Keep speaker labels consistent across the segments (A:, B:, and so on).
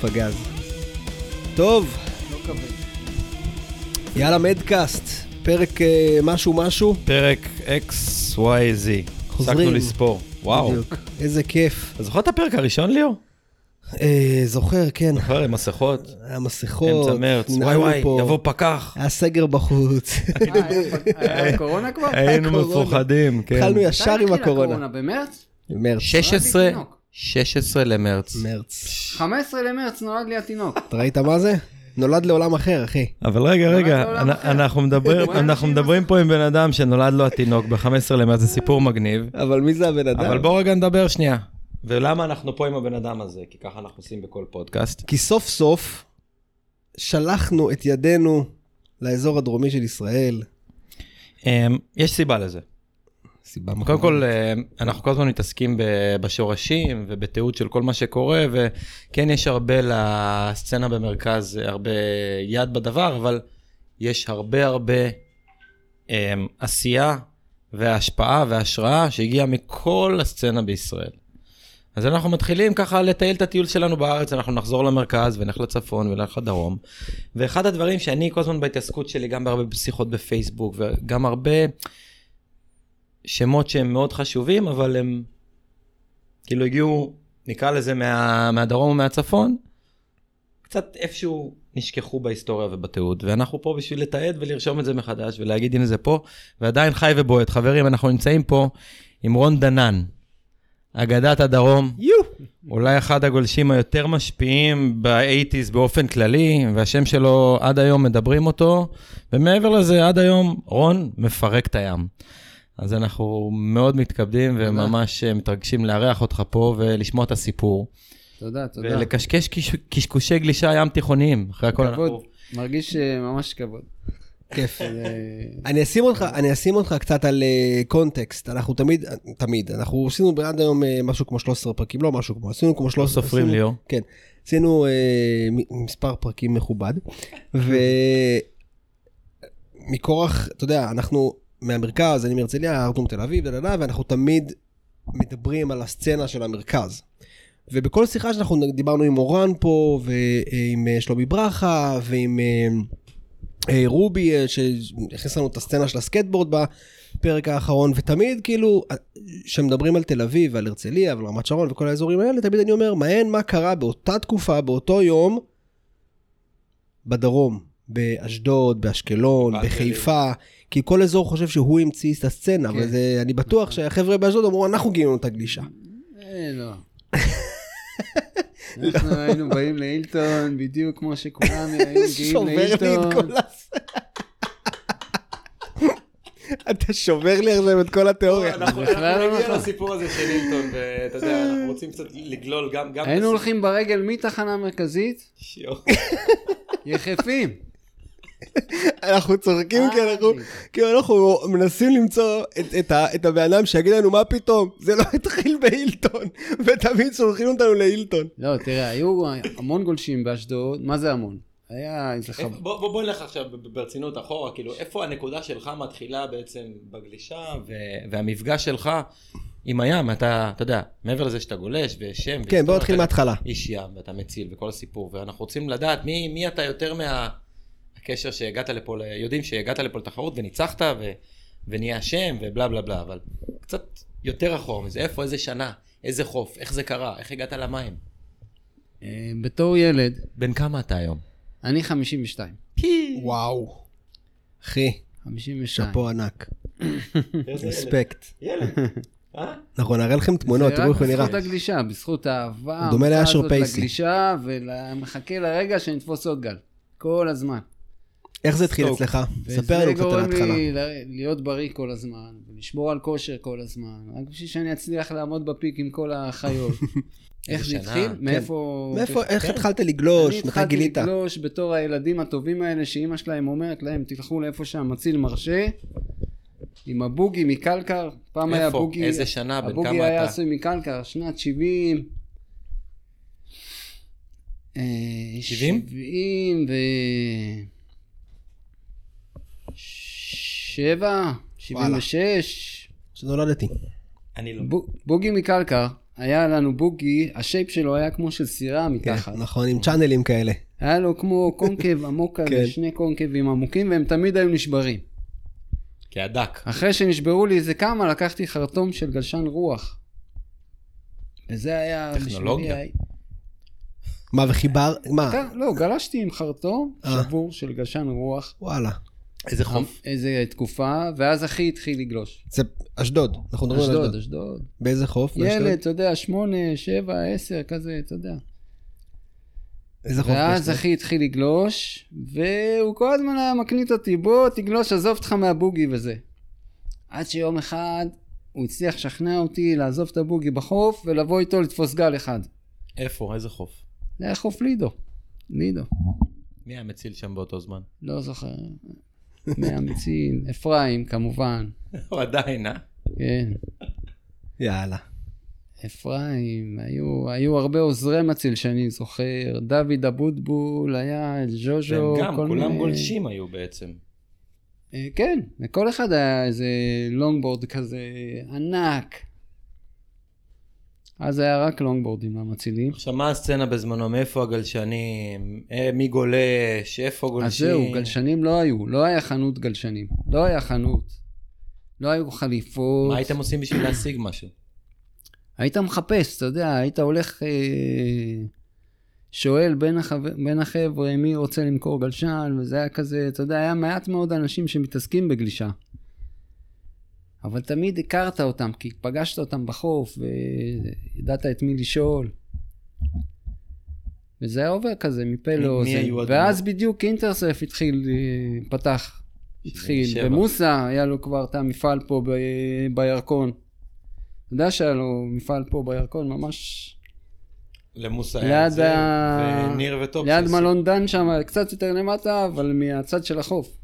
A: פגז. טוב,
B: לא כבד.
A: יאללה מדקאסט, פרק אה, משהו משהו.
C: פרק XYZ.
A: חוזרים.
C: הפסקנו לספור. וואו.
A: בדיוק. איזה כיף.
C: אתה זוכר את הפרק הראשון, ליאור?
A: אה, זוכר, כן.
C: זוכר עם מסכות?
A: היה מסכות.
C: אמצע מרץ. וואי
A: ננעלנו
C: וואי,
A: פה.
C: יבוא כן. פקח.
A: היה סגר בחוץ.
B: אה, היה פ- היה קורונה כבר?
C: היינו
A: הקורונה.
C: מפוחדים, כן.
A: התחלנו אה, ישר
B: מתי
A: עם
B: התחילה
A: הקורונה.
B: במרץ?
A: מרץ.
D: 16,
B: נולד לי תינוק.
D: 16 למרץ.
A: מרץ.
B: 15 למרץ נולד לי התינוק.
A: אתה ראית מה זה? נולד לעולם אחר, אחי.
C: אבל רגע, רגע, אנ-
B: לעולם אחר.
C: אנחנו מדברים-
B: הוא היה
C: אנחנו
B: אנשים
C: מדברים פה עם בן אדם שנולד לו התינוק ב-15 למרץ, זה סיפור מגניב.
A: אבל מי זה הבן אדם?
C: אבל בואו רגע נדבר שנייה. ולמה אנחנו פה עם הבן אדם הזה? כי ככה אנחנו עושים בכל פודקאסט.
A: כי סוף סוף שלחנו את ידינו לאזור הדרומי של ישראל.
C: אמ, יש סיבה לזה.
A: סיבה
C: קודם כל, אה, אנחנו כל הזמן מתעסקים ב- בשורשים ובתיעוד של כל מה שקורה, וכן, יש הרבה לסצנה במרכז, אה, הרבה יד בדבר, אבל יש הרבה הרבה אה, עשייה והשפעה והשראה שהגיעה מכל הסצנה בישראל. אז אנחנו מתחילים ככה לטייל את הטיול שלנו בארץ, אנחנו נחזור למרכז ונלך לצפון ונלך לדרום. ואחד הדברים שאני כל הזמן בהתעסקות שלי, גם בהרבה שיחות בפייסבוק וגם הרבה שמות שהם מאוד חשובים, אבל הם כאילו הגיעו, נקרא לזה, מה, מהדרום ומהצפון, קצת איפשהו נשכחו בהיסטוריה ובתיעוד, ואנחנו פה בשביל לתעד ולרשום את זה מחדש ולהגיד הנה זה פה, ועדיין חי ובועט. חברים, אנחנו נמצאים פה עם רון דנן, אגדת הדרום.
A: יו!
C: אולי אחד הגולשים היותר משפיעים ב-80's באופן כללי, והשם שלו עד היום מדברים אותו, ומעבר לזה, עד היום רון מפרק את הים. אז אנחנו מאוד מתכבדים וממש אה, מתרגשים לארח אותך פה ולשמוע את הסיפור.
B: תודה, תודה.
C: ולקשקש קיש- קשקושי גלישה ים תיכוניים, אחרי הכל
B: כבוד.
C: אנחנו...
B: מרגיש אה, ממש כבוד. אה,
A: כיף.
B: זה-
A: אני אשים אותך, אני אשים אותך קצת על אה, קונטקסט. אנחנו תמיד, תמיד, אנחנו עשינו בעד היום אה, משהו כמו 13 פרקים, לא משהו כמו, עשינו כמו 13.
C: סופרים,
A: עשינו-
C: ליאור.
A: כן. עשינו אה, מ- מספר פרקים מכובד, ומכורח, אתה יודע, אנחנו מהמרכז, אני מהרצליה, ארתום תל אביב, דדדה, ואנחנו תמיד מדברים על הסצנה של המרכז. ובכל שיחה שאנחנו דיברנו עם אורן פה, ועם אה, שלומי ברכה, ועם... אה, אה, רובי אה, שהכניס לנו את הסצנה של הסקטבורד בפרק האחרון ותמיד כאילו אה, כשמדברים על תל אביב ועל הרצליה ועל רמת שרון וכל האזורים האלה תמיד אני אומר מעיין מה קרה באותה תקופה באותו יום בדרום באשדוד באשקלון
C: באשקלון.
A: בחיפה כי כל אזור חושב שהוא המציא את הסצנה
B: כן.
A: וזה אני בטוח שהחבר'ה באשדוד אמרו אנחנו גילינו את הגלישה
B: אה, לא. אנחנו
A: לא.
B: היינו באים להילטון, בדיוק כמו שכולם כאילו היו מגיעים
A: שובר לי את
B: להילטון.
A: כל הס... אתה שובר לי עכשיו את כל התיאוריה.
B: בכלל לא נכון.
C: לסיפור הזה של הילטון, ואתה יודע, אנחנו רוצים קצת לגלול גם...
B: היינו הולכים ברגל מתחנה מרכזית, יחפים.
A: אנחנו צוחקים כי
B: אה,
A: כן, אנחנו, כי אנחנו מנסים למצוא את, את, ה- את הבן אדם שיגיד לנו מה פתאום, זה לא התחיל בהילטון, ותמיד שולחים אותנו להילטון.
B: לא, תראה, היו המון גולשים באשדוד, מה זה המון? היה איזה חב...
C: בוא, בוא, בוא נלך עכשיו ברצינות אחורה, כאילו, איפה הנקודה שלך מתחילה בעצם בגלישה, ו, והמפגש שלך עם הים, אתה, אתה יודע, מעבר לזה שאתה גולש ושם,
A: כן,
B: אה.
A: בוא נתחיל
C: אתה
A: מההתחלה.
C: איש ים ואתה מציל וכל הסיפור, ואנחנו רוצים לדעת מי, מי אתה יותר מה... הקשר שהגעת לפה, ל- יודעים שהגעת לפה לתחרות וניצחת ו, ונהיה אשם ובלה בלה בלה, אבל קצת יותר אחורה מזה, איפה, איזה שנה, איזה חוף, איך זה קרה, איך הגעת למים.
B: אה, בתור ילד,
C: בן כמה אתה היום?
B: אני 52.
A: וואו. אחי,
B: 52.
A: שאפו ענק, רספקט.
C: ילד, אה?
A: אנחנו נכון, נראה לכם תמונות, תראו איך הוא
B: זה
A: נראה.
B: רק בזכות הגלישה, בזכות האהבה.
A: הוא דומה
B: האהבה
A: לאשר
B: הזאת
A: פייסי.
B: לגלישה, ומחכה לרגע שנתפוס עוד גל. כל הזמן.
A: איך זה התחיל
C: סטוק.
A: אצלך? ספר לנו קצת על
B: וזה
A: ההתחלה.
B: גורם לי ל- להיות בריא כל הזמן, ולשמור על כושר כל הזמן, רק בשביל שאני אצליח לעמוד בפיק עם כל החיות. איך
C: איזה שנה,
B: זה התחיל?
C: כן.
B: מאיפה...
A: מאיפה, איך התחלת לגלוש? מתי
B: כן. אני
A: גילית?
B: התחלתי לגלוש בתור הילדים הטובים האלה, שאימא שלהם אומרת להם, תלכו לאיפה שהמציל מרשה, עם הבוגי מקלקר. פעם היה
C: איפה?
B: בוגי...
C: איזה שנה? בן
B: הבוגי
C: כמה
B: היה
C: אתה?
B: עשוי מקלקר, שנת 70. אה,
C: 70?
B: 70 ו... שבע,
A: וואלה.
B: 76.
A: שנולדתי.
C: אני לא. כאילו.
B: ב- בוגי מקלקר היה לנו בוגי, השייפ שלו היה כמו של סירה
A: כן,
B: מתחת.
A: נכון, עם צ'אנלים כאלה.
B: היה לו כמו קונקב עמוק
A: כן.
B: כזה, שני קונקבים עמוקים, והם תמיד היו נשברים.
C: כי הדק.
B: אחרי שנשברו לי איזה כמה, לקחתי חרטום של גלשן רוח. וזה היה...
C: טכנולוגיה.
B: בשבילי
A: מה, וחיבר? מה?
B: ה- לא, גלשתי עם חרטום
A: אה.
B: שבור של גלשן רוח.
A: וואלה.
C: איזה חוף.
B: איזה תקופה, ואז אחי התחיל לגלוש.
A: זה אשדוד, אנחנו מדברים על
B: אשדוד,
A: אשדוד.
B: אשדוד.
A: באיזה חוף? באשדוד?
B: ילד, אתה יודע, שמונה, שבע, עשר, כזה, אתה יודע.
A: איזה
C: נכון,
A: חוף?
B: ואז
A: באשדוד?
B: אחי התחיל לגלוש, והוא כל הזמן היה מקניט אותי, בוא תגלוש, עזוב אותך מהבוגי וזה. עד שיום אחד הוא הצליח לשכנע אותי לעזוב את הבוגי בחוף ולבוא איתו לתפוס גל אחד.
C: איפה? איזה חוף?
B: זה היה חוף לידו. לידו.
C: מי היה מציל שם באותו זמן?
B: לא זוכר. מאמצין, אפרים כמובן,
C: הוא עדיין, אה?
B: כן.
A: יאללה.
B: אפרים, היו, היו הרבה עוזרי מציל שאני זוכר, דוד אבוטבול היה, אל ז'וז'ו,
C: והם גם,
B: כל
C: כולם
B: מיני-
C: גולשים היו בעצם.
B: אה, כן, לכל אחד היה איזה לונגבורד כזה ענק. אז היה רק לונגבורדים למצילים.
C: עכשיו, מה הסצנה בזמנו? מאיפה הגלשנים? אה, מי גולש? איפה גולשים?
B: אז זהו, גלשנים לא היו, לא היה חנות גלשנים, לא היה חנות, לא היו חליפות.
C: מה הייתם עושים בשביל להשיג משהו?
B: היית מחפש, אתה יודע, היית הולך, אה, שואל בין, החב... בין החבר'ה מי רוצה למכור גלשן, וזה היה כזה, אתה יודע, היה מעט מאוד אנשים שמתעסקים בגלישה. אבל תמיד הכרת אותם, כי פגשת אותם בחוף, וידעת את מי לשאול. וזה היה עובר כזה, מפה
C: מי- מי
B: לאוזן.
C: היו הדמויות?
B: ואז בדיוק אינטרסף התחיל, אה, פתח, התחיל.
C: 77.
B: ומוסה, היה לו כבר את המפעל פה ב... בירקון. אתה יודע שהיה לו מפעל פה בירקון, ממש
C: למוסה היה את
B: ליד,
C: זה,
B: ה...
C: וניר וטופסיס.
B: ליד מלון דן שם, קצת יותר למטה, אבל מהצד של החוף.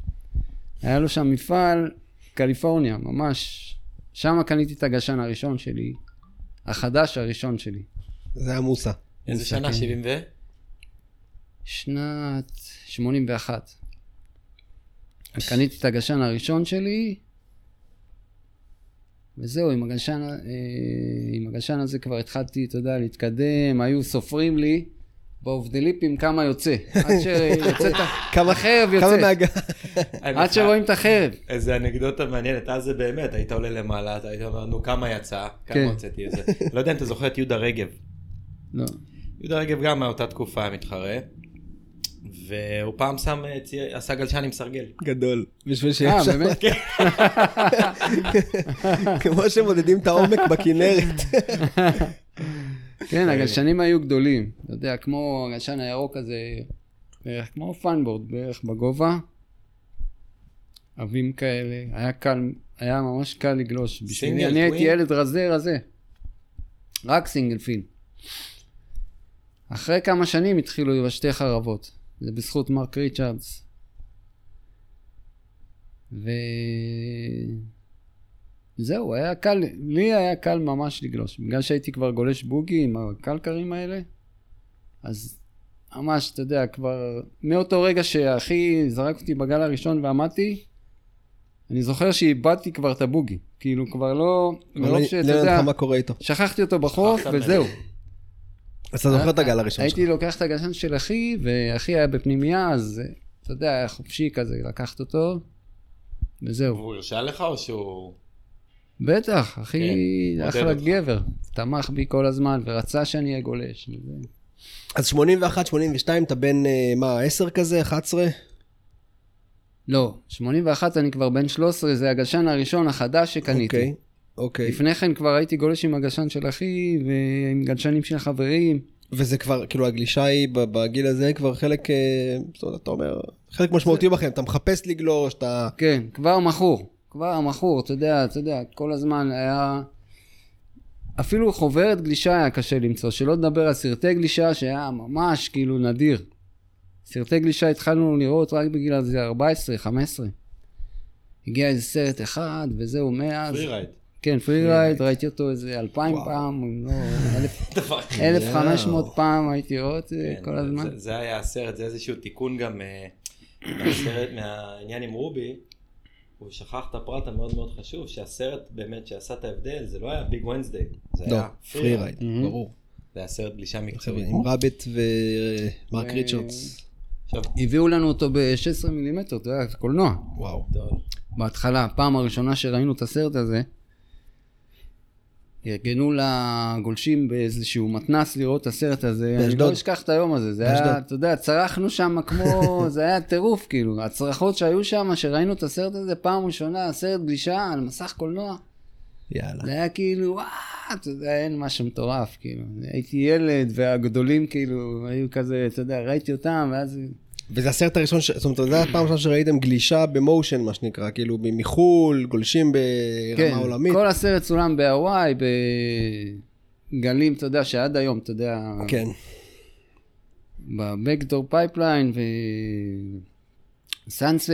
B: היה לו שם מפעל, קליפורניה, ממש. שם קניתי את הגשן הראשון שלי, החדש הראשון שלי.
A: זה היה מוסה.
C: איזה שנה? 70 ו?
B: שנת 81. קניתי את הגשן הראשון שלי, וזהו, עם הגשן, אה, עם הגשן הזה כבר התחלתי, אתה יודע, להתקדם, היו סופרים לי באובדליפים כמה יוצא. עד שיוצא את
A: כמה-
B: החרב
A: כמה
B: יוצא.
A: מהג...
B: עד שרואים את החרב.
C: אה, איזה אנקדוטה מעניינת, אז זה באמת, היית עולה למעלה, אתה היית אומר, נו, כמה יצא? כמה
B: כן.
C: הוצאתי את זה? לא יודע אם אתה זוכר את יהודה רגב.
B: לא.
C: יהודה רגב גם מאותה תקופה היה מתחרה, והוא פעם שם, אה, צי- עשה גלשן עם סרגל.
A: גדול. בשביל שיהיה
B: אה,
A: שם,
B: באמת?
A: כמו שמודדים את העומק בכנרת.
B: כן, הגלשנים היו גדולים. אתה יודע, כמו הגלשן הירוק הזה, בערך כמו פאנבורד, בערך בגובה. עבים כאלה, היה קל, היה ממש קל לגלוש. בשבילי,
C: סינגל,
B: אני הייתי
C: טווין?
B: ילד רזה רזה. רק סינגל פין. אחרי כמה שנים התחילו עם השתי חרבות. זה בזכות מרק ריצ'רדס. וזהו, היה קל, לי היה קל ממש לגלוש. בגלל שהייתי כבר גולש בוגי עם הקלקרים האלה, אז ממש, אתה יודע, כבר מאותו רגע שאחי זרק אותי בגל הראשון ועמדתי, אני זוכר שאיבדתי כבר את הבוגי. כאילו, כבר לא, מרוב
A: אני-
B: שאתה
A: לא יודע
B: יודע,
A: לך מה קורה איתו.
B: שכחתי אותו בחוף
C: שכחת
B: וזהו.
A: אז אתה זוכר את הגל הראשון שלך.
B: אה, הייתי לוקח את הגשן של אחי, ואחי היה בפנימייה, אז אה, אתה יודע, היה חופשי כזה לקחת אותו, וזהו.
C: והוא הרשה לך או שהוא...
B: בטח, אחי,
C: כן,
B: אחלה
C: מודד אותך.
B: גבר. תמך בי כל הזמן, ורצה שאני אהיה גולש. וזה.
A: אז 81, 82, אתה בן, אה, מה, 10 כזה? 11?
B: לא, 81 אני כבר בן 13, זה הגשן הראשון החדש שקניתי.
A: אוקיי. אוקיי.
B: לפני כן כבר הייתי גולש עם הגשן של אחי, ועם גלשנים של חברים.
A: וזה כבר, כאילו, הגלישה היא ב- בגיל הזה כבר חלק, אה, זאת אומרת, אתה אומר, חלק משמעותי בכם. אתה מחפש לגלוש, אתה...
B: כן, כבר מכור. כבר מכור, אתה יודע, אתה יודע, כל הזמן היה... אפילו חוברת גלישה היה קשה למצוא, שלא לדבר על סרטי גלישה שהיה ממש כאילו נדיר. סרטי גלישה התחלנו לראות רק בגיל הזה 14-15. הגיע איזה סרט אחד, וזהו, מאז...
C: פרי רייד.
B: כן, פרי רייד, ראיתי אותו איזה אלפיים פעם, אם לא, אלף-
C: דבר כזה.
B: אלף חמש מאות פעם הייתי רואה את זה
C: כן,
B: כל
C: זה-
B: הזמן.
C: זה- זה היה הסרט, זה איזשהו תיקון גם אה, מהסרט, מהעניין עם רובי, הוא שכח את הפרט המאוד מאוד חשוב, שהסרט באמת שעשה את ההבדל, זה לא היה ביג ונסדי, זה
A: לא,
C: היה
A: פרי רייד,
B: Mhm.
A: ברור.
C: זה היה סרט גלישה מקצועית.
A: עם רביט ומרק
B: אה,
A: ריצ'רדס.
C: עכשיו,
B: הביאו לנו אותו ב-16 מילימטר, אתה יודע, קולנוע.
A: וואו.
C: טוב,
B: בהתחלה, הפעם הראשונה שראינו את הסרט הזה, ארגנו לגולשים באיזשהו מתנס לראות את הסרט הזה. אני
A: באשדוד.
B: לא אשכח את היום הזה, זה
A: באשדוד.
B: היה, אתה יודע, צרחנו שם כמו, זה היה טירוף, כאילו, הצרחות שהיו שם, שראינו את הסרט הזה, פעם ראשונה, סרט גלישה על מסך קולנוע,
A: יאללה.
B: זה היה כאילו, וואו, אתה יודע, אין משהו מטורף, כאילו. הייתי ילד, והגדולים כאילו, היו כזה, אתה יודע, ראיתי אותם, ואז...
A: וזה הסרט הראשון, ש... זאת אומרת, זו הפעם הראשונה שראיתם גלישה במושן, מה שנקרא, כאילו מחו"ל, גולשים ברמה
B: כן,
A: עולמית.
B: כל הסרט צולם בהוואי, בגלים, אתה יודע, שעד היום, אתה יודע,
A: כן.
B: בבקדור פייפליין, וסאנסט,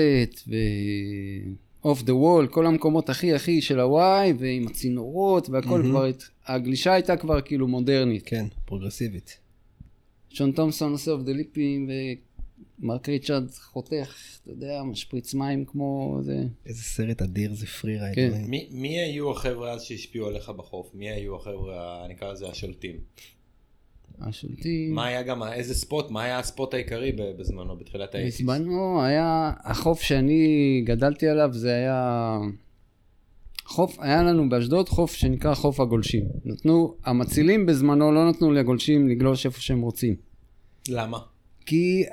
B: ואוף דה וול, כל המקומות הכי הכי של הוואי, ועם הצינורות, והכל
A: מהמם.
B: כבר, הת- הגלישה הייתה כבר כאילו מודרנית.
A: כן, פרוגרסיבית.
B: שון תומסון עושה אוף דה ליפים, ומרק ריצ'רד חותך, אתה יודע, משפריץ מים כמו זה.
A: איזה סרט אדיר זה פרי רייד.
B: כן.
A: אלוהים.
C: מי מי היו החבר'ה אז שהשפיעו עליך בחוף? מי היו החבר'ה, נקרא לזה השולטים?
B: השולטים.
C: מה היה גם, ה- איזה ספוט, מה היה הספוט העיקרי ב- בזמנו, בתחילת האייטיז?
B: בזמנו לא, היה, החוף שאני גדלתי עליו זה היה... חוף, היה לנו באשדוד חוף שנקרא חוף הגולשים. נתנו, המצילים בזמנו לא נתנו לגולשים לגלוש איפה שהם רוצים.
C: למה?
B: כי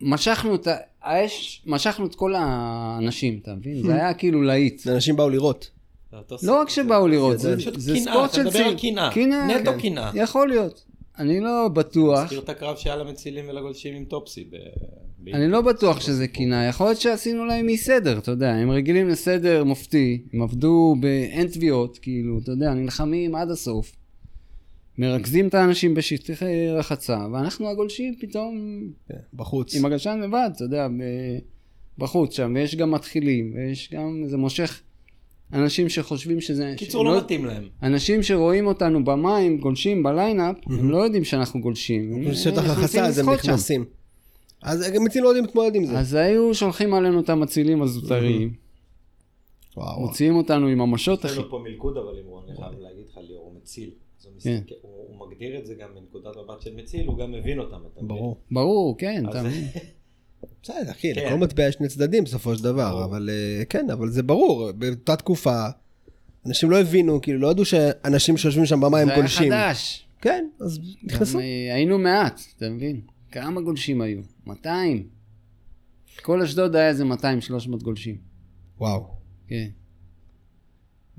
B: משכנו את האש, משכנו את כל האנשים, אתה מבין? זה היה כאילו להיט.
A: זה אנשים באו לראות.
C: זה אותו
B: לא
C: סרט.
B: רק שבאו לראות, זה,
C: פשוט
B: זה
C: קנאה,
B: ספורט
C: אתה
B: של
C: מדבר על קנאה. נטו
B: כן.
C: קנאה.
B: יכול להיות. אני לא בטוח.
C: מזכיר את הקרב שהיה למצילים ולגולשים עם טופסי. ב- ב-
B: אני לא בטוח שזה קינה, יכול להיות שעשינו להם מסדר, אתה יודע, הם רגילים לסדר מופתי, הם עבדו באין תביעות, כאילו, אתה יודע, נלחמים עד הסוף, מרכזים את האנשים בשטחי רחצה, ואנחנו הגולשים פתאום
A: כן, בחוץ.
B: עם הגלשן לבד, אתה יודע, ב- בחוץ שם, ויש גם מתחילים, ויש גם, זה מושך אנשים שחושבים שזה...
C: קיצור,
B: שלא-
C: לא מתאים להם.
B: אנשים שרואים אותנו במים, גולשים בליינאפ, הם לא יודעים שאנחנו גולשים. הם
A: שטח
B: נכנסים
A: החסה אז הם
B: לשחות שם.
A: נכנסים. אז גם אצלי לא יודעים להתמודד עם זה.
B: אז היו שולחים עלינו את המצילים הזוטריים,
A: וואו.
B: מוציאים אותנו עם המשות,
C: יש
B: אחי.
C: לנו פה מלכוד אבל עם רון, אני חייב להגיד לך ליאור, הוא מציל. אז הוא
B: כן.
C: מסתכל- הוא הוא מגדיר את זה גם מנקודת מבט של מציל, הוא גם מבין אותם, אתה מבין?
A: ברור.
B: ברור, כן, אתה
C: אז-
B: מבין.
A: בסדר, כי
C: כן.
A: לכל מטבע יש שני צדדים בסופו של דבר,
C: ברור.
A: אבל אה, כן, אבל זה ברור, באותה תקופה, אנשים לא הבינו, כאילו לא ידעו שאנשים שיושבים שם במים
B: זה היה
A: גולשים.
B: חדש.
A: כן, אז נכנסו.
B: גם, אה, היינו מעט, אתה מבין? כמה גולשים היו? 200. כל אשדוד היה איזה 200-300 גולשים,
A: וואו.
B: כן.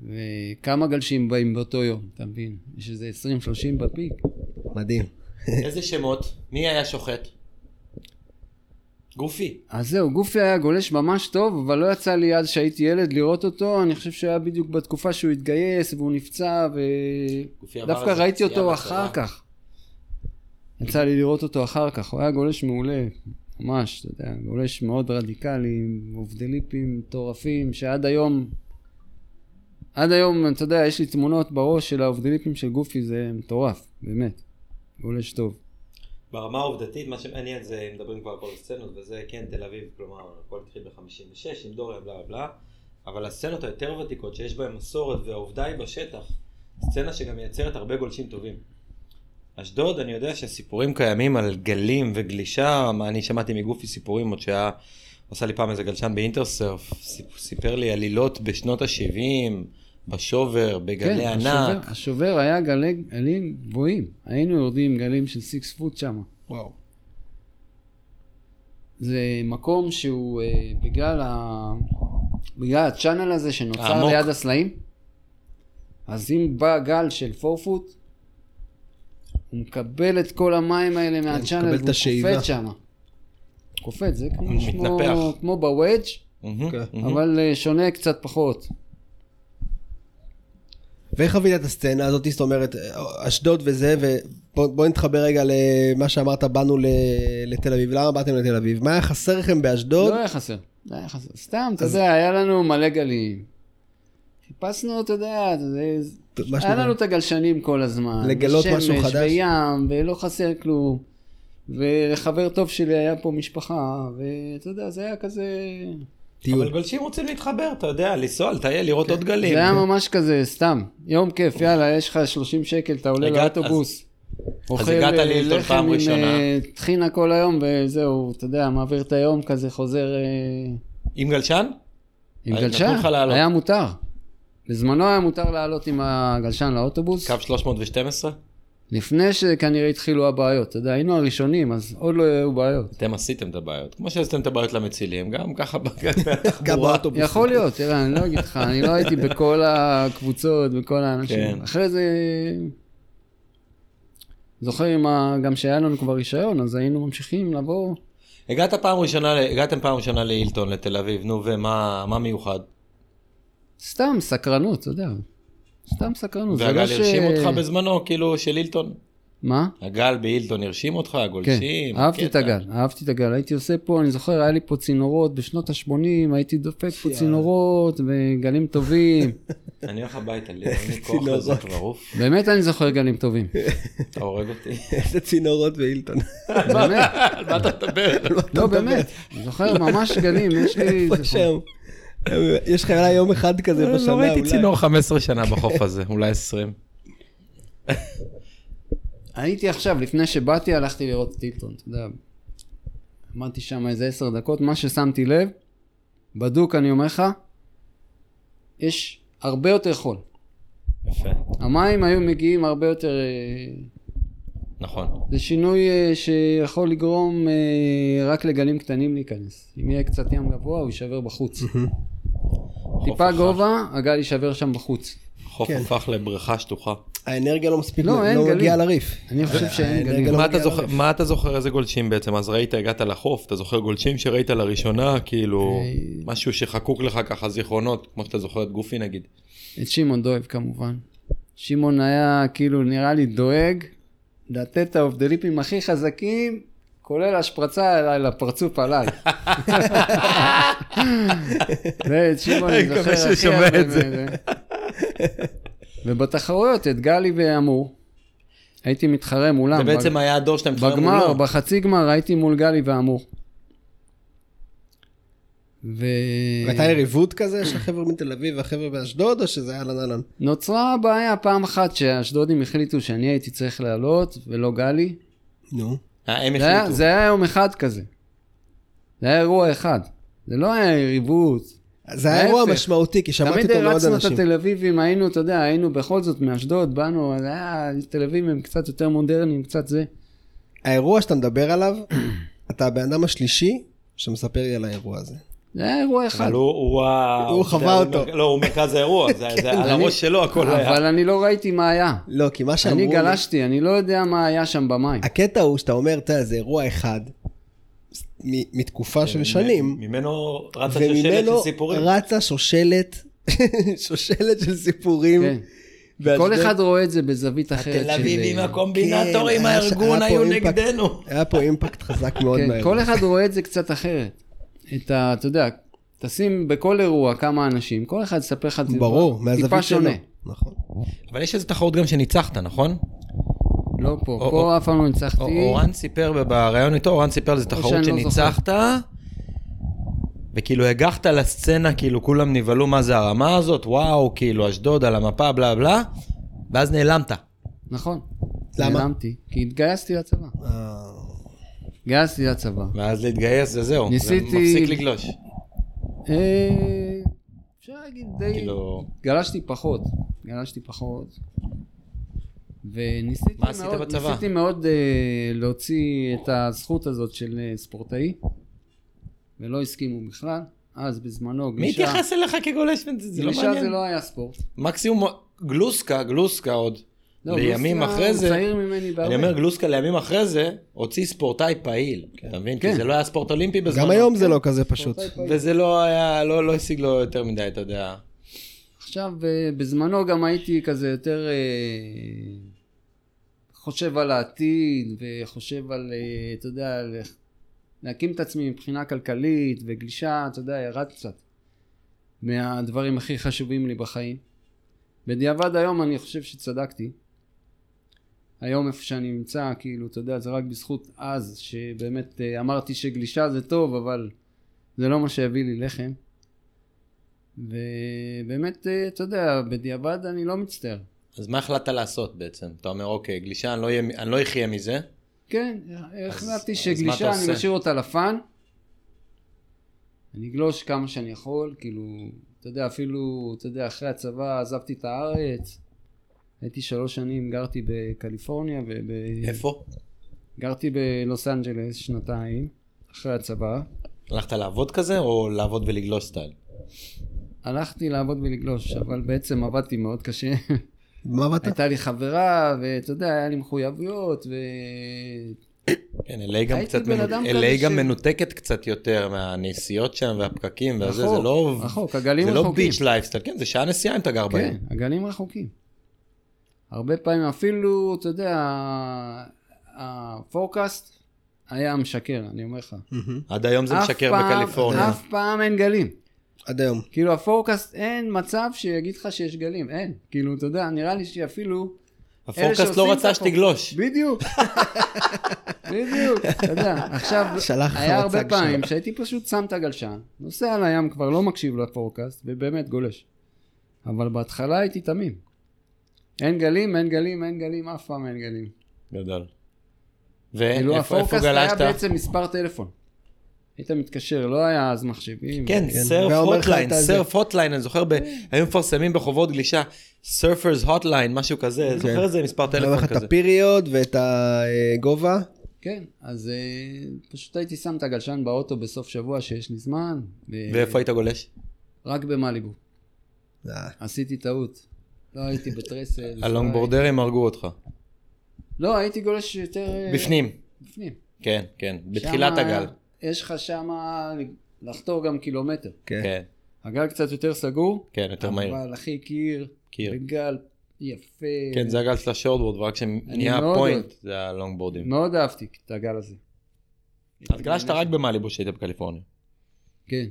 B: וכמה גלשים באים באותו יום, אתה מבין? יש איזה 20-30 בפיק.
A: מדהים.
D: לא-
C: איזה שמות? מי היה שוחט? גופי.
B: אז זהו, גופי היה גולש ממש טוב, אבל לא יצא לי אז שהייתי ילד לראות אותו, אני חושב שהיה בדיוק בתקופה שהוא התגייס והוא נפצע, ו...
C: גופי עבר
B: דווקא
C: איזה
B: ראיתי
C: פציעה
B: אותו
C: בצבא.
B: אחר כך. יצא לי לראות אותו אחר כך, הוא היה גולש מעולה, ממש, אתה יודע, גולש מאוד רדיקלי, עם אובדליפים מטורפים, שעד היום, עד היום, אתה יודע, יש לי תמונות בראש של האובדליפים של גופי, זה מטורף, באמת, גולש טוב.
C: ברמה העובדתית, מה שמעניין זה, אם מדברים כבר על כל הסצנות, וזה כן תל אביב, כלומר, הכל התחיל ב-56 עם דוריה, בלה בלה, אבל הסצנות היותר ותיקות שיש בהן מסורת, והעובדה היא בשטח, סצנה שגם מייצרת הרבה גולשים טובים. אשדוד, אני יודע שהסיפורים קיימים על גלים וגלישה, מה, אני שמעתי מגופי סיפורים עוד שהיה, עשה לי פעם איזה גלשן באינטרסרף, סיפ- סיפר לי עלילות בשנות ה-70, בשובר, בגלי
B: כן,
C: ענק.
B: השובר, השובר היה גלי, גלים גבוהים, היינו יורדים גלים של סיקס פוט שם.
A: וואו.
B: זה מקום שהוא אה, בגלל, ה... בגלל הצ'אנל הזה שנוצר
C: העמוק.
B: ליד הסלעים, אז אם בא גל של 4 פוט, הוא מקבל את כל המים
C: כן,
B: האלה
A: מקבל
B: מהצ'אנל
A: את
B: והוא
A: השאיבה.
B: קופץ שם. קופץ, זה כמו,
C: הוא מתנפח.
B: כמו, כמו בוודג',
C: מהמם,
A: כן.
C: מהמם.
B: אבל אה, שונה קצת פחות.
A: ואיך חווית את הסצנה הזאת, זאת אומרת, אה, אשדוד וזה, ובוא נתחבר רגע למה שאמרת, באנו ל- לתל אביב, למה באתם לתל אביב? מה היה חסר לכם באשדוד?
B: לא היה חסר, לא היה חסר. סתם, אתה יודע, היה לנו מלא גלים. חיפשנו, אתה יודע, זה-
A: מה
B: היה
A: שנקרא.
B: לנו את הגלשנים כל הזמן.
A: לגלות
B: ושמש
A: משהו חדש.
B: וים, ולא חסר כלום. ולחבר טוב שלי היה פה משפחה, ואתה יודע, זה היה כזה...
D: אבל
A: טיול.
D: גולשים רוצים להתחבר, אתה יודע, לנסוע, לטייל, לראות עוד גלים.
B: כן. זה היה ממש כזה, סתם, יום כיף, יאללה, יש לך 30 שקל, אתה עולה
D: הגעת-
B: לאוטובוס. אוכל
D: הגעת
B: אה,
D: לילטון
B: לחם
D: פעם
B: עם,
D: ראשונה.
B: אה, טחינה כל היום, וזהו, אתה יודע, מעביר את היום כזה, חוזר אה,
D: עם גלשן?
B: עם
D: אז אה, נתנו
B: גלשן.
D: לך לעלות.
B: היה מותר. בזמנו היה מותר לעלות עם הגלשן לאוטובוס.
D: קו 312?
B: לפני שכנראה התחילו הבעיות, אתה יודע, היינו הראשונים, אז עוד לא היו בעיות.
D: אתם עשיתם את הבעיות. כמו שעשיתם את הבעיות למצילים, גם ככה בגלל
A: גם
D: התחבורה.
A: באוטובוס.
B: יכול להיות, תראה, אני לא אגיד לך, אני לא הייתי בכל הקבוצות, בכל האנשים.
D: כן.
B: אחרי זה... זוכר עם ה... גם שהיה לנו כבר רישיון, אז היינו ממשיכים לבוא.
D: הגעת פעם ראשונה, ל- הגעתם פעם ראשונה להילטון, לתל אביב, נו, ומה מה מיוחד?
B: סתם סקרנות, אתה יודע. סתם סקרנות. זה לא
D: והגל
B: ש-
D: הרשים אותך בזמנו, כאילו, של הילטון?
B: מה?
D: הגל בהילטון הרשים אותך,
B: כן,
D: הגולשים?
B: אהבתי את
D: קטע.
B: הגל, אהבתי את הגל. הייתי עושה פה, אני זוכר, היה לי פה צינורות בשנות ה-80, הייתי דופק פה צינורות וגלים טובים.
D: כן. אני הולך הביתה, לי, אין לי
B: לא
D: כוח לזה כבר, אוף,
B: באמת אני זוכר גלים טובים.
D: אתה הורג אותי.
A: איזה צינורות והילטון.
B: באמת,
D: על מה אתה מדבר?
B: לא באמת. אני זוכר ממש גלים, יש לי... זיכרון.
A: שם. יש לך אולי יום אחד כזה בשנה,
D: לא
A: אולי.
D: ראיתי צינור 15 שנה בחוף הזה, אולי 20.
B: הייתי עכשיו, לפני שבאתי, הלכתי לראות את הילטון, אתה יודע. עמדתי שם איזה עשר דקות, מה ששמתי לב, בדוק אני אומר לך, יש הרבה יותר חול.
D: יפה,
B: המים היו מגיעים הרבה יותר... אה,
D: נכון.
B: זה שינוי אה, שיכול לגרום אה, רק לגלים קטנים להיכנס. אם יהיה קצת ים גבוה, הוא יישבר בחוץ. טיפה
D: הפך-
B: גובה, הגל יישבר שם בחוץ.
D: החוף
A: כן.
D: הפך לבריכה שטוחה.
A: האנרגיה לא מספיק,
B: לא, אין
A: לא מגיעה
B: גלים.
A: לריף.
B: אני חושב שאין
A: האנרגיה
B: גלים.
A: לא
D: מה
A: מגיע
D: אתה זוכר-
A: לריף.
D: מה אתה זוכר איזה גולשים בעצם? אז ראית, הגעת לחוף, אתה זוכר גולשים שראית לראשונה, כאילו,
B: אה.
D: משהו שחקוק לך ככה זיכרונות, כמו שאתה זוכר את גופי נגיד.
B: את שמעון דואב כמובן. שמעון היה כאילו נראה לי דואג לתת את האובדליפים הכי חזקים, כולל השפרצה אליי לפרצוף עליי. זה את שמעון אני
D: אני
B: זוכר
D: מקווה שהוא
B: הכי
D: שומע
B: הרבה
D: את זה.
B: מזה. ובתחרויות את גלי ועמור, הייתי מתחרה מולם.
D: זה
B: בג-
D: בעצם היה הדור שאתה מתחרה
B: בגמר,
D: מולו.
B: בחצי גמר הייתי מול גלי ועמור. ו...
A: הייתה יריבות כזה של החבר'ה מתל אביב והחבר'ה באשדוד, או שזה היה אהלן אהלן?
B: נוצרה הבעיה פעם אחת שהאשדודים החליטו שאני הייתי צריך לעלות ולא גלי.
A: נו.
D: אה, הם
B: זה היה,
D: החליטו.
B: זה היה יום אחד כזה. זה היה אירוע אחד. זה לא היה יריבות.
A: זה היה אירוע
B: להפך.
A: משמעותי, כי שמעתי
B: תמיד
A: אותו מאוד
B: הרצנו את
A: אנשים.
B: התל אביבים, היינו, אתה יודע, היינו בכל זאת מאשדוד, באנו, אז היה, תל אביב הם קצת יותר מודרניים, קצת זה.
A: האירוע שאתה מדבר עליו, אתה הבן אדם השלישי שמספר לי על האירוע הזה.
B: זה היה אירוע אחד.
D: אבל הוא, הוא, ה-
A: הוא
D: אתה יודע,
A: חווה אותו. כן,
D: מרכ- לא, הוא מרכז האירוע, זה זה על
B: אני-
D: הראש שלו הכל היה.
B: אבל אני לא ראיתי מה היה.
A: לא, כי מה שאמרו
B: אני
A: לי...
B: גלשתי, אני לא יודע מה היה שם במים.
A: הקטע הוא שאתה אומר, אתה יודע, זה אירוע אחד מ- מתקופה של שנים,
D: ממנו רצה שושלת כן, של
A: וממנו
D: סיפורים.
A: רצה שושלת, שושלת של סיפורים.
B: כן.
A: באשדוד.
B: כל אחד רואה את זה בזווית אחרת.
D: תל
B: של-
D: אביבים
A: כן,
D: הקומבינטורים,
A: היה ש-
D: הארגון
A: היה
D: היו
A: פה אימפקט.
D: נגדנו.
A: היה פה אימפקט חזק מאוד
B: כן,
A: מהר.
B: כל אחד רואה את זה קצת אחרת. את ה... אתה יודע, תשים בכל אירוע כמה אנשים, כל אחד יספר לך טיפה-
A: ברור, מהזווית
B: טיפה
A: שלו.
B: שונה.
A: נכון.
D: אבל יש איזו תחרות גם שניצחת, נכון?
B: לא פה,
D: או-
B: פה
D: או-
B: אף פעם לא
D: או-
A: אה.
B: ניצחתי.
D: אורן סיפר ב- בראיון איתו, אורן סיפר על איזו
B: או
D: תחרות
B: שאני לא
D: שניצחת, וכאילו הגחת לסצנה, כאילו כולם נבהלו מה זה הרמה הזאת, וואו, כאילו אשדוד על המפה, בלה בלה, ואז נעלמת.
B: נכון.
A: למה?
B: נעלמתי, כי התגייסתי לצבא.
A: אה,
B: התגייסתי לצבא.
D: ואז להתגייס זה זהו,
B: ניסיתי-
D: זה מפסיק לגלוש.
B: אה, אפשר להגיד די...
D: כאילו,
B: גלשתי פחות, גלשתי פחות. וניסיתי
D: מה עשית
B: מאוד,
D: בצבא?
B: ניסיתי מאוד אה, להוציא את הזכות הזאת של אה, ספורטאי, ולא הסכימו בכלל. אז בזמנו
D: מי
B: גלישה...
D: התייחס אליך כגולש? זה לא
B: גלישה
D: מעניין.
B: זה לא היה ספורט.
D: מקסימום גלוסקה, גלוסקה עוד.
B: לא,
D: לימים
B: רוסיה
D: אחרי
B: הוא
D: זה,
B: צעיר ממני בהרבה. לא
D: אני אומר גלוסקה לימים אחרי זה, הוציא ספורטאי פעיל. אתה מבין? כי
B: כן.
D: זה לא היה ספורט אולימפי בזמנו.
A: גם היום זה לא כזה פשוט.
D: וזה לא היה, לא לא השיג לו יותר מדי, אתה יודע.
B: עכשיו, אה, בזמנו גם הייתי כזה יותר אה, חושב על העתיד, וחושב על, אה, אתה יודע, על איך להקים את עצמי מבחינה כלכלית, וגלישה, אתה יודע, ירד קצת מהדברים הכי חשובים לי בחיים. בדיעבד היום אני חושב שצדקתי. היום איפה שאני נמצא, כאילו, אתה יודע, זה רק בזכות אז, שבאמת אה, אמרתי שגלישה זה טוב, אבל זה לא מה שהביא לי לחם. ובאמת, אה, אתה יודע, בדיעבד אני לא מצטער.
C: אז מה החלטת לעשות בעצם? אתה אומר, אוקיי, גלישה, אני לא אהיה- אני לא אחיה מזה.
B: כן,
C: אז מה אתה
B: החלטתי שגלישה,
C: עושה?
B: אני משאיר אותה לפאן. אני אגלוש כמה שאני יכול, כאילו, אתה יודע, אפילו, אתה יודע, אחרי הצבא עזבתי את הארץ. הייתי שלוש שנים, גרתי בקליפורניה, וב...
C: איפה?
B: גרתי בלוס אנג'לס שנתיים, אחרי הצבא.
C: הלכת לעבוד כזה, או לעבוד ולגלוש סטייל?
B: הלכתי לעבוד ולגלוש, אבל בעצם עבדתי מאוד קשה.
A: מה עבדת?
B: הייתה לי חברה, ואתה יודע, היה לי מחויבויות, ו...
C: כן, LA גם
B: הייתי
C: קצת,
B: בן אדם
C: מנו-
B: כזה
C: LA גם
B: ש-
C: מנותקת קצת יותר מהנסיעות שם והפקקים והזה,
B: נכון,
C: זה לא...
B: רחוק, הגלים
C: זה לא
B: רחוקים.
C: ביץ' לייפסטייל, כן, זה שעה נסיעה אם אתה גר
B: כן,
C: בעיר.
B: הגלים רחוקים. הרבה פעמים אפילו, אתה יודע, הפורקאסט היה משקר, אני אומר לך.
A: מהמם.
C: עד היום זה
B: אף
C: משקר
B: פעם-
C: בקליפורניה.
B: אף פעם אין גלים.
A: עד היום.
B: כאילו הפורקאסט, אין מצב שיגיד לך שיש גלים, אין. כאילו, אתה יודע, נראה לי שאפילו...
C: הפורקאסט
B: שעושים
C: לא
B: את
C: רצה
B: הפורקאסט.
C: שתגלוש.
B: בדיוק, בדיוק, אתה יודע, עכשיו,
A: שלח לך
B: היה
A: מצג
B: הרבה
A: שלו.
B: פעמים שהייתי פשוט שם את הגלשן, נוסע על הים כבר, לא מקשיב לפורקאסט, ובאמת גולש. אבל בהתחלה הייתי תמים. אין גלים, אין גלים, אין גלים, אף פעם אין גלים.
C: גדול.
B: כאילו
C: ואיפה אה, איפה
B: הפורקאסט היה
C: גלשת?
B: בעצם מספר טלפון. היית מתקשר, לא היה אז מחשבים.
C: כן,
A: כן.
C: סרף
A: והוא אומר לך
C: הוטליין,
A: את הזה.
C: סרף הוטליין, אני זוכר, ב- היו מפרסמים בחובות גלישה, סרפרס הוטליין, משהו
B: כן.
C: כזה, זוכר איזה מספר
B: לא
A: אני אומר
C: טלפון
A: לך את
C: כזה.
A: הפיריוד ואת אה, הגובה.
B: כן, אז אה, פשוט הייתי שם את הגלשן באוטו בסוף שבוע שיש לי זמן. ו-
C: ואיפה היית גולש?
B: רק במליבו.
A: אה,
B: עשיתי טעות. לא הייתי בטרסל.
C: הלונגבורדרים הרגו אותך.
B: לא, הייתי גולש יותר... אה,
C: בפנים.
B: בפנים.
C: כן, כן, בתחילת
B: שמה-
C: הגל.
B: יש לך שמה לחתור גם קילומטר.
A: כן.
C: כן,
B: הגל קצת יותר סגור.
C: כן, יותר מהיר.
B: אבל אחי קיר.
C: קיר.
B: וגל יפה.
C: כן, זה הגל של השורטבורד, ורק כשנהיה
B: מאוד
C: הפוינט,
B: אוהב.
C: זה הלונגבורדים.
B: מאוד אהבתי את הגל הזה.
C: אז גלשת רק במאליבו שהיית בקליפורניה.
B: כן.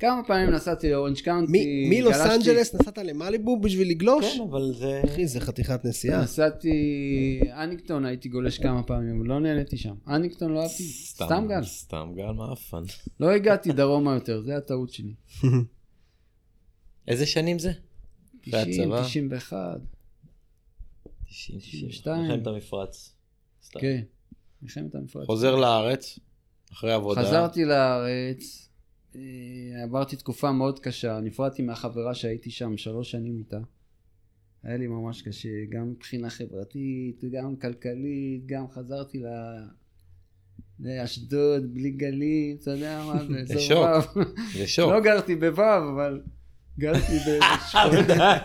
B: כמה פעמים נסעתי לאורנג' קאונטי.
A: מ- מלוס
B: גלשתי-
A: אנג'לס נסעת למליבו בשביל לגלוש?
C: כן, אבל זה...
A: אחי, זה חתיכת נסיעה.
B: כן, נסעתי, אניקטון הייתי גולש כמה פעמים, אבל לא נהניתי שם. אניקטון לא אהבתי, סתם גל.
C: סתם גל מעפן.
B: לא הגעתי דרומה יותר, זה הטעות שלי.
C: איזה שנים זה?
B: 90,
C: והצבא?
B: 91,
C: 90,
B: 92.
C: מלחמת המפרץ. סתם.
B: כן. מלחמת המפרץ.
C: חוזר לארץ, אחרי עבודה.
B: חזרתי לארץ, אה, עברתי תקופה מאוד קשה, נפרדתי מהחברה שהייתי שם שלוש שנים איתה. היה לי ממש קשה, גם מבחינה חברתית, גם כלכלית, גם חזרתי ל... לאשדוד, בלי גלים, אתה יודע מה, באזור
C: שוק.
B: ו'.
C: זה שוק.
B: לא גרתי בו', אבל גרתי באיזה שכונה.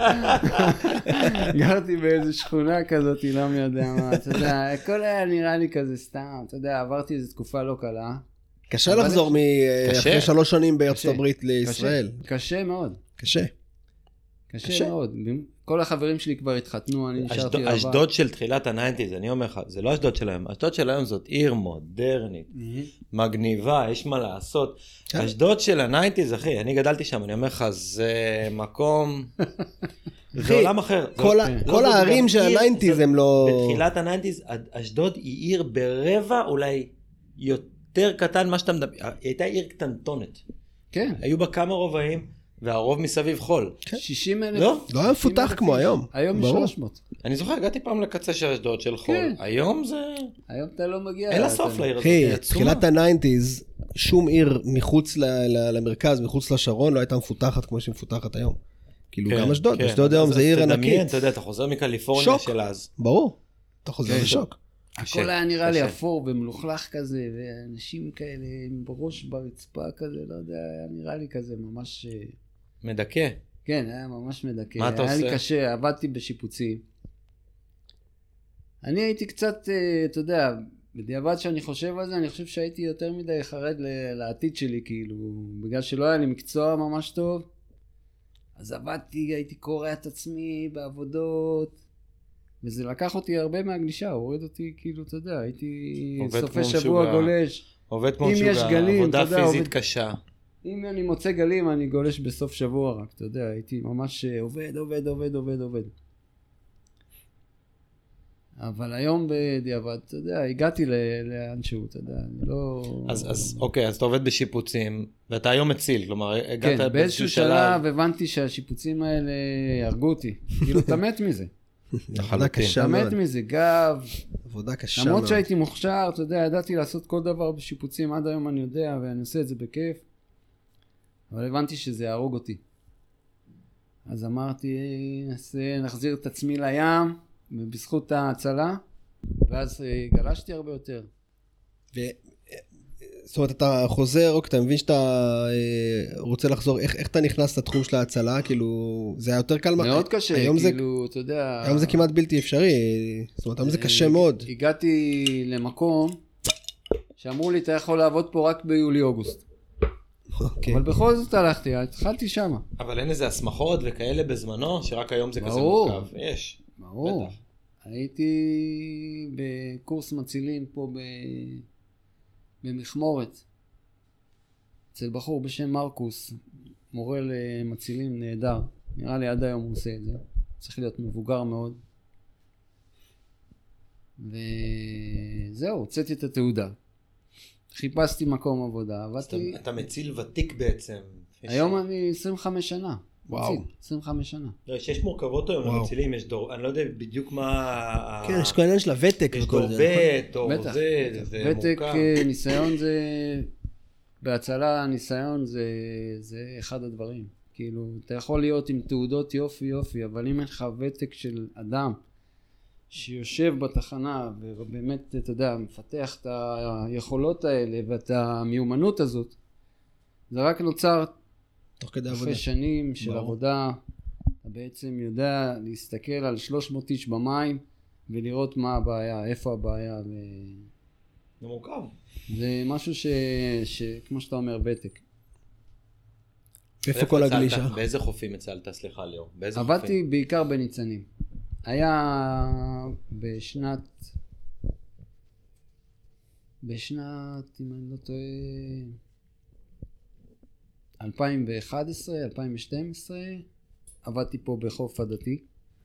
B: גרתי באיזה שכונה כזאת, לא מי יודע מה, אתה יודע, הכל היה נראה לי כזה סתם, אתה יודע, עברתי איזו תקופה לא קלה.
A: קשה
B: אבל
A: לחזור
B: איך-
A: מ- אה,
C: קשה.
A: אחרי שלוש שנים בארצות
B: קשה.
A: הברית לישראל.
B: קשה, קשה מאוד,
A: קשה.
B: קשה,
A: קשה.
B: מאוד. כל החברים שלי כבר התחתנו, אני
C: אשדוד-
B: נשארתי רבה.
C: אשדוד של תחילת הניינטיז, אני אומר לך, זה לא אשדוד של היום. אשדוד של היום זאת עיר מודרנית, מגניבה, יש מה לעשות.
A: כן.
C: אשדוד של הניינטיז, אחי, אני גדלתי שם, אני אומר לך, זה מקום...
A: אחי,
C: זה עולם אחר. זה-
A: כל ה-
B: לא,
A: כל
C: זה
A: הערים
C: גם
A: של
C: עיר,
A: הניינטיז
C: זה-
A: הם לא...
C: בתחילת הניינטיז, אשדוד היא עיר ברבע, אולי יותר קטן ממה שאתה מדבר. היא הייתה עיר קטנטונת.
B: כן,
C: היו בה כמה רובעים, והרוב מסביב חול.
B: 60 אלף.
C: לא?
A: כן. לא היה מפותח כמו היום.
B: היום יש
A: ברור.
B: 300.
C: אני זוכר, הגעתי פעם לקצה של אשדוד של חול.
B: כן.
C: היום זה...
B: היום אתה לא מגיע.
C: אין לה
B: אתה-
C: סוף לעיר הזאת. היא
A: אחי,
C: עצומה.
A: תחילת הניינטיז, שום עיר מחוץ ל- ל- למרכז, מחוץ לשרון, לא הייתה מפותחת כמו שהיא מפותחת היום. כאילו,
C: כן,
A: גם אשדוד,
C: כן.
A: אשדוד היום
C: אז
A: זה עיר
C: תדמיין,
A: ענקית.
C: אתה יודע, אתה חוזר מקליפורניה
A: שוק.
C: של אז.
A: ברור. אתה חוזר
B: כן.
A: לשוק.
B: הכל
C: קשה,
B: היה נראה לי
C: קשה.
B: אפור ומלוכלך כזה, ואנשים כאלה עם ראש ברצפה כזה, לא יודע, היה נראה לי כזה ממש... אה,
C: מדכא.
B: כן, היה ממש מדכא.
C: מה אתה
B: היה
C: עושה?
B: לי קשה, עבדתי בשיפוצים. אני הייתי קצת, אה, אתה יודע, בדיעבד שאני חושב על זה, אני חושב שהייתי יותר מדי חרד ל- לעתיד שלי, כאילו, בגלל שלא היה לי מקצוע ממש טוב. אז עבדתי, הייתי קורע את עצמי בעבודות, וזה לקח אותי הרבה מהגלישה, הוריד אותי, כאילו, אתה יודע, הייתי
C: עובד כמו
B: סופי שבוע
C: משוגע.
B: גולש.
C: עובד כמו
B: אם
C: משוגע,
B: יש גלים,
C: עבודה
B: אתה יודע,
C: פיזית
B: עובד-
C: קשה.
B: אם אני מוצא גלים, אני גולש בסוף שבוע רק, אתה יודע, הייתי ממש אה, עובד, עובד, עובד, עובד, עובד. אבל היום בדיעבד, אתה יודע, הגעתי ל- לאן שהוא, אתה יודע, אני לא...
C: אז, אז אוקיי, אז אתה עובד בשיפוצים, ואתה היום מציל, כלומר, הגעת
B: כן, באיזשהו שלב הבנתי שהשיפוצים האלה יהרגו אותי. כאילו, אתה מת מזה.
A: עבודה קשה
B: אתה מת
A: מאוד.
B: מזה, גב.
A: עבודה קשה מאוד.
B: למרות שהייתי מוכשר, אתה יודע, ידעתי לעשות כל דבר בשיפוצים, עד היום אני יודע, ואני עושה את זה בכיף. אבל הבנתי שזה יהרוג אותי. אז אמרתי, "אה, נעשה, נחזיר את עצמי לים, ובזכות ההצלה, ואז אה, גלשתי הרבה יותר.
A: ו- זאת אומרת, אתה חוזר, אוקיי, אתה מבין שאתה אה, רוצה לחזור, איך, איך אתה נכנס לתחום של ההצלה? כאילו, זה היה יותר קל. מה-
B: מאוד קשה,
A: לא, אה, היום זה,
B: כאילו, אתה יודע... אה,
A: היום זה כמעט בלתי אפשרי, זאת אומרת, היום זה קשה מאוד.
B: הגעתי למקום שאמרו לי, אתה יכול לעבוד פה רק ביולי-אוגוסט.
A: אוקיי.
B: אבל בכל זאת הלכתי, התחלתי שמה.
C: אבל אין איזה הסמכות וכאלה בזמנו, שרק היום זה כזה
B: ברור.
C: מורכב. יש.
B: ברור.
C: בטח.
B: הייתי בקורס מצילים פה ב... במכמורת, אצל בחור בשם מרקוס, מורה למצילים נהדר, נראה לי עד היום הוא עושה את זה, צריך להיות מבוגר מאוד. וזהו, הוצאתי את התעודה. חיפשתי מקום עבודה,
C: אז אתה,
B: עבדתי,
C: אתה מציל ותיק בעצם. יש-
B: היום אני 25 שנה,
A: וואו.
B: מציל, 25 שנה.
C: לא, יש- יש מורכבות היום
A: וואו.
C: למצילים, יש דור, אני לא יודע בדיוק מה... ה-
A: כן, יש כל העניין של הוותק
C: יש
A: וכל
C: דור
A: זה. נכון?
C: ב', דור
B: אוקיי. בטח,
C: זה, זה
B: ותק,
C: מורכב.
B: אה, ניסיון זה, בהצלה ניסיון זה, זה אחד הדברים. כאילו, אתה יכול להיות עם תעודות יופי יופי, אבל אם אין לך ותק של אדם שיושב בתחנה ובאמת, אתה יודע, מפתח את היכולות האלה ואת המיומנות הזאת, זה רק נוצר
A: תוך כדי עבודה.
B: אחרי שנים של
A: ברור.
B: עבודה, אתה בעצם יודע להסתכל על 300 איש במים ולראות מה הבעיה, איפה הבעיה. ו...
C: זה מורכב.
B: זה משהו ש... ש... כמו שאתה אומר, ותק.
A: איפה כל
C: הצלת?
A: הגלישה?
C: באיזה חופים הצלת? סליחה ליאור. באיזה חופים?
B: עבדתי בעיקר בניצנים. היה בשנת... בשנת, אם אני לא טועה, 2011, 2012, עבדתי פה בחוף עדתי.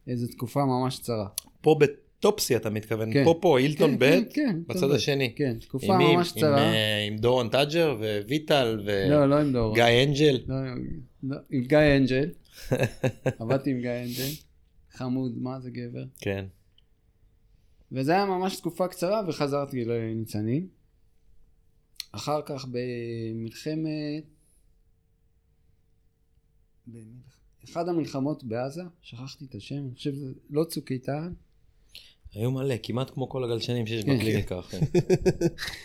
B: איזו תקופה ממש קצרה.
C: פה בטופסי אתה מתכוון,
B: כן.
C: פה פה, הילטון
B: כן,
C: ב',
B: כן, כן, הילטון
C: בצד
B: ב'.
C: השני.
B: כן,
C: עם
B: תקופה
C: מי?
B: ממש
C: עם,
B: קצרה.
C: אה, עם דורון טאג'ר וויטל
B: לא, לא עם דורון.
C: וגיא אנג'ל.
B: לא, לא, עם גיא אנג'ל. עבדתי עם גיא אנג'ל. חמוד, מה זה גבר.
C: כן.
B: וזה היה ממש תקופה קצרה וחזרתי לניצנים. אחר כך במלחמת... במלח- אחד המלחמות בעזה, שכחתי את השם, אני חושב שזה לא צוק איתן,
C: היו מלא, כמעט כמו כל הגלשנים שיש
B: כן.
C: בקליניקה, אחי.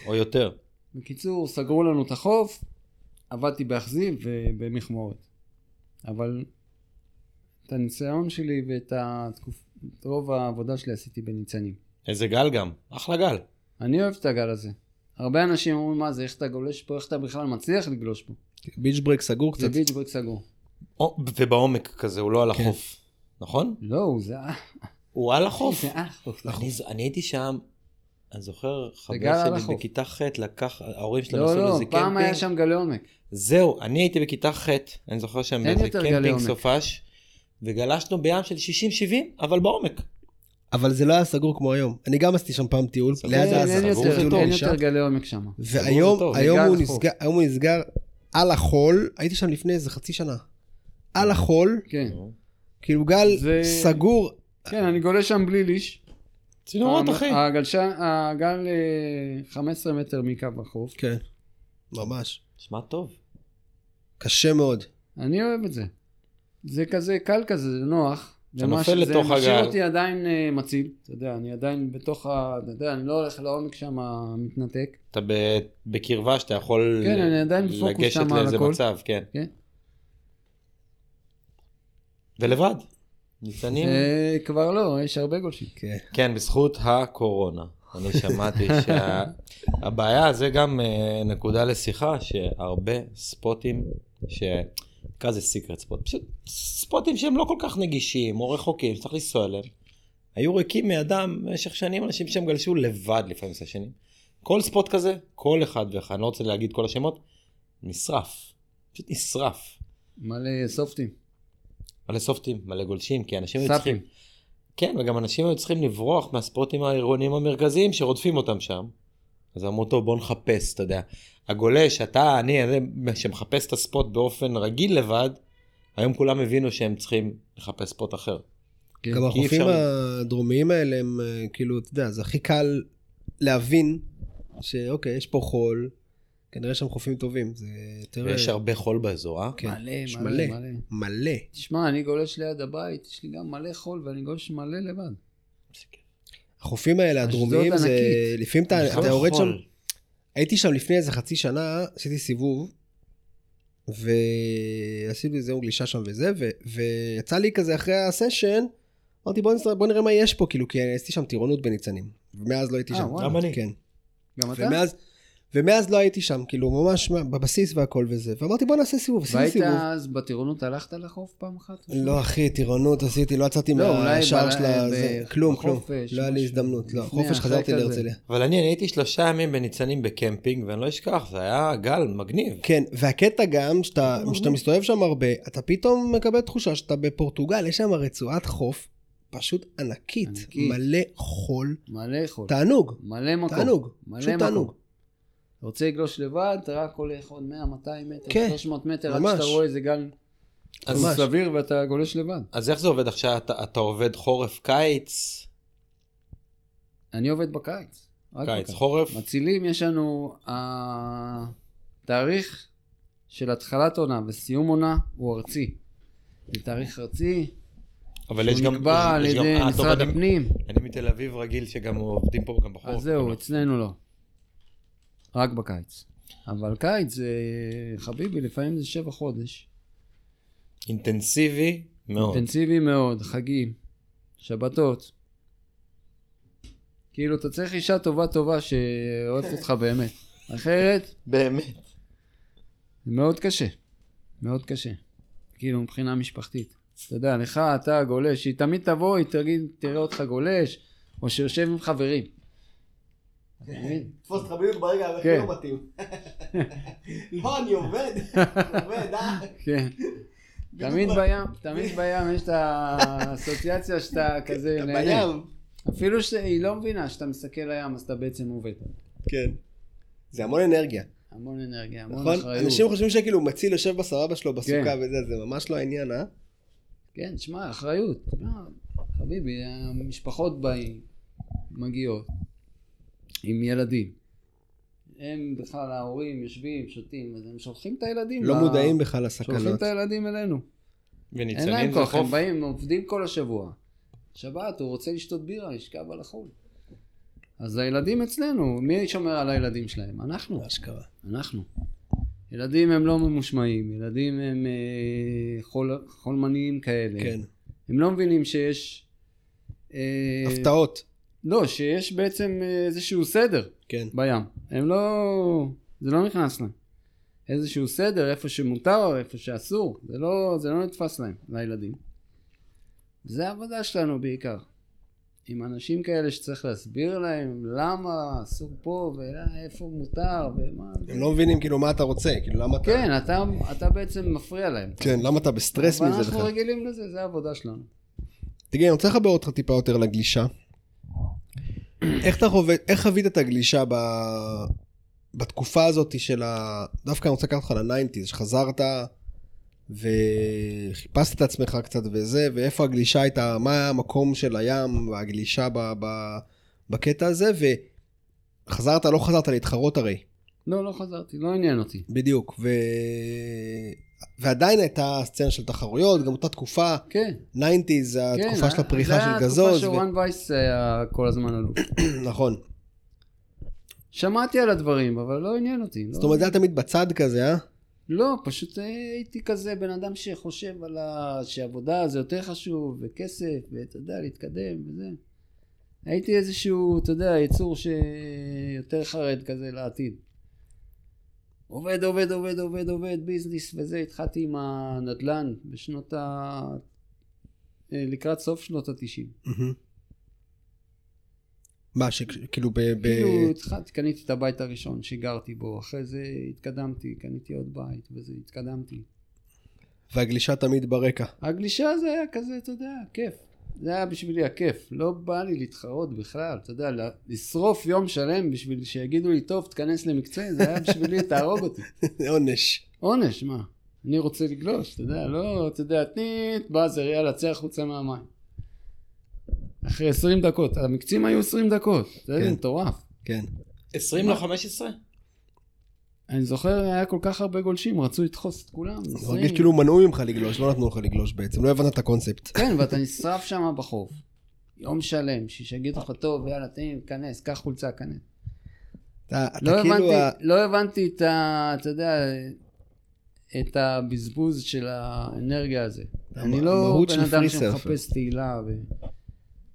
C: או יותר.
B: בקיצור, סגרו לנו את החוף, עבדתי באכזיב ובמכמורת. אבל את הניסיון שלי ואת התקופ... את רוב העבודה שלי עשיתי בניצנים.
C: איזה גל גם, אחלה גל.
B: אני אוהב את הגל הזה. הרבה אנשים אומרים, מה זה, איך אתה גולש פה, איך אתה בכלל מצליח לגלוש פה.
A: ביץ' ברייק סגור
B: זה
A: קצת.
B: ביץ' ברק סגור.
C: או- ובעומק כזה, הוא לא על
B: כן.
C: החוף, נכון?
B: לא, הוא זה אח.
C: הוא על החוף.
B: זה אח.
C: אני ז- אני הייתי שם, אני זוכר,
B: גל על
C: חבר שלי
B: החוף.
C: בכיתה ח' לקח, ההורים שלי
B: לא,
C: נסעו
B: לא,
C: לאיזה
B: פעם היה
C: קמפינג.
B: שם גלי עומק.
C: זהו, אני הייתי בכיתה ח', אני זוכר שם
B: אין
C: באיזה
B: יותר גלי
C: קמפינג
B: עומק.
C: סופש, וגלשנו בים של 60-70, אבל בעומק.
A: אבל זה לא היה סגור כמו היום. אני גם עשיתי שם פעם טיול.
C: סגור.
A: ליד
B: אין
C: זה
A: עזה.
B: כן, אין
C: סגור,
B: יותר-
C: זה טוב,
B: אין
A: נשאר.
B: יותר גלי עומק שם.
A: לא והיום
C: טוב,
A: היום
B: בגלל
A: הוא,
B: החול.
A: נסגר, היום הוא נסגר על החול, הייתי שם לפני איזה חצי שנה. על החול,
B: כן.
A: כאילו גל
B: זה-
A: סגור,
B: כן, אני גולש שם בלי ליש.
C: צינורות,
B: המ-
C: אחי.
B: הגלשן, הגל אה, 15 מטר מקו החוף.
A: כן, ממש,
C: נשמע טוב.
A: קשה מאוד.
B: אני אוהב את זה. זה כזה קל כזה, זה נוח.
C: אתה
B: זה מה
C: נופל
B: ש- זה
C: לתוך הגל.
B: משאיר אותי עדיין אה, מציל, אתה יודע, אני עדיין בתוך ה... אתה יודע, אני לא הולך לעומק שם, מתנתק.
C: אתה ב- בקרבה שאתה יכול
B: כן, אני עדיין בפוקוס
C: לגשת
B: שם על
C: לאיזה
B: הכל.
C: מצב, כן.
B: כן.
C: ולבד. ניצנים,
B: אה, כבר לא, יש הרבה גולשים.
A: כן.
C: כן, בזכות הקורונה. אני שמעתי שהבעיה, זה גם אה, נקודה לשיחה, שהרבה ספוטים, ש... נקרא לזה סיקרט ספוט, פשוט ספוטים שהם לא כל כך נגישים או רחוקים, שצריך לנסוע אליהם, היו ריקים מאדם במשך שנים, אנשים שהם גלשו לבד לפעמים עשר שנים. כל ספוט כזה, כל אחד ואחד, אני לא רוצה להגיד כל השמות, נשרף. פשוט נשרף.
B: מלא סופטים.
C: מלא סופטים, מלא גולשים, כי אנשים היו
B: סאפים.
C: צריכים... כן, וגם אנשים היו צריכים לברוח מהספורטים העירוניים המרכזיים שרודפים אותם שם. אז אמרו, טוב, בוא נחפש, אתה יודע. הגולש, אתה, אני, אני, שמחפש את הספוט באופן רגיל לבד, היום כולם הבינו שהם צריכים לחפש ספוט אחר.
B: כן.
A: גם
C: כי אי
A: החופים
C: אפשר-
A: הדרומיים האלה הם אה, כאילו, אתה יודע, זה הכי קל להבין שאוקיי, יש פה חול, כנראה שם חופים טובים, זה יותר...
C: ויש הרבה חול באזור, אה?
A: כן,
B: מלא,
A: יש
B: מלא,
A: מלא,
B: מלא.
A: מלא.
B: תשמע, אני גולש ליד הבית, יש לי גם מלא חול ואני גולש מלא לבד.
A: החופים האלה,
B: אשדוד
A: הדרומיים, זה...
B: ענקית. נכון.
A: לפעמים אתה
C: יש
A: אתה יורד שם,
C: חול.
A: הייתי שם לפני איזה חצי שנה, עשיתי סיבוב, ועשיתי איזה יום גלישה שם וזה, ו... ויצא לי כזה אחרי הסשן, אמרתי בוא, נס... בוא נראה מה יש פה, כאילו, כי עשיתי שם טירונות בניצנים. ומאז לא הייתי
B: אה,
A: שם.
B: וואלה.
C: גם אני.
A: כן.
B: גם אתה?
A: ומאז, ומאז לא הייתי שם, כאילו, ממש מה- בבסיס והכל וזה. ואמרתי בוא נעשה סיבוב, עשיתי
B: והיית
A: סיבוב.
B: אז בטירונות, הלכת לחוף פעם אחת?
A: לא אחי, טירונות עשיתי, לא יצאתי
B: לא, אולי
A: מהשער
B: ב-
A: של ה... זה-
B: ב-
A: כלום, כלום.
B: בחופש,
A: לא היה לי
B: משהו.
A: הזדמנות, לא.
B: לפני,
A: חופש
B: אחרי
A: חזרתי
B: כזה.
A: להרצליה.
C: אבל אני, אני הייתי שלושה ימים בניצנים בקמפינג, ואני לא אשכח, זה היה גל מגניב.
A: כן, והקטע גם, שאתה, שאתה מסתובב שם הרבה, אתה פתאום מקבל תחושה שאתה בפורטוגל, יש שם רצועת חוף פשוט ענקית,
B: ענקית.
A: מלא חול,
B: מלא חול.
A: תענוג,
B: מלא מקום.
A: תענוג,
B: מלא
A: פשוט
B: מקום.
A: תענוג.
B: אתה רוצה לגלוש לבד, אתה רק הולך עוד 100, 200 מטר,
A: כן,
B: 300 מטר, עד
A: ממש.
B: שאתה רואה איזה גל
C: אז,
A: ממש.
B: סביר ואתה גולש לבד.
C: אז איך זה עובד עכשיו? אתה, אתה עובד חורף, קיץ,
B: אני עובד בקיץ. רק
C: קיץ,
B: בקיץ.
C: חורף,
B: מצילים, יש לנו... התאריך של התחלת עונה וסיום עונה הוא ארצי. זה תאריך ארצי,
C: אבל יש
B: הוא
C: גם...
B: נקבע על
C: יש גם-
B: ידי
C: אה, טוב,
B: משרד
C: אני-
B: הפנים.
C: אני מתל אביב רגיל שגם עובדים פה גם בחורף.
B: אז זהו, אצלנו לא. רק בקיץ. אבל קיץ זה, חביבי, לפעמים זה שבע חודש.
C: אינטנסיבי מאוד.
B: אינטנסיבי מאוד, חגים, שבתות. כאילו, אתה צריך אישה טובה טובה שאוהבת אותך באמת. אחרת,
C: באמת.
B: זה מאוד קשה. מאוד קשה. כאילו, מבחינה משפחתית. אתה יודע, לך, אתה גולש, היא תמיד תבוא, היא תגיד, תראה אותך גולש, או שיושב עם חברים. אתה מבין?
A: תפוס אותך בדיוק ברגע, אבל
B: כן. לא
A: מתאים. לא, אני עובד, עובד, אה?
B: כן. תמיד בים, תמיד בים יש את האסוציאציה שאתה
A: כן,
B: כזה נהנה. אפילו שהיא לא מבינה שאתה מסתכל לים, אז אתה בעצם עובד.
A: כן. זה המון אנרגיה,
B: המון אנרגיה, המון
A: נכון?
B: אחריות.
A: אנשים חושבים שכאילו הוא מציל יושב בסבבה שלו בסוכה
B: כן.
A: וזה, זה ממש לא העניין, אה?
B: כן, שמע, אחריות. לא, חביבי, המשפחות באים, מגיעות, עם ילדים. הם בכלל, ההורים יושבים, שותים, אז הם שולחים את הילדים.
A: לא
B: ל-
A: מודעים בכלל
B: שולחים
A: לסכנות.
B: את הילדים אלינו. אין
C: וניצנים
B: להם
C: זה
B: כוח,
C: חוף.
B: הם באים, עובדים כל השבוע. שבת, הוא רוצה לשתות בירה, ישכב על החול. אז הילדים אצלנו, מי שומר על הילדים שלהם? אנחנו,
A: אשכרה.
B: אנחנו. ילדים הם לא ממושמעים, ילדים הם אה, חול, חולמניים כאלה.
A: כן.
B: הם לא מבינים שיש... אה,
A: הפתעות.
B: לא, שיש בעצם אה, איזשהו סדר
A: כן.
B: בים. הם לא... זה לא נכנס להם. איזשהו סדר, איפה שמותר, איפה שאסור. זה לא, זה לא נתפס להם, לילדים. זה העבודה שלנו בעיקר. עם אנשים כאלה שצריך להסביר להם למה אסור פה ואיפה מותר ומה... זה.
A: הם לא מבינים כאילו מה אתה רוצה, כאילו למה אתה...
B: כן, אתה, אתה בעצם מפריע להם.
A: כן, למה אתה בסטרס
B: אבל
A: מזה
B: אנחנו
A: בכלל?
B: רגילים לזה, זה העבודה שלנו.
A: תגיד, אני רוצה לחבר אותך טיפה יותר לגלישה. איך אתה חווה, איך חווית את הגלישה ב... בתקופה הזאת של ה... דווקא אני רוצה לקחת אותך לניינטיז, שחזרת וחיפשת את עצמך קצת וזה, ואיפה הגלישה הייתה, מה היה המקום של הים והגלישה ב... ב... בקטע הזה, וחזרת, לא חזרת להתחרות הרי.
B: לא, לא חזרתי, לא עניין אותי.
A: בדיוק, ו... ועדיין הייתה סצנה של תחרויות, גם אותה תקופה,
B: כן.
A: 90's, זה
B: כן,
A: התקופה של
B: אה,
A: הפריחה של גזוז,
B: זה
A: ו...
B: היה התקופה שוואן וייס היה אה, כל הזמן אלוף.
A: נכון.
B: שמעתי על הדברים, אבל לא עניין אותי. לא-
A: זאת אומרת, זה היה תמיד בצד כזה, אה?
B: לא, פשוט אה, הייתי כזה בן אדם שחושב על ה... שעבודה זה יותר חשוב, וכסף, ואתה יודע, להתקדם וזה. הייתי איזשהו, אתה יודע, יצור שיותר חרד כזה לעתיד. עובד, עובד, עובד, עובד, עובד, ביזנס וזה. התחלתי עם הנדל"ן בשנות ה... אה, לקראת סוף שנות התשעים.
A: מה, שכאילו ב... ב...
B: כאילו התחלתי, קניתי את הבית הראשון שגרתי בו, אחרי זה התקדמתי, קניתי עוד בית וזה, התקדמתי.
A: והגלישה תמיד ברקע.
B: הגלישה זה היה כזה, אתה יודע, כיף. זה היה בשבילי הכיף, לא בא לי להתחרות בכלל, אתה יודע, ל- לשרוף יום שלם בשביל שיגידו לי, טוב, תיכנס למקצה, זה היה בשבילי, תהרוג אותי.
A: זה עונש.
B: עונש, מה? אני רוצה לגלוש, אתה יודע, לא, אתה יודע, תני את באזר, יאללה, צא החוצה מהמים. אחרי 20 דקות, המקצים היו 20 דקות, זה
A: כן.
B: כן. מטורף.
A: כן.
C: 20 ל-15?
B: אני זוכר, היה כל כך הרבה גולשים, רצו לדחוס את כולם.
A: זה
B: עשרים.
A: מרגיש כאילו מנעו ממך לגלוש, לא נתנו לך לגלוש בעצם, לא הבנת את הקונספט.
B: כן, ואתה נשרף שם בחוף. יום שלם, שיגידו לך, טוב, יאללה, תן לי להיכנס, קח חולצה, כנס.
A: אתה אתה
B: לא
A: כאילו... ה-
B: הבנתי, לא הבנתי את ה... אתה יודע, את הבזבוז של האנרגיה הזה. אני לא
A: המהות של
B: בן אדם
A: free surfer.
B: שמחפש תהילה ו...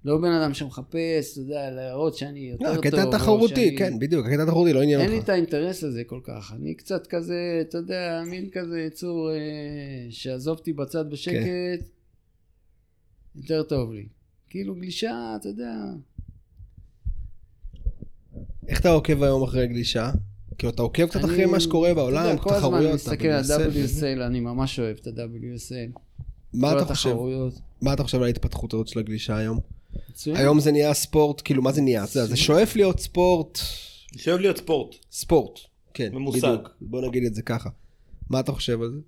B: לא בן אדם שמחפש, אתה יודע, להראות שאני יותר
A: לא,
B: טוב.
A: הקטע
B: או
A: התחרותי,
B: שאני-
A: כן, בדיוק, הקטע התחרותי לא עניין
B: אין לי את
A: אותך.
B: האינטרס הזה כל כך. אני קצת כזה, אתה יודע, מין כזה יצור אה, שעזוב אותי בצד בשקט,
A: כן.
B: יותר טוב לי. כאילו גלישה, אתה יודע,
A: איך אתה עוקב היום אחרי גלישה? כאילו, אתה עוקב קצת
B: אני-
A: אחרי מה שקורה
B: אתה
A: בעולם,
B: יודע, כל הזמן אני
A: תחרויות,
B: מסתכל על WSL, אני ממש אוהב את ה-WSL.
A: מה
B: כל
A: אתה חושב?
B: התחרויות.
A: מה אתה חושב על ההתפתחות הזאת של הגלישה היום?
B: מצוין.
A: היום זה נהיה ספורט, כאילו, מה זה נהיה? אתה יודע, זה שואף להיות ספורט,
C: שאוהב להיות ספורט.
A: ספורט. כן,
C: ממוסד.
A: בדיוק. בוא נגיד את זה ככה. מה אתה חושב על זה?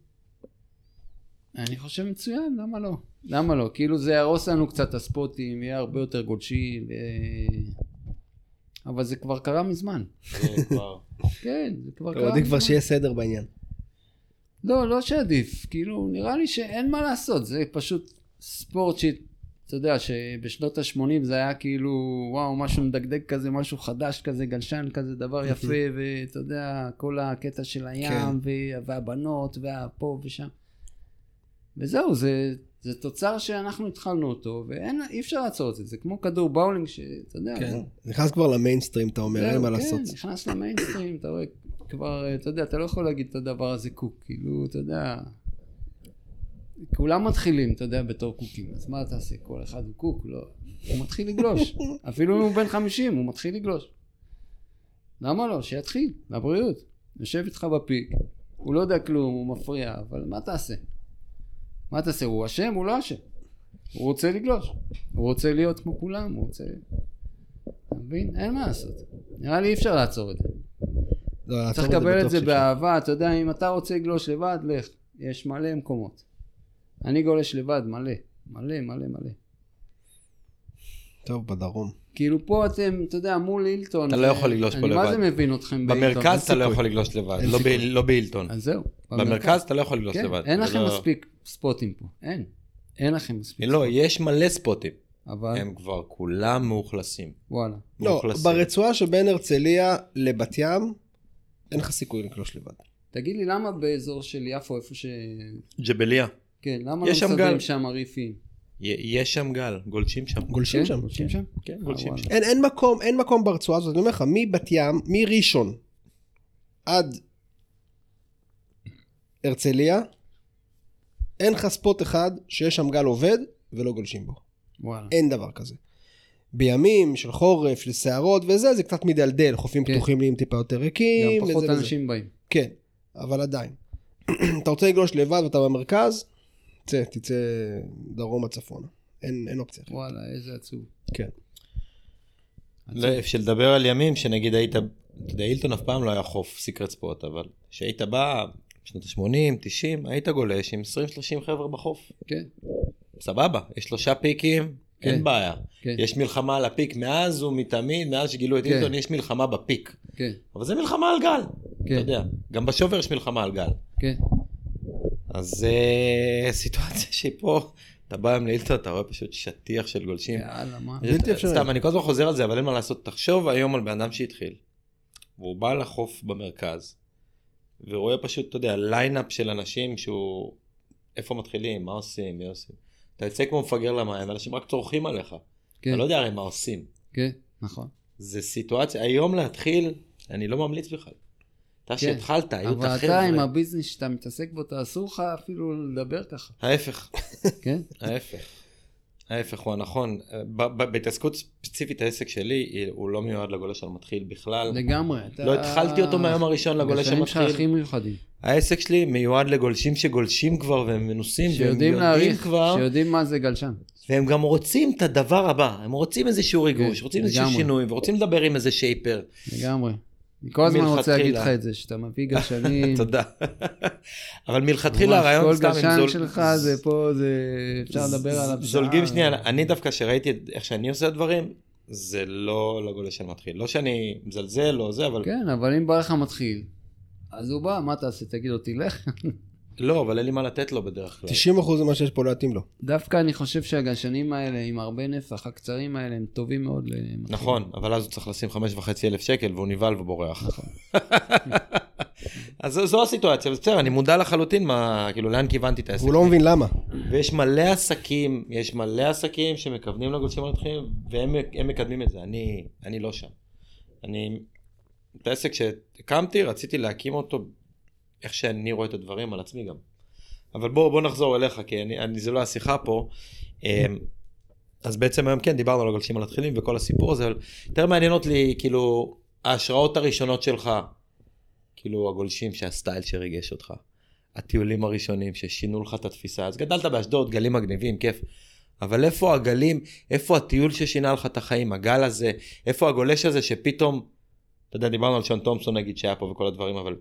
B: אני חושב מצוין, למה לא? למה לא? כאילו זה יהרוס לנו קצת את הספוטים, יהיה הרבה יותר גודשים, ו- אבל זה כבר קרה מזמן.
C: זה כבר-
B: כן, זה כבר
A: אתה
B: קרה
A: יודע כבר
B: מזמן.
A: שיהיה סדר בעניין.
B: לא, לא שעדיף. כאילו, נראה לי שאין מה לעשות. זה פשוט ספורט ש... אתה יודע, שבשנות ה-80 זה היה כאילו, וואו, משהו מדגדג כזה, משהו חדש כזה, גלשן כזה, דבר יפה, ואתה יודע, כל הקטע של הים,
A: אוקיי. כן.
B: ו- והבנות, והפה ושם. וזהו, זה, זה תוצר שאנחנו התחלנו אותו, ואין, אי אפשר לעצור את זה. זה כמו כדור באולינג, שאתה יודע,
A: כן.
B: הוא-
A: נכנס כבר למיינסטרים, אתה אומר, אין
B: זהו,
A: מה
B: כן,
A: לעשות.
B: נכנס למיינסטרים, אתה רואה, כבר, אתה יודע, אתה לא יכול להגיד את הדבר הזה קוק, כאילו, אתה יודע, כולם מתחילים, אתה יודע, בתור קוקים, אז מה תעשה? כל אחד הוא קוק, לא. הוא מתחיל לגלוש, אפילו אם הוא בן 50, הוא מתחיל לגלוש. למה לא? שיתחיל, לבריאות. יושב איתך בפיק, הוא לא יודע כלום, הוא מפריע, אבל מה תעשה? מה תעשה? הוא אשם? הוא לא אשם. הוא רוצה לגלוש, הוא רוצה להיות כמו כולם, הוא רוצה... אתה מבין? אין מה לעשות. נראה לי אי אפשר לעצור את זה.
A: לא, לעצור
B: צריך לקבל
A: בטוח
B: את זה
A: שאפשר.
B: באהבה, אתה יודע, אם אתה רוצה לגלוש לבד, לך. יש מלא מקומות. אני גולש לבד, מלא. מלא, מלא, מלא.
A: טוב, בדרום.
B: כאילו פה אתם, אתה יודע, מול הילטון.
C: אתה לא
B: זה-
C: יכול לגלוש פה
B: אני מה
C: לבד.
B: זה מבין אתכם בהילטון?
C: במרכז
B: אין
C: אתה לא
B: סיכוי.
C: יכול לגלוש לבד,
A: אין
C: לא
A: סיכוי.
C: ב- לא בהילטון.
B: אז זהו.
C: במרכז אתה לא יכול לגלוש
B: כן,
C: לבד.
B: אין
C: זה
B: לכם
C: לא-
B: מספיק ספוטים פה. אין. אין לכם מספיק.
C: לא, יש מלא ספוטים.
B: אבל
C: הם כבר כולם מאוכלסים.
B: וואלה.
A: לא,
C: מאוכלסים.
A: ברצועה שבין הרצליה לבת ים, אין לך סיכוי לגלוש לבד.
B: תגיד לי, למה באזור של יפו, איפה ש...
C: ג'בליה.
B: כן, למה לא
C: יש שם גל.
B: מסדרים שם ריפים?
C: י- יש שם גל, גולשים שם.
A: גולשים
B: כן?
A: שם.
B: גולשים שם?
C: כן,
B: אה,
C: גולשים
B: וואלה.
C: שם.
A: אין, אין מקום, אין מקום ברצועה הזאת, אני אומר לך, מבת ים, מראשון עד הרצליה, אין לך ספוט אחד שיש שם גל עובד ולא גולשים בו.
B: וואלה.
A: אין דבר כזה. בימים של חורף, של שערות וזה, זה קצת מדלדל, חופים
B: כן.
A: פתוחים נהיים טיפה יותר ריקים.
B: גם פחות
A: וזה וזה.
B: אנשים באים.
A: כן, אבל עדיין. אתה רוצה לגלוש לבד ואתה במרכז, צא, תצא דרומה צפונה. אין, אין אופציה.
B: וואלה, איזה עצוב.
A: כן.
C: לא, אפשר לדבר על ימים שנגיד היית, אתה יודע, הילטון אף פעם לא היה חוף סיקרט ספוט, אבל כשהיית בא, בשנות ה-80, 90, היית גולש עם 20-30 חבר'ה בחוף.
B: כן,
C: סבבה, יש שלושה פיקים, אין
B: כן.
C: בעיה.
B: כן,
C: יש מלחמה על הפיק מאז ומתמיד, מאז שגילו את
B: כן.
C: הילטון, יש מלחמה בפיק.
B: כן,
C: אבל זה מלחמה על גל, אתה
B: כן,
C: יודע. גם בשובר יש מלחמה על גל.
B: כן.
C: אז זה סיטואציה שפה, אתה בא היום להילטון, אתה רואה פשוט שטיח של גולשים.
B: יאללה, מה?
A: בלתי אפשרי.
C: סתם, אני כל הזמן חוזר על זה, אבל אין מה לעשות. תחשוב היום על בן אדם שהתחיל, והוא בא לחוף במרכז, ורואה פשוט, אתה יודע, ליינאפ של אנשים שהוא... איפה מתחילים, מה עושים, מי עושים. אתה יוצא כמו מפגר למים, אנשים רק צורכים עליך.
B: כן,
C: אתה לא יודע הרי מה עושים.
B: כן, נכון.
C: זה סיטואציה, היום להתחיל, אני לא ממליץ בכלל. אתה שהתחלת, היו את
B: כן. אבל אתה עם
C: החבר'ה.
B: הביזנס שאתה מתעסק בו, תאסור לך אפילו לדבר ככה.
C: ההפך,
B: כן?
C: ההפך. ההפך הוא הנכון. ב- ב- בהתעסקות ספציפית העסק שלי, הוא לא מיועד לגולש על מתחיל בכלל.
B: לגמרי. אתה-
C: לא התחלתי אותו מהיום הראשון לגולש
B: בשנים שלך הכי
C: המתחיל.
B: מיוחדים.
C: העסק שלי מיועד לגולשים שגולשים כבר והם מנוסים והם
B: שיודעים להעריך,
C: כבר.
B: שיודעים מה זה גלשן.
C: והם גם רוצים את הדבר הבא, הם רוצים איזשהו ריגוש,
B: כן,
C: רוצים איזשהו
B: לגמרי.
C: שינוי, ורוצים לדבר עם איזה שייפר.
B: לגמרי. אני כל הזמן רוצה להגיד
C: מלכתחילה.
B: לך את זה, שאתה מביא גשנים.
C: תודה. אבל מלכתחילה הרעיון
B: ממש
C: סתם
B: כל
C: עם
B: גשן
C: זול...
B: שלך זה פה, זה... אפשר לדבר על אה. הפשיעה.
C: זולגים שנייה, אני דווקא שראיתי את- איך שאני עושה דברים, זה לא לגולש של מתחיל. לא שאני מזלזל או זה, אבל...
B: כן, אבל אם בא לך מתחיל, אז הוא בא, מה תעשה? תגיד לו, תלך.
C: לא, אבל אין לי מה לתת לו בדרך כלל.
A: 90% ממה שיש פה לא יתאים לו.
B: דווקא אני חושב שהגשנים האלה, עם הרבה נפח, הקצרים האלה, הם טובים מאוד למתחיל.
C: נכון, אבל אז הוא צריך לשים חמש וחצי אלף שקל והוא נבהל ובורח.
B: נכון.
C: אז זו- זו הסיטואציה, בסדר, אני מודע לחלוטין מה, כאילו, לאן כיוונתי את העסק.
A: הוא לא מבין למה.
C: ויש מלא עסקים, יש מלא עסקים שמכוונים לגולשים הרתחים, והם הם מקדמים את זה, אני, אני לא שם. אני, את העסק שהקמתי, רציתי להקים אותו איך שאני רואה את הדברים על עצמי גם. אבל בואו בוא נחזור אליך, כי אני, אני, זה לא השיחה פה. אמ, אז בעצם היום כן, דיברנו על הגולשים המתחילים וכל הסיפור הזה, אבל יותר מעניין אותי, כאילו, ההשראות הראשונות שלך, כאילו, הגולשים שהסטייל שריגש אותך. הטיולים הראשונים ששינו לך את התפיסה. אז גדלת באשדוד, גלים מגניבים, כיף. אבל איפה הגלים, איפה הטיול ששינה לך את החיים, הגל הזה, איפה הגולש הזה שפתאום, אתה יודע, דיברנו על שון תומפסון נגיד שהיה פה וכל הדברים, אבל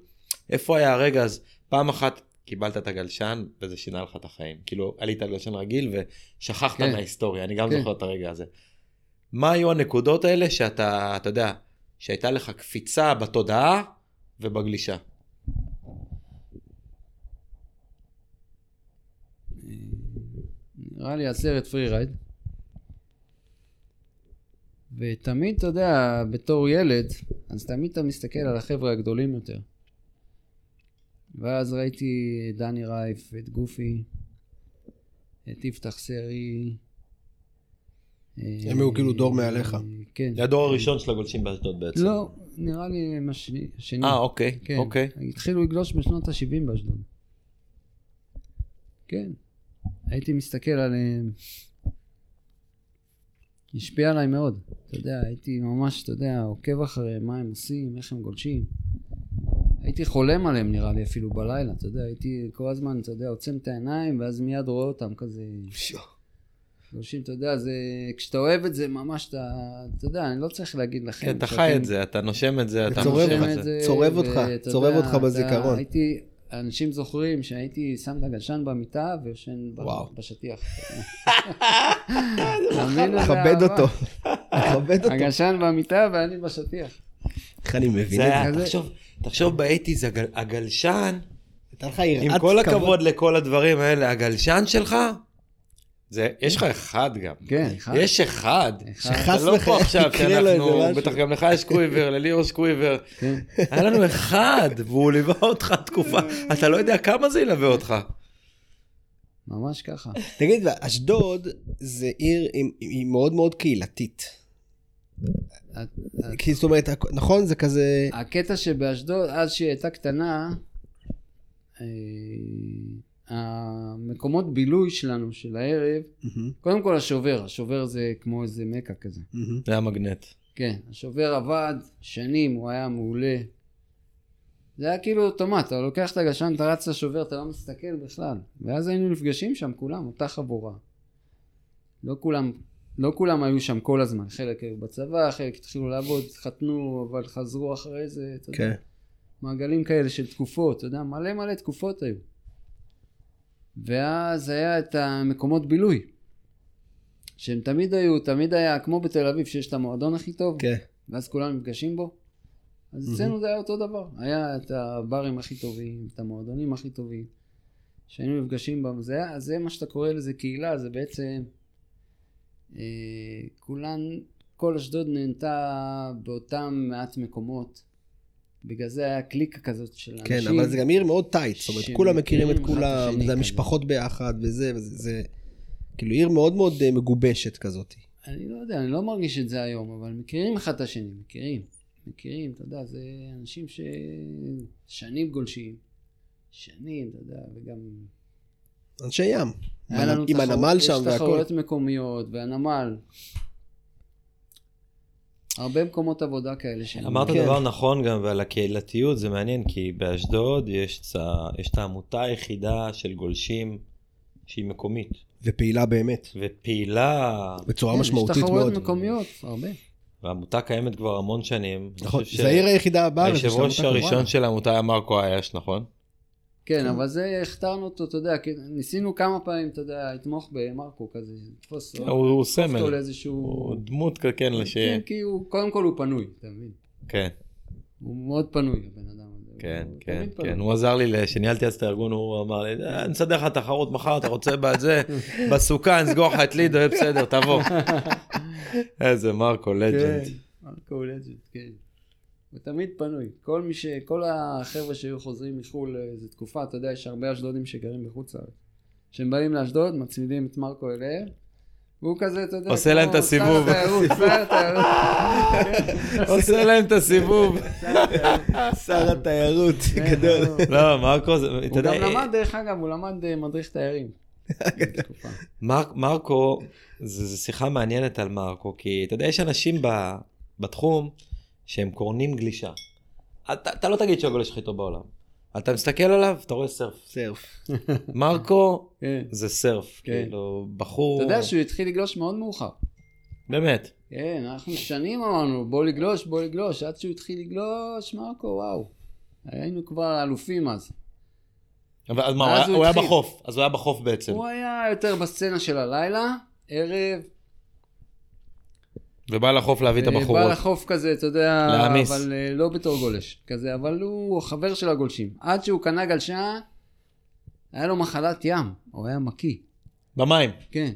C: איפה היה הרגע, אז פעם אחת קיבלת את הגלשן וזה שינה לך את החיים. כאילו, עלית על גלשן רגיל ושכחת
B: כן.
C: מההיסטוריה, אני גם
B: כן.
C: זוכר את הרגע הזה. מה היו הנקודות האלה שאתה, אתה יודע, שהייתה לך קפיצה בתודעה ובגלישה?
B: נראה לי הסרט פרי רייד. ותמיד, אתה יודע, בתור ילד, אז תמיד אתה מסתכל על החבר'ה הגדולים יותר. ואז ראיתי את דני רייף, את גופי, את יפתח סרי.
A: הם היו כאילו דור מעליך.
B: כן.
C: זה הדור הראשון של הגולשים באשדוד בעצם.
B: לא, נראה לי הם השני. השני.
C: אה, אוקיי,
B: כן.
C: אוקיי.
B: התחילו לגלוש בשנות ה-70 באשדוד. כן. הייתי מסתכל עליהם. השפיע עליי מאוד. אתה יודע, הייתי ממש, אתה יודע, עוקב אחריהם, מה הם עושים, איך הם גולשים. הייתי חולם עליהם נראה לי אפילו בלילה, אתה יודע, הייתי כל הזמן, אתה יודע, עוצם את העיניים ואז מיד רואה אותם כזה... גולשים, אתה יודע, זה... כשאתה אוהב את זה, ממש אתה... אתה יודע, אני לא צריך להגיד לכם.
C: כן, אתה חי
B: שאתם-
C: את זה, אתה נושם את זה, אתה
A: צורב
C: נושם
A: את
C: את זה.
A: צורב אותך,
B: ואתה
A: צורב
B: יודע,
A: אותך
B: אתה-
A: בזיכרון.
B: הייתי, אנשים זוכרים שהייתי שם את הגלשן במיטה ויושן ב-
A: וואו.
B: בשטיח. תאמין לזה,
A: כבד
B: אהבה.
A: אותו. כבד אותו.
B: הגלשן במיטה ואני בשטיח.
A: איך אני מבין
C: זה
A: את זה?
C: היה,
B: כזה.
C: תחשוב, תחשוב באייטיז, הגל- הגלשן,
A: הייתה לך יראת
C: עם כל הכבוד לכל הדברים האלה, הגלשן שלך, זה, יש לך אחד גם.
B: כן, אחד.
C: יש אה. אחד.
B: אחד.
A: שחס
C: אתה לא פה
A: וחלילה
C: עכשיו,
A: יקרה לו איזה
C: שאנחנו,
A: משהו.
C: בטח גם לך יש קוויבר, לליאור יש קוויבר.
B: כן.
C: היה לנו אחד, והוא ליווה אותך תקופה, אתה לא יודע כמה זה ילווה אותך.
B: ממש ככה.
A: תגיד, אשדוד זה עיר עם- היא מאוד מאוד קהילתית. כי זאת אומרת, הכ- נכון? זה כזה...
B: הקטע שבאשדוד, אז שהיא הייתה קטנה, אה, המקומות בילוי שלנו, של הערב,
A: מהמם,
B: קודם כל השובר, השובר זה כמו איזה מכה כזה.
A: מהמם.
C: זה המגנט.
B: כן, השובר עבד שנים, הוא היה מעולה. זה היה כאילו אוטומט, אתה לוקח את הגשן, אתה רץ לשובר, אתה לא מסתכל בכלל. ואז היינו נפגשים שם כולם, אותה חבורה. לא כולם, לא כולם היו שם כל הזמן, חלק היו בצבא, חלק התחילו לעבוד, התחתנו, אבל חזרו אחרי זה, אתה יודע.
A: כן.
B: מעגלים כאלה של תקופות, אתה יודע, מלא מלא תקופות היו. ואז היה את המקומות בילוי, שהם תמיד היו, תמיד היה, כמו בתל אביב, שיש את המועדון הכי טוב,
A: כן.
B: ואז כולם נפגשים בו. אז
A: מהמם.
B: אצלנו זה היה אותו דבר. היה את הברים הכי טובים, את המועדונים הכי טובים, שהיינו נפגשים בהם. זה, היה, זה מה שאתה קורא לזה קהילה, זה בעצם... אה, כולן, כל אשדוד נהנתה באותם מעט מקומות. בגלל זה היה קליקה כזאת של אנשים.
A: כן, אבל זה גם עיר מאוד טייט, זאת אומרת, כולם מכירים את
B: שמכירים אחד את
A: כולם,
B: השני
A: זה
B: כזה.
A: המשפחות ביחד וזה, וזה, זה כאילו עיר מאוד מאוד אה, מגובשת כזאת.
B: אני לא יודע, אני לא מרגיש את זה היום, אבל מכירים אחד את השני, מכירים. מכירים, אתה יודע, זה אנשים ששנים גולשים. שנים, אתה יודע, וגם...
A: אנשי ים,
B: היה לנו
A: עם
B: תחרות-
A: הנמל שם
B: יש
A: והכל.
B: תחרויות מקומיות, והנמל. הרבה מקומות עבודה כאלה שם.
C: אמרת
A: כן.
C: דבר נכון גם ועל הקהילתיות, זה מעניין, כי באשדוד יש צ- יש את העמותה היחידה של גולשים שהיא מקומית.
A: ופעילה באמת,
D: ופעילה,
A: בצורה
B: כן,
A: משמעותית
B: יש תחרויות
A: מאוד.
B: מקומיות, הרבה.
D: והעמותה קיימת כבר המון שנים. אני
A: נכון,
D: חושב
A: זה העיר היחידה בארץ. יש
D: היושב ראש
A: עמותה
D: הראשון
A: כמובן.
D: של העמותה היה מרקו אייש, נכון?
B: כן, אבל זה, הכתרנו אותו, אתה יודע, כי ניסינו כמה פעמים, אתה יודע, לתמוך במרקו כזה, לתפוס
D: הוא- הוא
B: אותו
D: סמל.
B: לאיזשהו...
D: הוא דמות, כ- כן, לש...
B: כן, כי הוא, קודם כל הוא פנוי, אתה מבין?
D: כן,
B: הוא מאוד פנוי, הבן אדם הזה.
D: כן,
B: הוא
D: כן,
B: תמיד פנוי.
D: כן. הוא עזר לי, ל- כשניהלתי אז את הארגון, הוא אמר לי, "אה, נסדר לך תחרות מחר, אתה רוצה בעד זה, בסוכה, נסגור לך את לידו, יהיה בסדר, תבוא. איזה מרקו, לג'נד.
B: כן, מרקו לג'נד, כן. הוא תמיד פנוי. כל מי ש... כל החבר'ה שהיו חוזרים מחו"ל איזה תקופה, אתה יודע, יש הרבה אשדודים שגרים בחוץ לארץ. כשהם באים לאשדוד, מצמידים את מרקו אליהם, והוא כזה, אתה יודע,
D: עושה להם
B: כמו
D: את הסיבוב.
B: שר התיירות, שר התיירות.
D: עושה להם את הסיבוב.
A: שר התיירות, גדול.
D: לא, מרקו, זה- אתה
B: כן, הוא
D: יודע, אה,
B: גם למד, דרך אגב, הוא למד אה, מדריך תיירים. כן, בתקופה.
D: מר- מרקו, זו זו שיחה מעניינת על מרקו, כי אתה יודע, יש אנשים ב- בתחום שהם קורנים גלישה. אתה אתה לא תגיד שהוא הגולש הכי טוב בעולם. אתה מסתכל עליו, אתה רואה סרף.
A: סרף.
D: מרקו
B: כן.
D: זה סרף,
B: כן.
D: כאילו, בחור...
B: אתה יודע שהוא התחיל לגלוש מאוד מאוחר.
D: באמת.
B: כן, אנחנו שנים אמרנו, בוא לגלוש, בוא לגלוש, עד שהוא התחיל לגלוש, מרקו, וואו. היינו כבר אלופים אז.
D: אבל אז מה,
B: ואז
D: הוא היה-
B: הוא
D: הוא היה
B: התחיל.
D: בחוף, אז הוא היה בחוף בעצם.
B: הוא היה יותר בסצנה של הלילה, ערב,
D: ובא לחוף להביא את
B: אה,
D: הבחורות.
B: בא לחוף כזה, אתה יודע,
D: להעמיס.
B: אבל אה, לא בתור גולש, כזה, אבל הוא חבר של הגולשים. עד שהוא קנה גלשה, היה לו מחלת ים, הוא היה מקיא,
D: במים.
B: כן,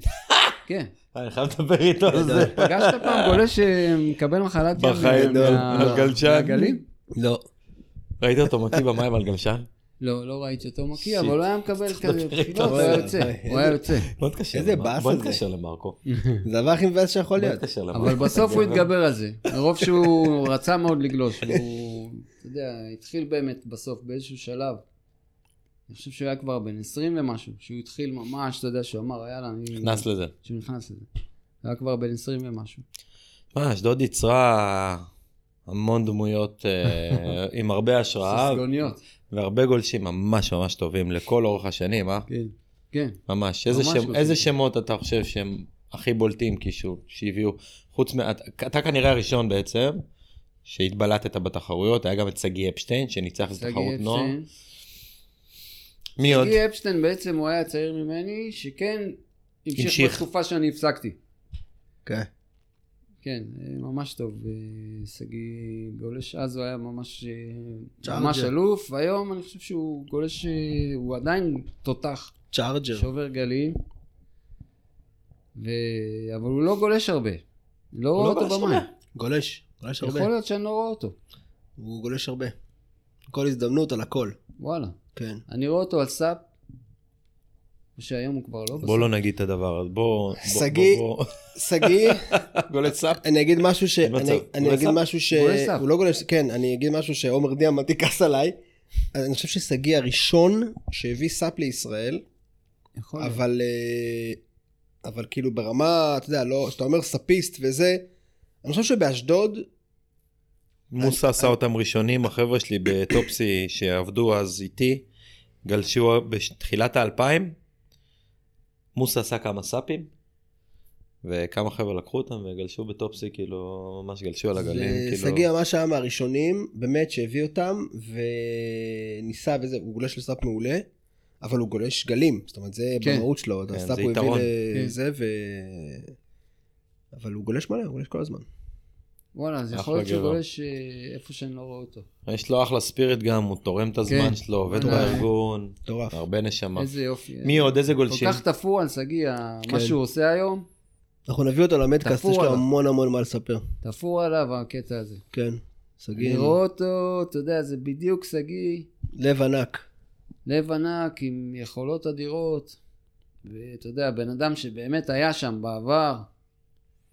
B: כן.
D: אני חייב לדבר איתו על זה.
B: פגשת פעם גולש שמקבל מחלת ים
D: בחיים,
B: מה-
D: לא.
B: מה-
D: על גלשן?
B: מהגלים?
A: לא.
D: ראית אותו מקיא במים על גלשן?
B: לא, לא ראיתי אותו מקיא,
D: שיט.
B: אבל הוא היה מקבל כזה
D: לדבר איתו.
B: בחילות, הוא היה
A: וואלה,
B: יוצא,
A: וואי,
B: הוא היה יוצא.
D: מאוד קשה.
A: איזה
D: למר-
A: באס
D: בוא
A: הזה.
D: נתקשר למרקו.
A: זה הדבר הכי מבאס שיכול
D: בוא
A: להיות.
D: נתקשר למרקו.
B: אבל בסוף
D: כן,
B: הוא
D: לא?
B: התגבר על זה, מרוב שהוא רצה מאוד לגלוש, הוא, אתה יודע, התחיל באמת בסוף באיזשהו שלב. אני חושב שהוא היה כבר בן 20 ומשהו, שהוא התחיל ממש, אתה יודע, שהוא אמר, יאללה, אני...
D: נכנס לזה.
B: שהוא נכנס לזה. הוא היה כבר בן 20 ומשהו.
D: מה, אשדוד יצרה המון דמויות אה, עם הרבה השראה
B: ססגוניות.
D: והרבה גולשים ממש ממש טובים לכל אורך השנים, אה?
B: כן, כן.
D: ממש. איזה,
B: ממש
D: שם,
B: לא
D: איזה
B: טובים.
D: שמות אתה חושב שהם הכי בולטים כאילו שהביאו, חוץ מה... אתה- אתה כנראה הראשון בעצם. שהתבלטת בתחרויות, היה גם את שגיא אפשטיין שניצח איזה
B: שגיא
D: תחרות נוער.
B: אפשטיין.
D: מי עוד?
B: שגיא אפשטיין בעצם הוא היה צעיר ממני, שכן המשיך
D: המשיך.
B: בתקופה שאני הפסקתי.
A: כן.
B: כן, אה, ממש טוב. אה, שגיא גולש, אז הוא היה ממש, אה,
A: צ'ארג'ר.
B: ממש אלוף, והיום אני חושב שהוא גולש, אה, הוא עדיין תותח,
D: כן.
A: צ'ארג'ר.
B: שובר גלים, ו... אבל הוא לא גולש הרבה. לא רואה
D: לא גולש
B: אותו במים.
A: גולש. גולש הרבה.
B: יכול להיות שאני לא רואה אותו,
A: הוא גולש הרבה. כל הזדמנות על הכל.
B: וואלה.
A: כן.
B: אני רואה אותו על סאפ, שהיום הוא כבר לא בסאפ.
D: בוא לא נגיד את הדבר הזה, בוא...
A: שגיא- שגיא,
D: גולש סאפ.
A: אני אגיד משהו ש...
D: אין מצב.
A: אני- אני
D: גולש
A: אגיד
D: סף?
A: משהו ש...
B: גולש סף.
A: הוא לא גולש... כן, אני אגיד משהו שעומר דיאמנטי כעס עליי. אני חושב ששגיא הראשון שהביא סאפ לישראל,
B: יכול
D: אוקיי.
B: להיות.
A: אבל... אה, אבל כאילו ברמה, אתה יודע, לא... כשאתה אומר סאפיסט וזה, אני חושב שבאשדוד,
D: מוסא עשה אותם ראשונים, החבר'ה שלי בטופסי שעבדו אז איתי, גלשו בתחילת האלפיים. מוסא עשה כמה סאפים, וכמה חבר'ה לקחו אותם וגלשו בטופסי, כאילו, ממש גלשו על הגלים,
A: ושגיא
D: כאילו.
A: ממש היה מהראשונים, באמת שהביא אותם, וניסה וזה, הוא גולש לסאפ מעולה, אבל הוא גולש גלים, זאת אומרת, זה
B: כן.
A: במהות שלו,
D: כן,
A: כן, הסאפ
D: זה
A: הוא
D: יתרון.
A: הביא
B: כן.
A: לזה, ו... אבל הוא גולש מלא, הוא גולש כל הזמן.
B: וואלה, אז יכול
D: אחלה
B: להיות שהוא
D: גבר.
B: גולש אה, איפה שאני לא רואה אותו.
D: יש לו אחלה ספיריט גם, הוא תורם את הזמן
B: כן.
D: שלו, עובד
B: אה.
D: בארגון,
A: מטורף.
D: הרבה נשמה.
B: איזה יופי.
D: מי עוד? איזה
B: כל
D: גולשים?
B: כך תפור על שגיא, ה-
A: כן.
B: מה שהוא עושה היום,
A: אנחנו נביא אותו למדקאסט,
B: תפור
A: יש לו
B: עליו.
A: המון המון מה לספר.
B: תפור עליו הקטע הזה.
A: כן,
B: אני
A: שגיא,
B: רואה אותו, אתה יודע, זה בדיוק שגיא,
A: לב ענק.
B: לב ענק עם יכולות אדירות, ואתה יודע, בן אדם שבאמת היה שם בעבר,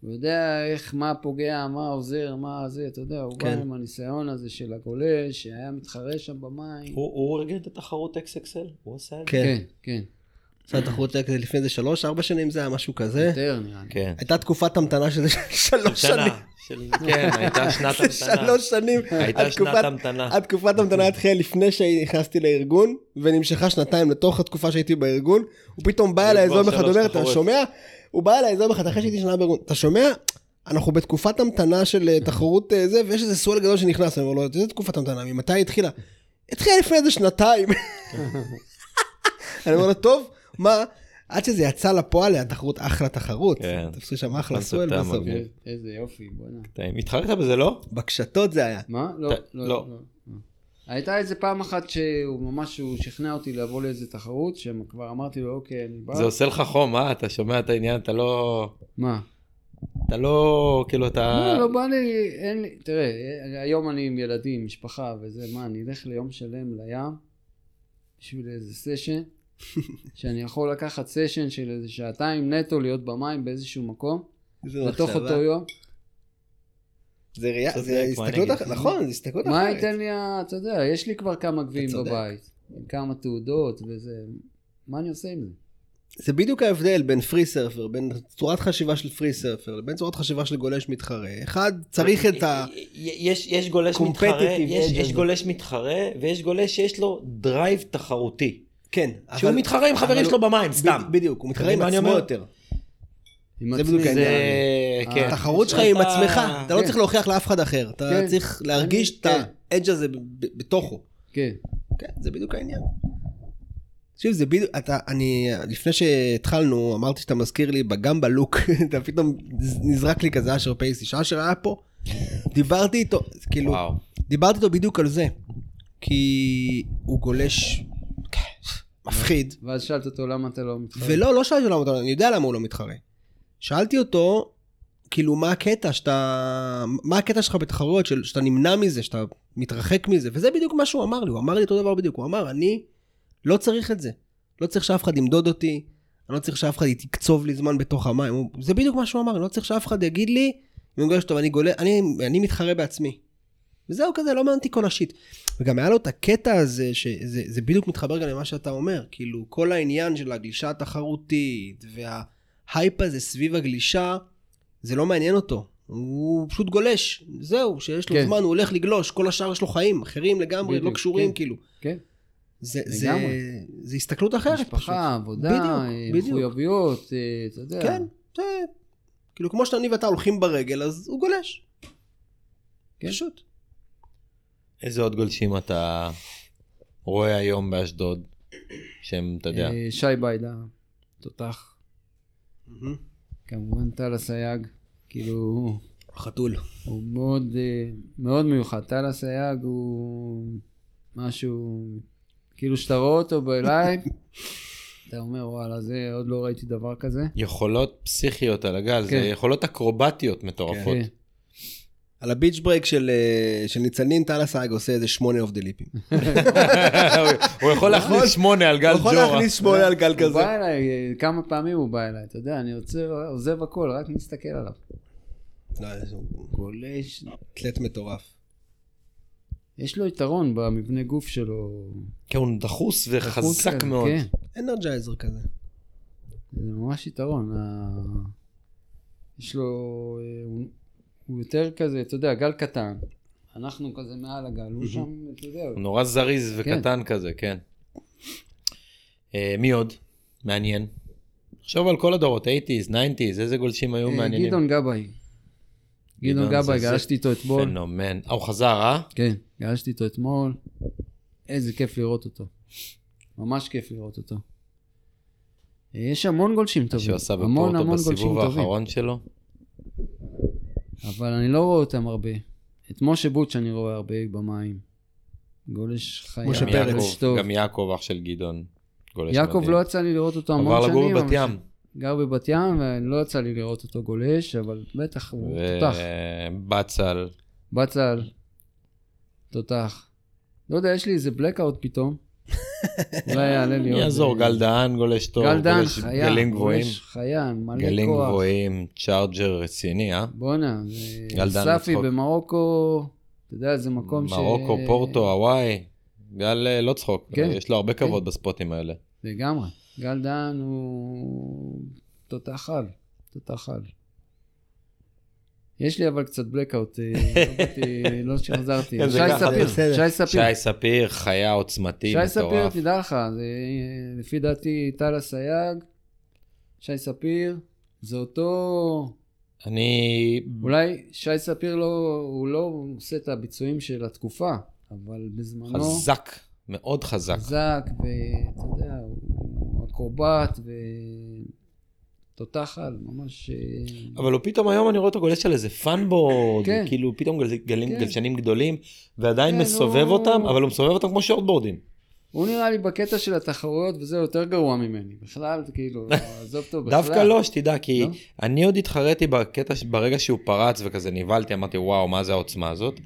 B: הוא יודע איך, מה פוגע, מה עוזר, מה זה, אתה יודע, הוא
A: כן.
B: בא עם הניסיון הזה של הגולש, שהיה מתחרה שם במים.
D: הוא הוא ארגן את התחרות XXL? הוא עשה את זה?
A: כן.
B: כן, כן.
A: משרד התחרות היה כזה אה, לפני איזה שלוש, ארבע שנים זה היה משהו כזה.
B: יותר נראה לי.
D: כן.
A: הייתה תקופת המתנה של
B: לא
A: שלוש שנים.
D: שנה. של- כן, הייתה שנת
A: של
D: המתנה.
A: שלוש שנים.
D: הייתה שנת
A: התקופת-
B: אה.
D: המתנה.
A: התקופת המתנה התחילה לפני שנכנסתי לארגון, ונמשכה שנתיים לתוך התקופה שהייתי בארגון. הוא פתאום בא
D: היו
A: אליי,
D: כבר
A: עזוב אחד,
D: שלוש
A: אומר, אתה
D: תחרויות."
A: שומע? הוא בא אליי, עזוב אחד, אחרי שהייתי שנה בארגון, אתה שומע? אנחנו בתקופת המתנה של אה, תחרות אה, זה, ויש איזה סואל גדול שנכנס, אני אומר לו, איזה תקופת המתנה, ממתי היא התחילה? התחילה לפני איזה שנתיים. אני אומר לו, טוב, מה? עד שזה יצא לפועל, היה תחרות אחלה תחרות.
D: כן.
A: תפסו שם אחלה
D: קונספט
A: סואל
D: היה
A: בסוף.
D: מגניב.
B: איזה- איזה יופי, בוא'נה.
D: טעים. התחרטת בזה, לא?
B: אה.
A: בקשתות זה היה.
B: מה? לא,
D: ת-
B: לא,
D: לא.
B: לא. לא. הייתה איזה פעם אחת שהוא ממש, הוא שכנע אותי לבוא לאיזה תחרות, שכבר אמרתי לו, אוקיי, אני בא.
D: זה עושה לך חום, אה? אתה שומע את העניין, אתה לא...
B: מה?
D: אתה לא... כאילו, אתה...
A: אה,
B: לא, לא בא לי, אין לי, תראה, היום אני עם ילדים, משפחה וזה, מה, אני אלך ליום שלם לים בשביל איזה סשן, שאני יכול לקחת סשן של איזה שעתיים נטו להיות במים באיזשהו מקום,
A: איזה
B: לתוך
A: מחשבה.
B: אותו יום.
A: זה ראייה,
D: צודק,
A: זה
D: מה
A: הסתכלות
D: אני
A: אחרת,
D: אגיד?
A: נכון, זה הסתכלות אחרת.
B: מה ייתן לי, ה- אתה יודע, יש לי כבר כמה גביעים
A: אתה צודק.
B: בבית, עם כמה תעודות וזה, מה אני עושה עם זה?
A: זה בדיוק ההבדל בין פרי סרפר, בין צורת חשיבה של פרי סרפר לבין צורת חשיבה של גולש מתחרה. אחד צריך את ה...
D: יש, יש גולש
A: competitive
D: מתחרה, יש,
A: edge
D: יש
A: הזה.
D: גולש מתחרה, ויש גולש שיש לו דרייב תחרותי.
A: כן,
D: שהוא
A: אבל-
D: מתחרה עם חברים
A: אבל
D: שלו
A: הוא-
D: במים, סתם.
A: ב- בדיוק, הוא
D: אתה
A: מתחרה עם
D: מבין מה אני
A: עצמו
D: אומר?
A: יותר.
B: עם
A: זה
B: עצמי אה,
A: בדיוק
D: זה...
A: העניין.
D: כן.
A: התחרות שלך היא עם
D: אתה-
A: עצמך, אתה לא
B: כן.
A: צריך להוכיח לאף אחד אחר. אתה
B: כן.
A: צריך להרגיש את
B: כן.
A: האדג' הזה ב- ב- בתוכו.
B: כן,
A: כן, זה בדיוק העניין. תקשיב, זה בדיוק, אתה, אני, לפני שהתחלנו, אמרתי שאתה מזכיר לי, גם בלוק, אתה פתאום נזרק לי כזה אשר פייסי, שאשר היה פה, דיברתי איתו,
B: לא.
A: כאילו,
D: וואו.
A: דיברתי איתו בדיוק על זה, כי הוא גולש כן, מפחיד,
B: ואז שאלת אותו למה אתה לא מתחרה.
A: ולא, לא שאלתי למה אתה לא, אני יודע למה הוא לא מתחרה. שאלתי אותו, כאילו, מה הקטע שאתה, מה הקטע שלך בתחרויות, של, שאתה נמנע מזה, שאתה מתרחק מזה, וזה בדיוק מה שהוא אמר לי, הוא אמר לי אותו דבר בדיוק, הוא אמר, אני לא צריך את זה, לא צריך שאף אחד ימדוד אותי, אני לא צריך שאף אחד יקצוב לי זמן בתוך המים, הוא, זה בדיוק מה שהוא אמר, אני לא צריך שאף אחד יגיד לי, אני גולש טוב, אני גולה, אני, אני מתחרה בעצמי. וזהו כזה, לא מעניין אותי כל השיט. וגם היה לו את הקטע הזה, שזה זה בדיוק מתחבר גם למה שאתה אומר, כאילו כל העניין של הגלישה התחרותית, וההייפ הזה סביב הגלישה, זה לא מעניין אותו. הוא פשוט גולש, זהו, שיש לו
B: כן.
A: זמן, הוא הולך לגלוש, כל השאר יש לו חיים, אחרים לגמרי, לא
B: בדיוק,
A: קשורים,
B: כן.
A: כאילו.
B: כן.
A: זה, זה,
B: לגמרי.
A: זה הסתכלות אחרת. פשוט.
B: משפחה, עבודה,
A: בדיוק,
B: אה,
A: בדיוק.
B: מחויבויות, אה, אתה יודע.
A: כן, זה... כאילו, כמו שאני ואתה הולכים ברגל, אז הוא גולש.
B: כן.
A: פשוט.
D: איזה עוד גולשים אתה רואה היום באשדוד, שהם, אתה יודע,
B: אה, שי ביידה, תותח, כמובן טל אסייג, כאילו הוא-
A: חתול.
B: הוא מאוד אה, מאוד מיוחד, טל אסייג הוא משהו, כאילו שאתה רואה אותו בלייב, אתה אומר וואלה זה עוד לא ראיתי דבר כזה.
D: יכולות פסיכיות על הגל, זה
B: כן.
D: יכולות אקרובטיות מטורפות.
B: כן.
A: על הביץ' ברייק של, אה, של ניצנים, טל אסייג עושה איזה שמונה אוף דה ליפים.
D: הוא יכול
A: נכון.
D: להכניס שמונה על גל
A: הוא
D: ג'ורה.
A: יכול להכניס שמונה על גל
B: הוא
A: כזה.
B: בא אליי, אה, כמה פעמים הוא בא אליי, אתה יודע, אני עוצר, עוזב הכל, רק מסתכל עליו.
A: לא, זה
B: גולש,
A: תלת מטורף.
B: יש לו יתרון במבנה גוף שלו.
D: כן, הוא דחוס
B: דחוס
D: וחזק
B: כזה,
D: מאוד.
B: כן.
A: אנרג'ייזר כזה.
B: זה ממש יתרון. ה... יש לו... אה, הוא... הוא יותר כזה, אתה יודע, גל קטן. אנחנו כזה מעל הגל, הוא שם, אתה יודע.
D: הוא נורא זריז
B: כן.
D: וקטן כזה, כן. אה, מי עוד? מעניין. תחשוב על כל הדורות, 80's, 90's, איזה גולשים היו
B: אה,
D: לא מעניינים.
B: גדעון גבאי. גדעון
D: גדעון
B: גבאי,
D: זה- זה
B: גלשתי איתו אתמול.
D: פנומן. אה, הוא חזר, אה?
B: כן, גלשתי איתו אתמול. איזה כיף לראות אותו. ממש כיף לראות אותו. אה, יש המון גולשים
D: מה
B: טובים.
D: שהוא עשה
B: המון,
D: בפורטו
B: המון גולשים
D: בסיבוב
B: טובים.
D: האחרון שלו.
B: אבל אני לא רואה אותם הרבה. את משה בוטש אני רואה הרבה במים. גולש חיה.
A: משה
D: גם
A: פרץ.
B: גולש
D: יעקב,
B: טוב.
D: גם יעקב, אח של גדעון. גולש
B: יעקב
D: מדהים.
B: לא יצא לי לראות אותו המון
D: עבר
B: שנים.
D: לגור בבת
B: אבל
D: ים.
B: גר בבת ים, ולא יצא לי לראות אותו גולש, אבל בטח הוא תותח.
D: אה, ובצל.
B: בצל, תותח. לא יודע, יש לי איזה blackout פתאום. אולי יעלה לי עוד... אה,
D: יעזור, גל דהן גולש טוב.
B: גל דן,
D: גולש
B: חיה.
D: גלים גבוהים.
B: גולש חיה, מלא
D: גלים
B: כוח.
D: גבוהים, צ'ארג'ר רציני, אה?
B: בואנה, זה-
D: גל דן
B: ספי
D: מצחוק.
B: במרוקו, אתה יודע, זה מקום ש...
D: מרוקו, פורטו, הוואי. גל אה, לא צחוק.
B: כן.
D: יש לו הרבה כבוד בספוטים האלה.
B: לגמרי. גל דהן הוא תותח על, תותח על. יש לי אבל קצת בלקאוט, לא שחזרתי.
D: כן, זה
B: שי
D: ככה,
B: ספיר,
A: בסדר.
B: שי ספיר.
E: שי ספיר, חיה עוצמתי,
B: שי ספיר,
E: מטורף.
B: תדע לך, זה, אה, לפי דעתי טל אסייג, שי ספיר, זה אותו...
D: Mm. אני...
B: אולי שי ספיר לא, הוא לא עושה את הביצועים של התקופה, אבל בזמנו...
E: חזק, מאוד חזק.
B: חזק, ואתה יודע, הוא אקרובט, ותותח על, ממש... אה,
D: אבל הוא פתאום היום אני רואה אותו גולש על איזה פאנבורד,
B: כן.
D: כאילו פתאום גל- גלים-
B: כן.
D: גלשנים גדולים, ועדיין
B: כן,
D: מסובב
B: הוא-
D: אותם, אבל הוא מסובב אותם כמו שורטבורדים.
B: הוא נראה לי בקטע של התחרויות, וזה יותר גרוע ממני. בכלל, כאילו, עזוב אותו בכלל.
D: דווקא לא, שתדע, כי
B: לא?
D: אני עוד התחרתי בקטע, ש- ברגע שהוא פרץ וכזה נבהלתי, אמרתי, וואו, מה זה העוצמה הזאת?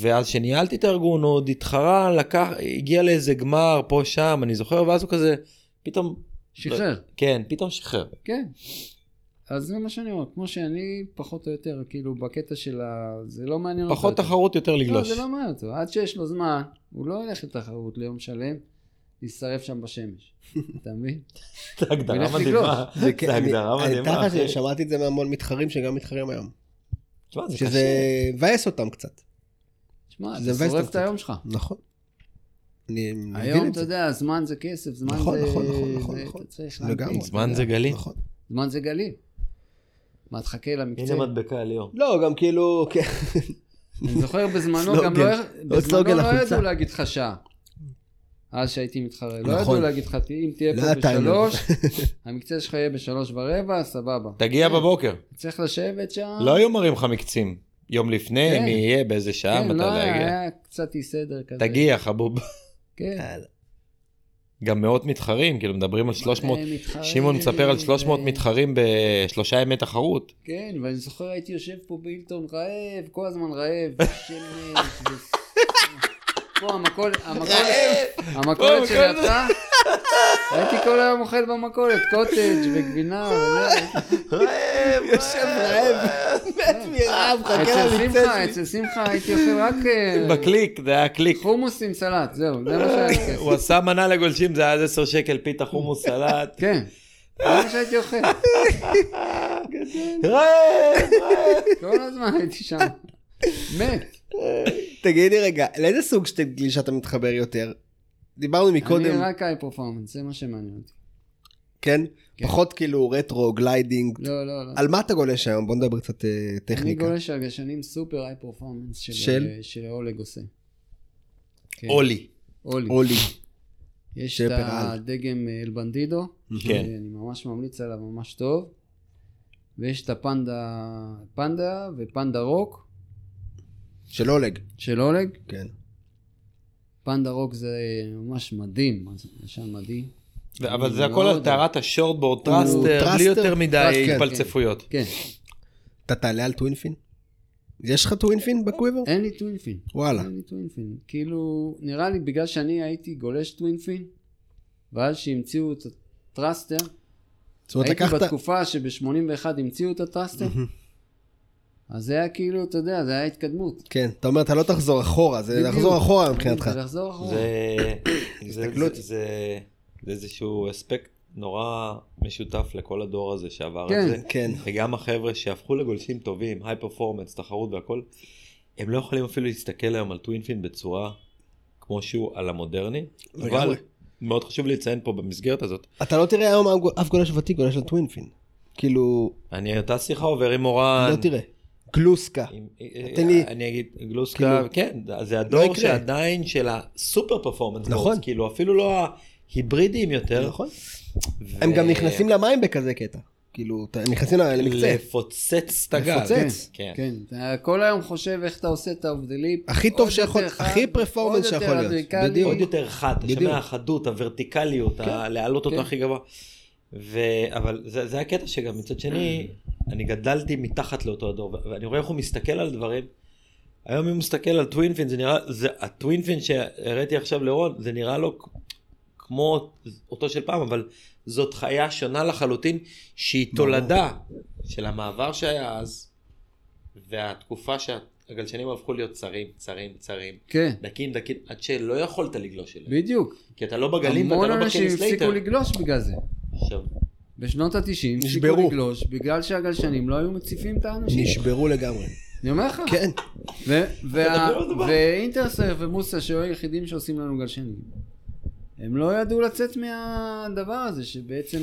D: ואז שניהלתי את הארגון, הוא עוד התחרה, לקח, הגיע לאיזה גמר פה, שם, אני זוכר, ואז הוא כזה, פתאום,
B: שחרר,
D: כן, פתאום שחרר.
B: כן. אז זה מה שאני אומר, כמו שאני פחות או יותר, כאילו, בקטע של ה... זה לא מעניין אותו.
D: פחות תחרות, יותר
B: לא,
D: לגלוש.
B: זה לא מעניין אותו. עד שיש לו זמן, הוא לא ילך לתחרות ליום שלם, להישרף שם בשמש. אתה מבין?
D: זה הגדרה
B: הוא ילך לגלוש.
D: מדהימה.
A: זה כ-
D: זה
A: אני-
D: הגדרה
A: אני
D: מדהימה,
A: תחת
D: אחי.
A: ששמעתי את זה מהמון מתחרים שגם מתחרים היום.
D: תשמע, זה
A: שזה
D: קשה.
A: מבאס אותם קצת.
B: שמע,
A: זה
B: זה
A: מבאס
B: שורף
A: אותך.
B: את היום שלך.
A: נכון. אני מבין
B: היום,
A: את זה.
B: אתה יודע, זמן זה כסף, זמן זה...
A: נכון, נכון, נכון, נכון,
B: זה-
A: נכון.
B: אתה צריך
A: לגמרי.
B: להנפיק,
D: זמן
B: אתה
D: זה
B: יודע.
D: גלי.
A: נכון.
B: זמן זה גליל. מה, תחכה
D: הנה
B: למקצה?
D: מדבקה ליאור.
A: לא, גם כאילו, כן.
B: אני זוכר בזמנו גם
A: סלוגן.
B: לא...
A: עוד סלוגן
B: בזמנו לא
A: לחולצה.
B: ידעו להגיד לך שעה. אז שהייתי מתחרה,
A: נכון.
B: לא ידעו להגיד לך, "תה- אם תהיה
A: לא
B: פה
A: היה טיימר.
B: בשלוש, המקצה שלך יהיה בשלוש ורבע, סבבה.
D: תגיע בבוקר.
B: צריך לשבת שם.
D: לא היו מראים לך מקצים. יום לפני,
B: כן.
D: מי יהיה, באיזה שעה,
B: כן,
D: מתי
B: לא,
D: להגיע.
B: היה קצת אי סדר כזה.
D: תגיע, חבוב.
B: כן.
D: גם מאות מתחרים, כאילו מדברים על 300,
B: אה, מתחרים,
D: שמעון מספר על 300
B: ו-
D: מתחרים בשלושה ימי תחרות.
B: כן, ואני זוכר הייתי יושב פה בהילטון רעב, כל הזמן רעב, שמש, ו- פה המכולת, המכולת, המכולת שלידך, הייתי כל היום אוכל במכולת, קוטג' וגבינה, וזה. כן.
A: יושב רעב, מת מרעב, חכה
B: אצל
A: למצאת.
B: שמחה, אצל שמחה הייתי אוכל רק אה,
D: בקליק, זה היה קליק.
B: חומוס עם סלט, זהו, זה מה שהיה לי כסף.
D: הוא עשה מנה לגולשים, זה היה עד 10 שקל, פיתה, חומוס, סלט.
B: כן,
A: אה.
B: זה מה שהייתי אוכל,
D: רעב!
B: כל הזמן הייתי שם, מת.
A: תגיד לי רגע, לאיזה סוג של גלישה אתה מתחבר יותר? דיברנו
B: אני
A: מקודם,
B: רק היי פרפורמנס, זה מה שמעניין אותי.
A: כן?
B: כן.
A: פחות כאילו רטרו, גליידינג.
B: לא, לא, לא.
A: על מה אתה גולש היום? בוא נדבר קצת אה,
B: אני
A: טכניקה.
B: גולש על גשנים סופר היי פרפורמנס
A: של?
B: של? אה, של אולג עושה. כן,
D: אולי.
B: אולי.
A: אולי.
B: יש את
A: סופר על.
B: הדגם אה, אל בנדידו,
D: כן.
B: שאני ממש ממליץ עליו ממש טוב, ויש את הפנדה, פנדה ופנדה רוק
A: של אולג.
B: של אולג.
A: כן.
B: פנדה רוק זה אה, ממש מדהים, מה זה ישן מדהים.
D: ו- אבל זה
B: מאוד.
D: הכל על טהרת השורטבורד, לא טרסטר,
A: טרסטר,
D: בלי יותר מדי
B: טרסטר,
D: התפלצפויות.
B: כן,
A: אתה תעלה על טווינפין? יש לך טווינפין בקוויבר?
B: אין לי טווינפין.
A: וואלה.
B: אין לי טווינפין. כאילו, נראה לי בגלל שאני הייתי גולש טווינפין, ואז שהמציאו את הטרסטר,
A: זאת אומרת,
B: הייתי
A: לקחת...
B: בתקופה שב-81 המציאו את הטרסטר, אז זה היה כאילו, אתה יודע, זה היה התקדמות.
A: כן, אתה אומר, אתה לא תחזור אחורה, זה
B: בדיוק.
A: לחזור אחורה מבחינתך.
B: זה לחזור אחורה.
D: זה זה-
A: הסתכלות.
D: זה- זה- זה איזשהו אספקט נורא משותף לכל הדור הזה שעבר
B: כן.
D: את זה.
A: כן.
D: וגם החבר'ה שהפכו לגולשים טובים, היי פרפורמנס, תחרות והכל, הם לא יכולים אפילו להסתכל היום על טווינפין בצורה כמו שהוא על המודרני, אבל
A: לגמרי.
D: מאוד חשוב לציין פה במסגרת הזאת.
A: אתה לא תראה היום אף גולש ותיק גולש על טווינפין. כאילו,
D: אני אותה שיחה עובר עם אורן.
B: אה.
A: לא תראה. גלוסקה.
D: עם-
A: תן לי-
D: אני אגיד, גלוסקה,
A: כאילו-
D: כן, זה הדור
A: יקרה.
D: שעדיין של הסופר פרפורמנס,
A: נכון.
D: בורדס, כאילו אפילו לא ההיברידיים יותר.
A: נכון.
D: ו-
A: הם
B: אה.
A: גם נכנסים למים בכזה קטע. כאילו, אתה- הם נכנסים למקצה.
D: לפוצץ את הגל.
A: לפוצץ.
D: כן.
B: כן, אתה כל היום חושב איך אתה עושה את ההבדלים.
A: הכי טוב
B: עוד
A: שיכול-
B: יותר חד,
A: הכי פרפורמנס
B: עוד יותר
A: שיכול להיות.
B: אדריקלי.
A: בדיוק.
D: עוד יותר חד, אתה
A: בדיוק.
D: שומע החדות, הוורטיקליות, ה- להעלות אותו
B: כן.
D: הכי גבוה. ו... אבל זה, זה הקטע שגם מצד שני, אני גדלתי מתחת לאותו הדור, ו- ואני רואה איך הוא מסתכל על דברים. היום אם הוא מסתכל על טווינפין, זה נראה, זה, הטווינפין שהראיתי עכשיו לרון, זה נראה לו כ- כמו אותו של פעם, אבל זאת חיה שונה לחלוטין, שהיא תולדה של המעבר שהיה אז, והתקופה שה- הגלשנים הפכו להיות צרים, צרים, צרים,
B: כן,
D: דקים, דקים, עד שלא יכולת לגלוש אליהם.
B: בדיוק.
D: כי אתה לא בגלים ואתה
B: המון
D: לא
B: אנשים
D: בקריס
B: הפסיקו
D: לייטר.
B: לגלוש בגלל זה.
D: עכשיו,
B: בשנות ה-90 הפסיקו
A: נשברו.
B: לגלוש בגלל שהגלשנים לא היו מציפים את האנשים.
A: נשברו לגמרי.
B: אני אומר לך.
A: כן.
B: ו- וה- ואינטרסר ומוסה שהיו היחידים שעושים לנו גלשנים. הם לא ידעו לצאת מהדבר הזה שבעצם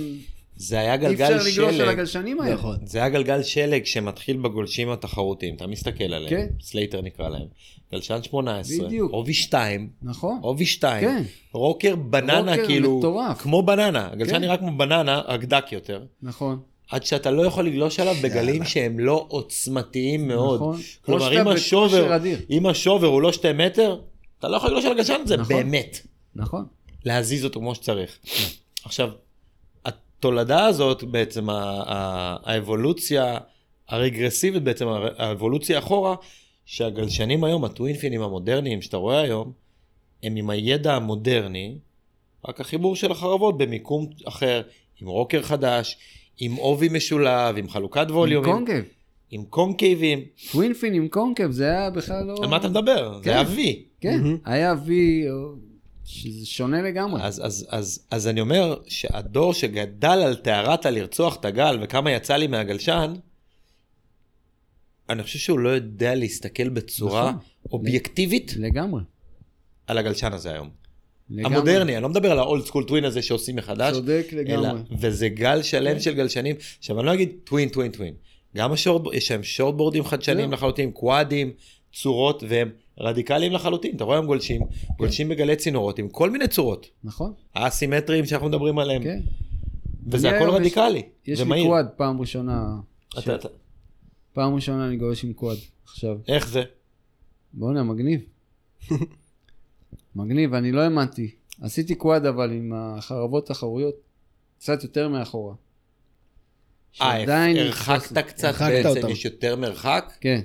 D: זה היה
B: אי אפשר
D: גלגל
B: לגלוש על
D: שלג.
B: הגלשנים האלה.
A: נכון.
D: זה היה גלגל שלג שמתחיל בגולשים התחרותיים, אתה מסתכל עליהם,
B: כן.
D: סלייטר נקרא להם, גלשן 18,
B: בדיוק.
D: עובי 2,
B: נכון.
D: עובי 2,
B: כן.
D: רוקר בננה
B: רוקר
D: כאילו,
B: מטורף.
D: כמו בננה, הגלשן
B: כן.
D: נראה כמו בננה, רק דק יותר,
B: נכון.
D: עד שאתה לא יכול לגלוש עליו בגלים שהם לא עוצמתיים מאוד.
B: נכון. כמו
D: כלומר,
B: שאתה
D: אם
B: בכושר
D: השובר,
B: אדיר.
D: אם השובר הוא לא שתי מטר, אתה לא יכול לגלוש על הגלשן הזה,
B: נכון.
D: באמת.
B: נכון.
D: להזיז אותו כמו שצריך. עכשיו, התולדה הזאת בעצם, ה- ה- האבולוציה הרגרסיבית בעצם, הר- האבולוציה אחורה, שהגלשנים היום, הטווינפינים המודרניים שאתה רואה היום, הם עם הידע המודרני, רק החיבור של החרבות במיקום אחר, עם רוקר חדש, עם עובי משולב, עם חלוקת
B: עם
D: ווליומים,
B: קונקב.
D: עם קונקייבים.
B: טווינפין עם קונקב זה היה בכלל לא...
D: על מה אתה מדבר?
B: כן.
D: זה היה וי.
B: כן.
A: מהמם.
B: היה וי, או- שזה שונה לגמרי.
D: אז, אז, אז, אז אני אומר שהדור שגדל על טהרת הלרצוח את הגל וכמה יצא לי מהגלשן, אני חושב שהוא לא יודע להסתכל בצורה
B: נכון.
D: אובייקטיבית
B: לגמרי.
D: על הגלשן הזה היום.
B: לגמרי.
D: המודרני, אני לא מדבר על האולד סקול טווין הזה שעושים מחדש,
B: צודק
D: אלא,
B: לגמרי. כן.
D: וזה גל שלם של גלשנים. עכשיו אני לא אגיד טווין, טווין, טווין. גם השורט, יש להם שורטבורדים חדשניים
B: כן.
D: לחלוטין, קוואדים, צורות, והם רדיקליים לחלוטין. אתה רואה הם גולשים,
B: כן.
D: גולשים בגלי צינורות עם כל מיני צורות.
B: נכון.
D: האסימטריים שאנחנו מדברים עליהם.
B: כן.
D: וזה
B: אני
D: הכל
B: היום יש-
D: רדיקלי.
B: יש
D: זה
B: לי
D: מהיר.
B: קוואד פעם ראשונה. ש-
D: אתה- אתה-
B: פעם ראשונה אני גולש עם קוואד. עכשיו.
D: איך זה? אה,
B: בואנה, מגניב. מגניב, אני לא האמנתי. עשיתי קוואד אבל עם החרבות תחרויות קצת יותר מאחורה.
D: אה,
B: שעדיין
D: הרחקת
B: נתפס-
D: קצת
A: הרחקת
D: בעצם,
A: אותם.
D: יש יותר מרחק?
B: כן,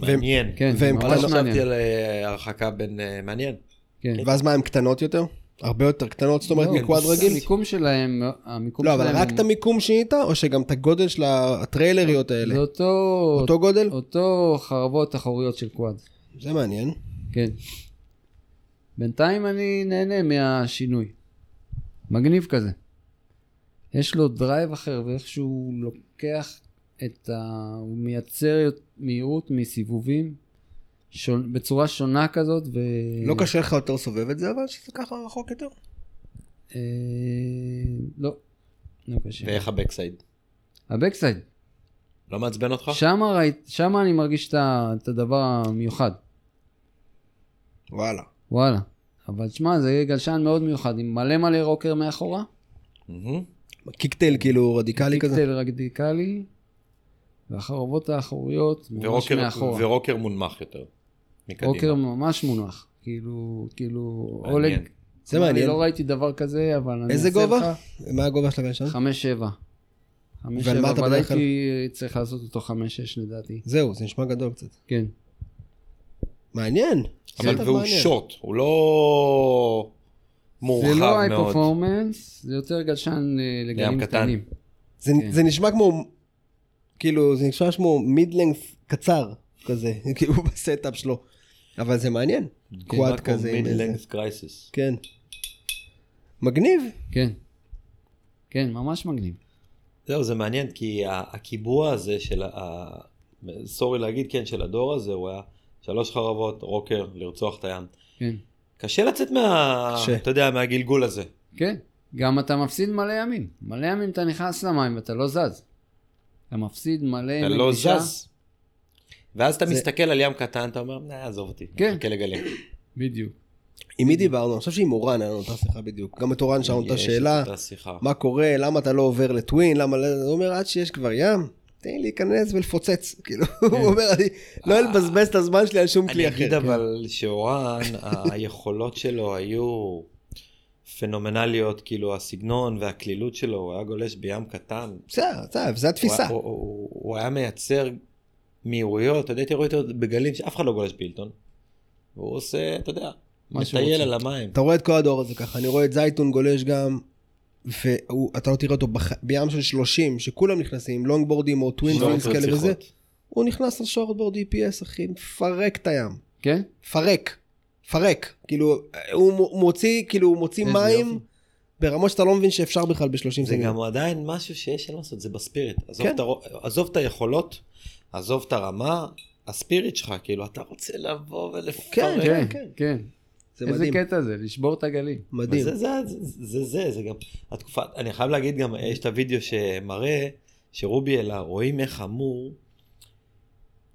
A: והם-
D: מעניין.
B: כן, זה
A: והם
B: ממש
D: לא חשבתי
B: מעניין.
D: על אה, הרחקה בין... אה, מעניין.
B: כן.
A: ואז מה, הן קטנות יותר? הרבה יותר קטנות, זאת אומרת,
B: לא,
A: מקוואד רגיל?
B: המיקום שלהם, המיקום
A: לא,
B: שלהם...
A: אבל רק
B: הוא-
A: את המיקום שינית, או שגם את הגודל של הטריילריות האלה?
B: זה אותו...
A: אותו גודל?
B: אותו חרבות תחרויות של קוואד.
A: זה מעניין.
B: כן. בינתיים אני נהנה מהשינוי. מגניב כזה. יש לו דרייב אחר, ואיכשהו הוא לוקח את ה... הוא מייצר מהירות מסיבובים שון... בצורה שונה כזאת, ו...
A: לא קשה לך יותר לסובב את זה, אבל שזה ככה רחוק יותר?
B: אה... לא. לא קשה.
D: ואיך הבקסייד?
B: הבקסייד.
D: לא מעצבן
A: נכון.
D: אותך?
B: שמה, ראית... שמה אני מרגיש את, ה... את הדבר המיוחד.
A: וואלה.
B: וואלה. אבל שמע, זה גלשן מאוד מיוחד, עם מלא מלא רוקר מאחורה.
D: מהמם.
A: קיקטייל כאילו רדיקלי כזה?
B: פיקטל רדיקלי, והחרבות האחוריות ממש
D: ורוקר-
B: מאחורה.
D: ורוקר מונמך יותר. מקדימה.
B: רוקר ממש מונח. כאילו, כאילו,
D: מעניין.
B: אולג.
A: זה מעניין.
B: אני לא ראיתי דבר כזה, אבל אני
A: איזה
B: אעשה
A: גובה?
B: לך
A: מה הגובה של הגלשן?
B: חמש שבע. חמש
A: ועל
B: שבע,
A: מה אתה
B: אבל
A: בדרך כלל?
B: הייתי צריך לעשות אותו חמש שש לדעתי.
A: זהו, זה נשמע גדול קצת.
B: כן.
A: מעניין.
D: אבל
A: זה
D: והוא
A: מעניין.
D: שורט, הוא לא
B: זה לא
D: מורחב
B: היי
D: מאוד.
B: פרפורמנס, זה יותר גלשן אה, לגלים
D: קטן.
B: קטנים.
A: זה-
B: כן.
A: זה נשמע כמו, כאילו, זה נשמע כמו מידלנג קצר כזה, כאילו בסטאפ שלו. אבל זה מעניין. קוואד כזה. עם איזה-
D: מיד קרייסיס.
A: כן. מגניב.
B: כן. כן, ממש מגניב.
D: זהו, זה מעניין, כי ה- הקיבוע הזה של ה... סורי להגיד, כן, של הדור הזה, הוא היה שלוש חרבות, רוקר, לרצוח את הים.
B: כן.
D: קשה לצאת מה...
A: קשה. אה,
D: אתה יודע, מהגלגול הזה.
B: כן, גם אתה מפסיד מלא ימים. מלא ימים אתה נכנס למים ואתה לא זז. אתה מפסיד מלא ימי
D: אתה לא
B: גלישה.
D: זז. ואז אתה
A: זה-
D: מסתכל על ים קטן, אתה אומר, "נה, עזוב אותי,
B: כן.
D: חכה לגלים.
B: בדיוק.
A: עם מי דיברנו? אני חושב שעם אורן היה לנו אותה שיחה בדיוק. גם את אורן שאלנו אותה
D: יש
A: שאלה,
D: אותה שיחה.
A: מה קורה, למה אתה לא עובר לטווין, למה... לא- הוא אומר, עד שיש כבר ים, תן לי להיכנס ולפוצץ. כאילו, הוא אומר, אני לא אבזבז את הזמן שלי על שום כלי
D: כן. אה. אני
A: אחר. כן.
D: אגיד אבל שאורן, היכולות שלו היו פנומנליות, כאילו הסגנון והקלילות שלו, הוא היה גולש בים קטן,
A: כן. בסדר, בסדר, זו התפיסה.
D: הוא, הוא, הוא, הוא היה מייצר מהירויות, אתה יודע, תראו אותו בגלים שאף אחד לא גולש בילטון. והוא עושה, אתה יודע,
B: מה שהוא
D: מטייל
B: רוצה.
D: על המים.
A: אתה רואה את כל הדור הזה ככה, אני רואה את זייטון גולש גם, ואתה לא תראה אותו בח- בים של 30, שכולם נכנסים, לונגבורדים או
D: לא
A: טווינפילס
D: עוצר
A: כאלה וזה,
D: שיחות.
A: הוא נכנס לשורטבורד EPS, אחי, מפרק את הים.
B: כן?
A: פרק, פרק. כאילו, הוא מ- מוציא, כאילו, הוא מוציא
B: איזה
A: מים
B: יופי.
A: ברמות שאתה לא מבין שאפשר בכלל ב-30
D: זה
A: סנטימטר.
D: גם עדיין משהו שיש, אין מה לעשות, זה בספיריט. עזוב,
A: כן.
D: את הרו- עזוב את היכולות, עזוב את הרמה, הספיריט שלך, כאילו, אתה רוצה לבוא ולפרק.
A: כן,
B: כן,
A: כן.
B: כן.
A: זה
B: איזה
A: מדהים,
B: קטע זה, לשבור את הגלים.
A: מדהים.
D: וזה- זה, זה, זה, זה, זה גם התקופה, אני חייב להגיד גם, יש את הוידאו שמראה, שרובי אלה, רואים איך המור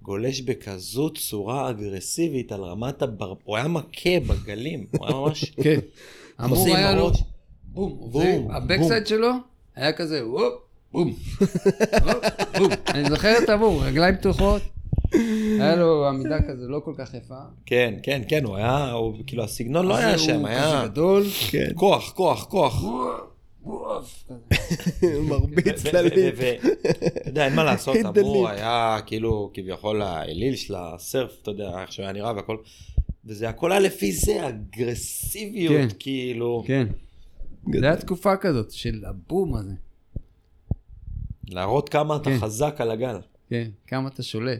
D: גולש בכזו צורה אגרסיבית על רמת הבר... הוא היה מכה בגלים, הוא היה ממש...
B: כן. אמור
D: עושה עם
B: היה לו,
D: הראש.
B: בום,
D: בום,
B: בום. הבקסייד שלו היה כזה, וופ, בום. הופ, בום. אני זוכר את הבום, רגליים פתוחות. היה לו עמידה כזה לא כל כך יפה.
D: כן, כן, כן, הוא היה, הוא, כאילו, הסגנון לא
B: אז
D: היה
B: הוא
D: שם, היה
B: כזה כן. גדול.
D: כוח, כוח, כוח.
B: וופ, וופ, כזה.
A: מרביץ
D: ו- ו-
A: צללים.
D: ו- ו- אתה יודע, אין מה לעשות,
A: אין
D: אמור
A: דלית.
D: היה כאילו כביכול האליל של הסרף, אתה יודע, איך שהוא היה נראה והכל. וזה הכל היה לפי זה, אגרסיביות,
B: כן.
D: כאילו.
B: כן. זה היה תקופה כזאת של הבום הזה.
D: להראות כמה אתה
B: כן.
D: חזק על הגל.
B: כן, כמה אתה שולט.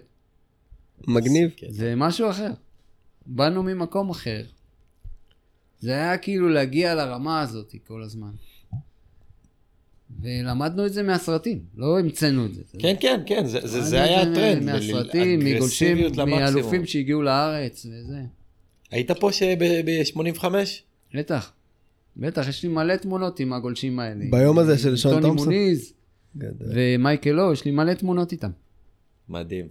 A: מגניב.
D: כן.
B: זה משהו אחר. באנו ממקום אחר. זה היה כאילו להגיע לרמה הזאת כל הזמן. ולמדנו את זה מהסרטים, לא המצאנו את זה.
D: כן, כן, כן, זה- זה זה
B: למדנו
D: היה
B: את זה
D: הטרנד.
B: מהסרטים,
D: ל-
B: מגולשים,
D: אגרסיביות למקסימום.
B: מאלופים שהגיעו לארץ וזה.
D: היית פה שב-85?
B: בטח, בטח, יש לי מלא תמונות עם הגולשים האלה.
A: ביום הזה של
B: עם
A: שון תומפסון?
B: טוני מוניז כן. ומייקל לו, יש לי מלא תמונות איתם.
D: מדהים.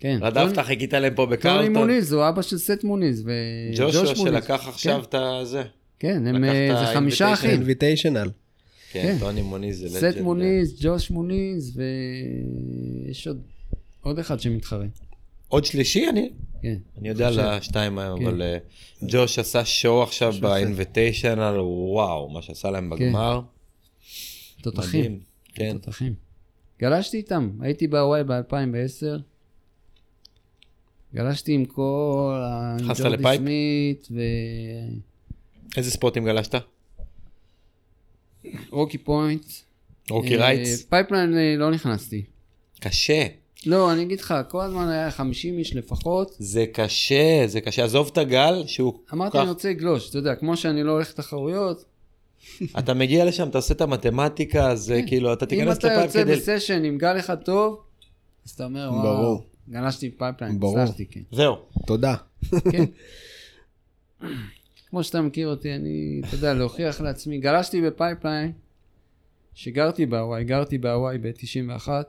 B: כן.
D: רדפת, חיכית להם פה
B: טוני
D: בקרלטון.
B: מוניז הוא אבא של סט מוניז וג'וש
D: ג'ושוע
B: מוניז.
D: שלקח
B: כן.
D: עכשיו את הזה.
B: כן, הם,
D: לקח
B: אה,
D: את
B: זה חמישה
D: ה-invitation.
B: אחים.
A: אינביטיישנל.
D: כן,
B: כן.
D: טוני מוניז זה
B: סט
D: לג'נד.
B: מוניז, ג'וש מוניז, ויש עוד עוד אחד שמתחרה.
D: עוד שלישי אני?
B: כן.
D: אני יודע על
B: חושב.
D: השתיים היום,
B: כן.
D: אבל אה, ג'וש עשה שואו עכשיו באינביטיישנל, וואו, מה שעשה להם
B: כן.
D: בגמר.
B: תותחים.
D: מדהים. כן.
B: תותחים. גלשתי איתם, הייתי בהוואי ב-2010. גלשתי עם כל ה... עם
D: נכנסת
B: ג'ורדי
D: לפייפ?
B: סמית ו...
D: איזה ספורטים גלשת?
B: רוקי פוינט.
D: רוקי
B: אה,
D: רייטס?
B: פייפליין אה, לא נכנסתי.
D: קשה.
B: לא, אני אגיד לך, כל הזמן היה 50 איש לפחות.
D: זה קשה, זה קשה. עזוב את הגל, שהוא
B: אמרתי,
D: כך-
B: אני רוצה לגלוש, אתה יודע, כמו שאני לא הולך לתחרויות,
D: אתה מגיע לשם, תעשה את המתמטיקה, זה כאילו, אתה
B: כן. אם
D: תיכנס
B: אתה
D: לפעם
B: יוצא
D: כדי...
B: בסשן עם גל אחד טוב, אז אתה אומר, וואו,
A: ברור.
B: גלשתי פייפליין,
A: ברור.
B: הצלחתי, כן.
D: זהו.
A: תודה.
B: כן. כמו שאתה מכיר אותי, אני, אתה יודע, להוכיח לעצמי, גלשתי בפייפליין, שגרתי בהוואי, גרתי בהוואי ב-91,
D: אה,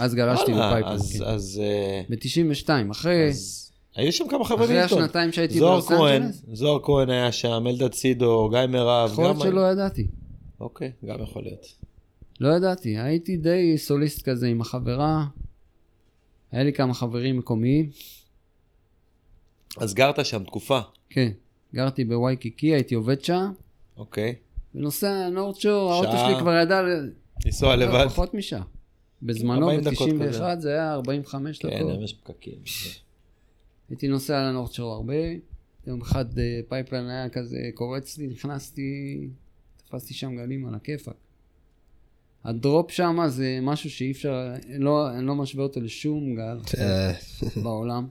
B: אז גלשתי
D: וואלה,
B: בפייפליין,
D: אז-
B: כן.
D: אז... אה,
B: ב-92, אחרי...
D: אז היו שם כמה חברי
B: אחרי
D: מילטון.
B: השנתיים שהייתי
D: זוהר
B: בלוס
D: כהן,
B: אנג'לס,
D: זוהר כהן היה שם, אלדד סידו, גיא מירב.
B: יכול להיות
D: גם-
B: שלא ידעתי.
D: אוקיי, גם יכול להיות.
B: לא ידעתי, הייתי די סוליסט כזה עם החברה, היה לי כמה חברים מקומיים,
D: אז גרת שם תקופה,
B: כן, גרתי בווייקיקי, הייתי עובד שם,
D: אוקיי.
B: ונוסע נורד שור, האוטו
D: שעה.
B: שלי כבר ידע ל-
D: לנסוע
B: לא,
D: לבד.
B: פחות משעה. בזמנו,
D: 40 דקות
B: ב-91 זה היה 45
D: כן,
B: דקות.
D: היום יש פקקים.
B: הייתי נוסע לנורד שור הרבה, יום אחד אה, פייפליין היה כזה קורץ לי, נכנסתי, תפסתי שם גלים על הכיפאק. הדרופ שם זה משהו שאי אפשר, לא, אני לא משווה אותו לשום גל
D: כן.
A: אה,
B: בעולם.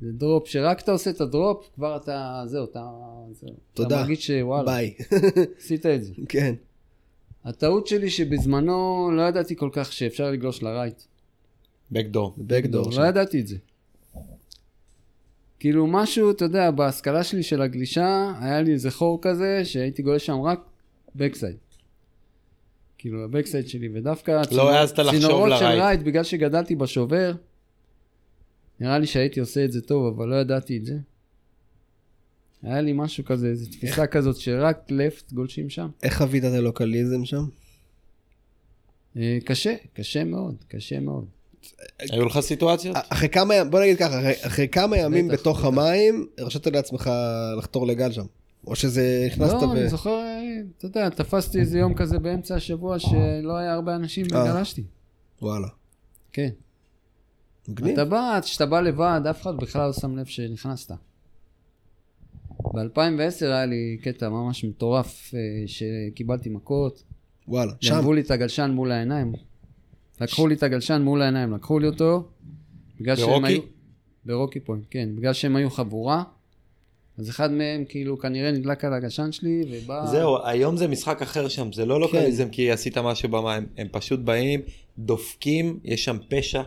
B: זה דרופ שרק אתה עושה את הדרופ, כבר אתה, זהו, אתה, זהו.
A: תודה.
B: אתה מרגיש שוואלה,
A: ביי.
B: עשית את זה.
A: כן.
B: הטעות שלי שבזמנו לא ידעתי כל כך שאפשר לגלוש לרייט.
D: בקדור.
A: בקדור.
B: לא ידעתי את זה. כאילו משהו, אתה יודע, בהשכלה שלי של הגלישה, היה לי איזה חור כזה שהייתי גולש שם רק בקסייד. כאילו הבקסייד שלי, ודווקא הצינור-
D: לא העזת לחשוב
B: צינורות של
D: לרייט.
B: רייט, בגלל שגדלתי בשובר, נראה לי שהייתי עושה את זה טוב, אבל לא ידעתי את זה. היה לי משהו כזה, איזו תפיסה כזאת שרק לפט גולשים שם.
A: איך חווית את הלוקליזם שם?
B: אה, קשה, קשה מאוד, קשה מאוד.
D: היו לך סיטואציות?
A: אה,
B: אה,
A: אחרי כמה ימים, בוא נגיד ככה, אחרי- אחרי כמה ימים
B: בטח,
A: בתוך
B: בטח.
A: המים, הרשית לעצמך לחתור לגל שם. או שזה נכנסת
B: לא, אני
A: ו...
B: זוכר, אה, אתה יודע, תפסתי איזה יום כזה באמצע השבוע שלא היה הרבה אנשים
A: אה.
B: וגלשתי.
A: וואלה.
B: כן.
A: מגניב.
B: אתה בא, כשאתה בא לבד, אף אחד בכלל לא שם לב שנכנסת. ב-2010 היה לי קטע ממש מטורף אה, שקיבלתי מכות.
A: וואלה. שם.
B: גנבו לי את הגלשן מול העיניים. לקחו לי את הגלשן מול העיניים, לקחו לי אותו. בגלל שהם
D: ברוקי?
B: היו- ברוקי פוינט, כן. בגלל שהם היו חבורה, אז אחד מהם כאילו כנראה נדלק על הגלשן שלי, ובא...
D: זהו, היום זה משחק אחר שם, זה
B: כן.
D: לא לוקליזם כי עשית משהו במים, הם פשוט באים, דופקים, יש שם פשע,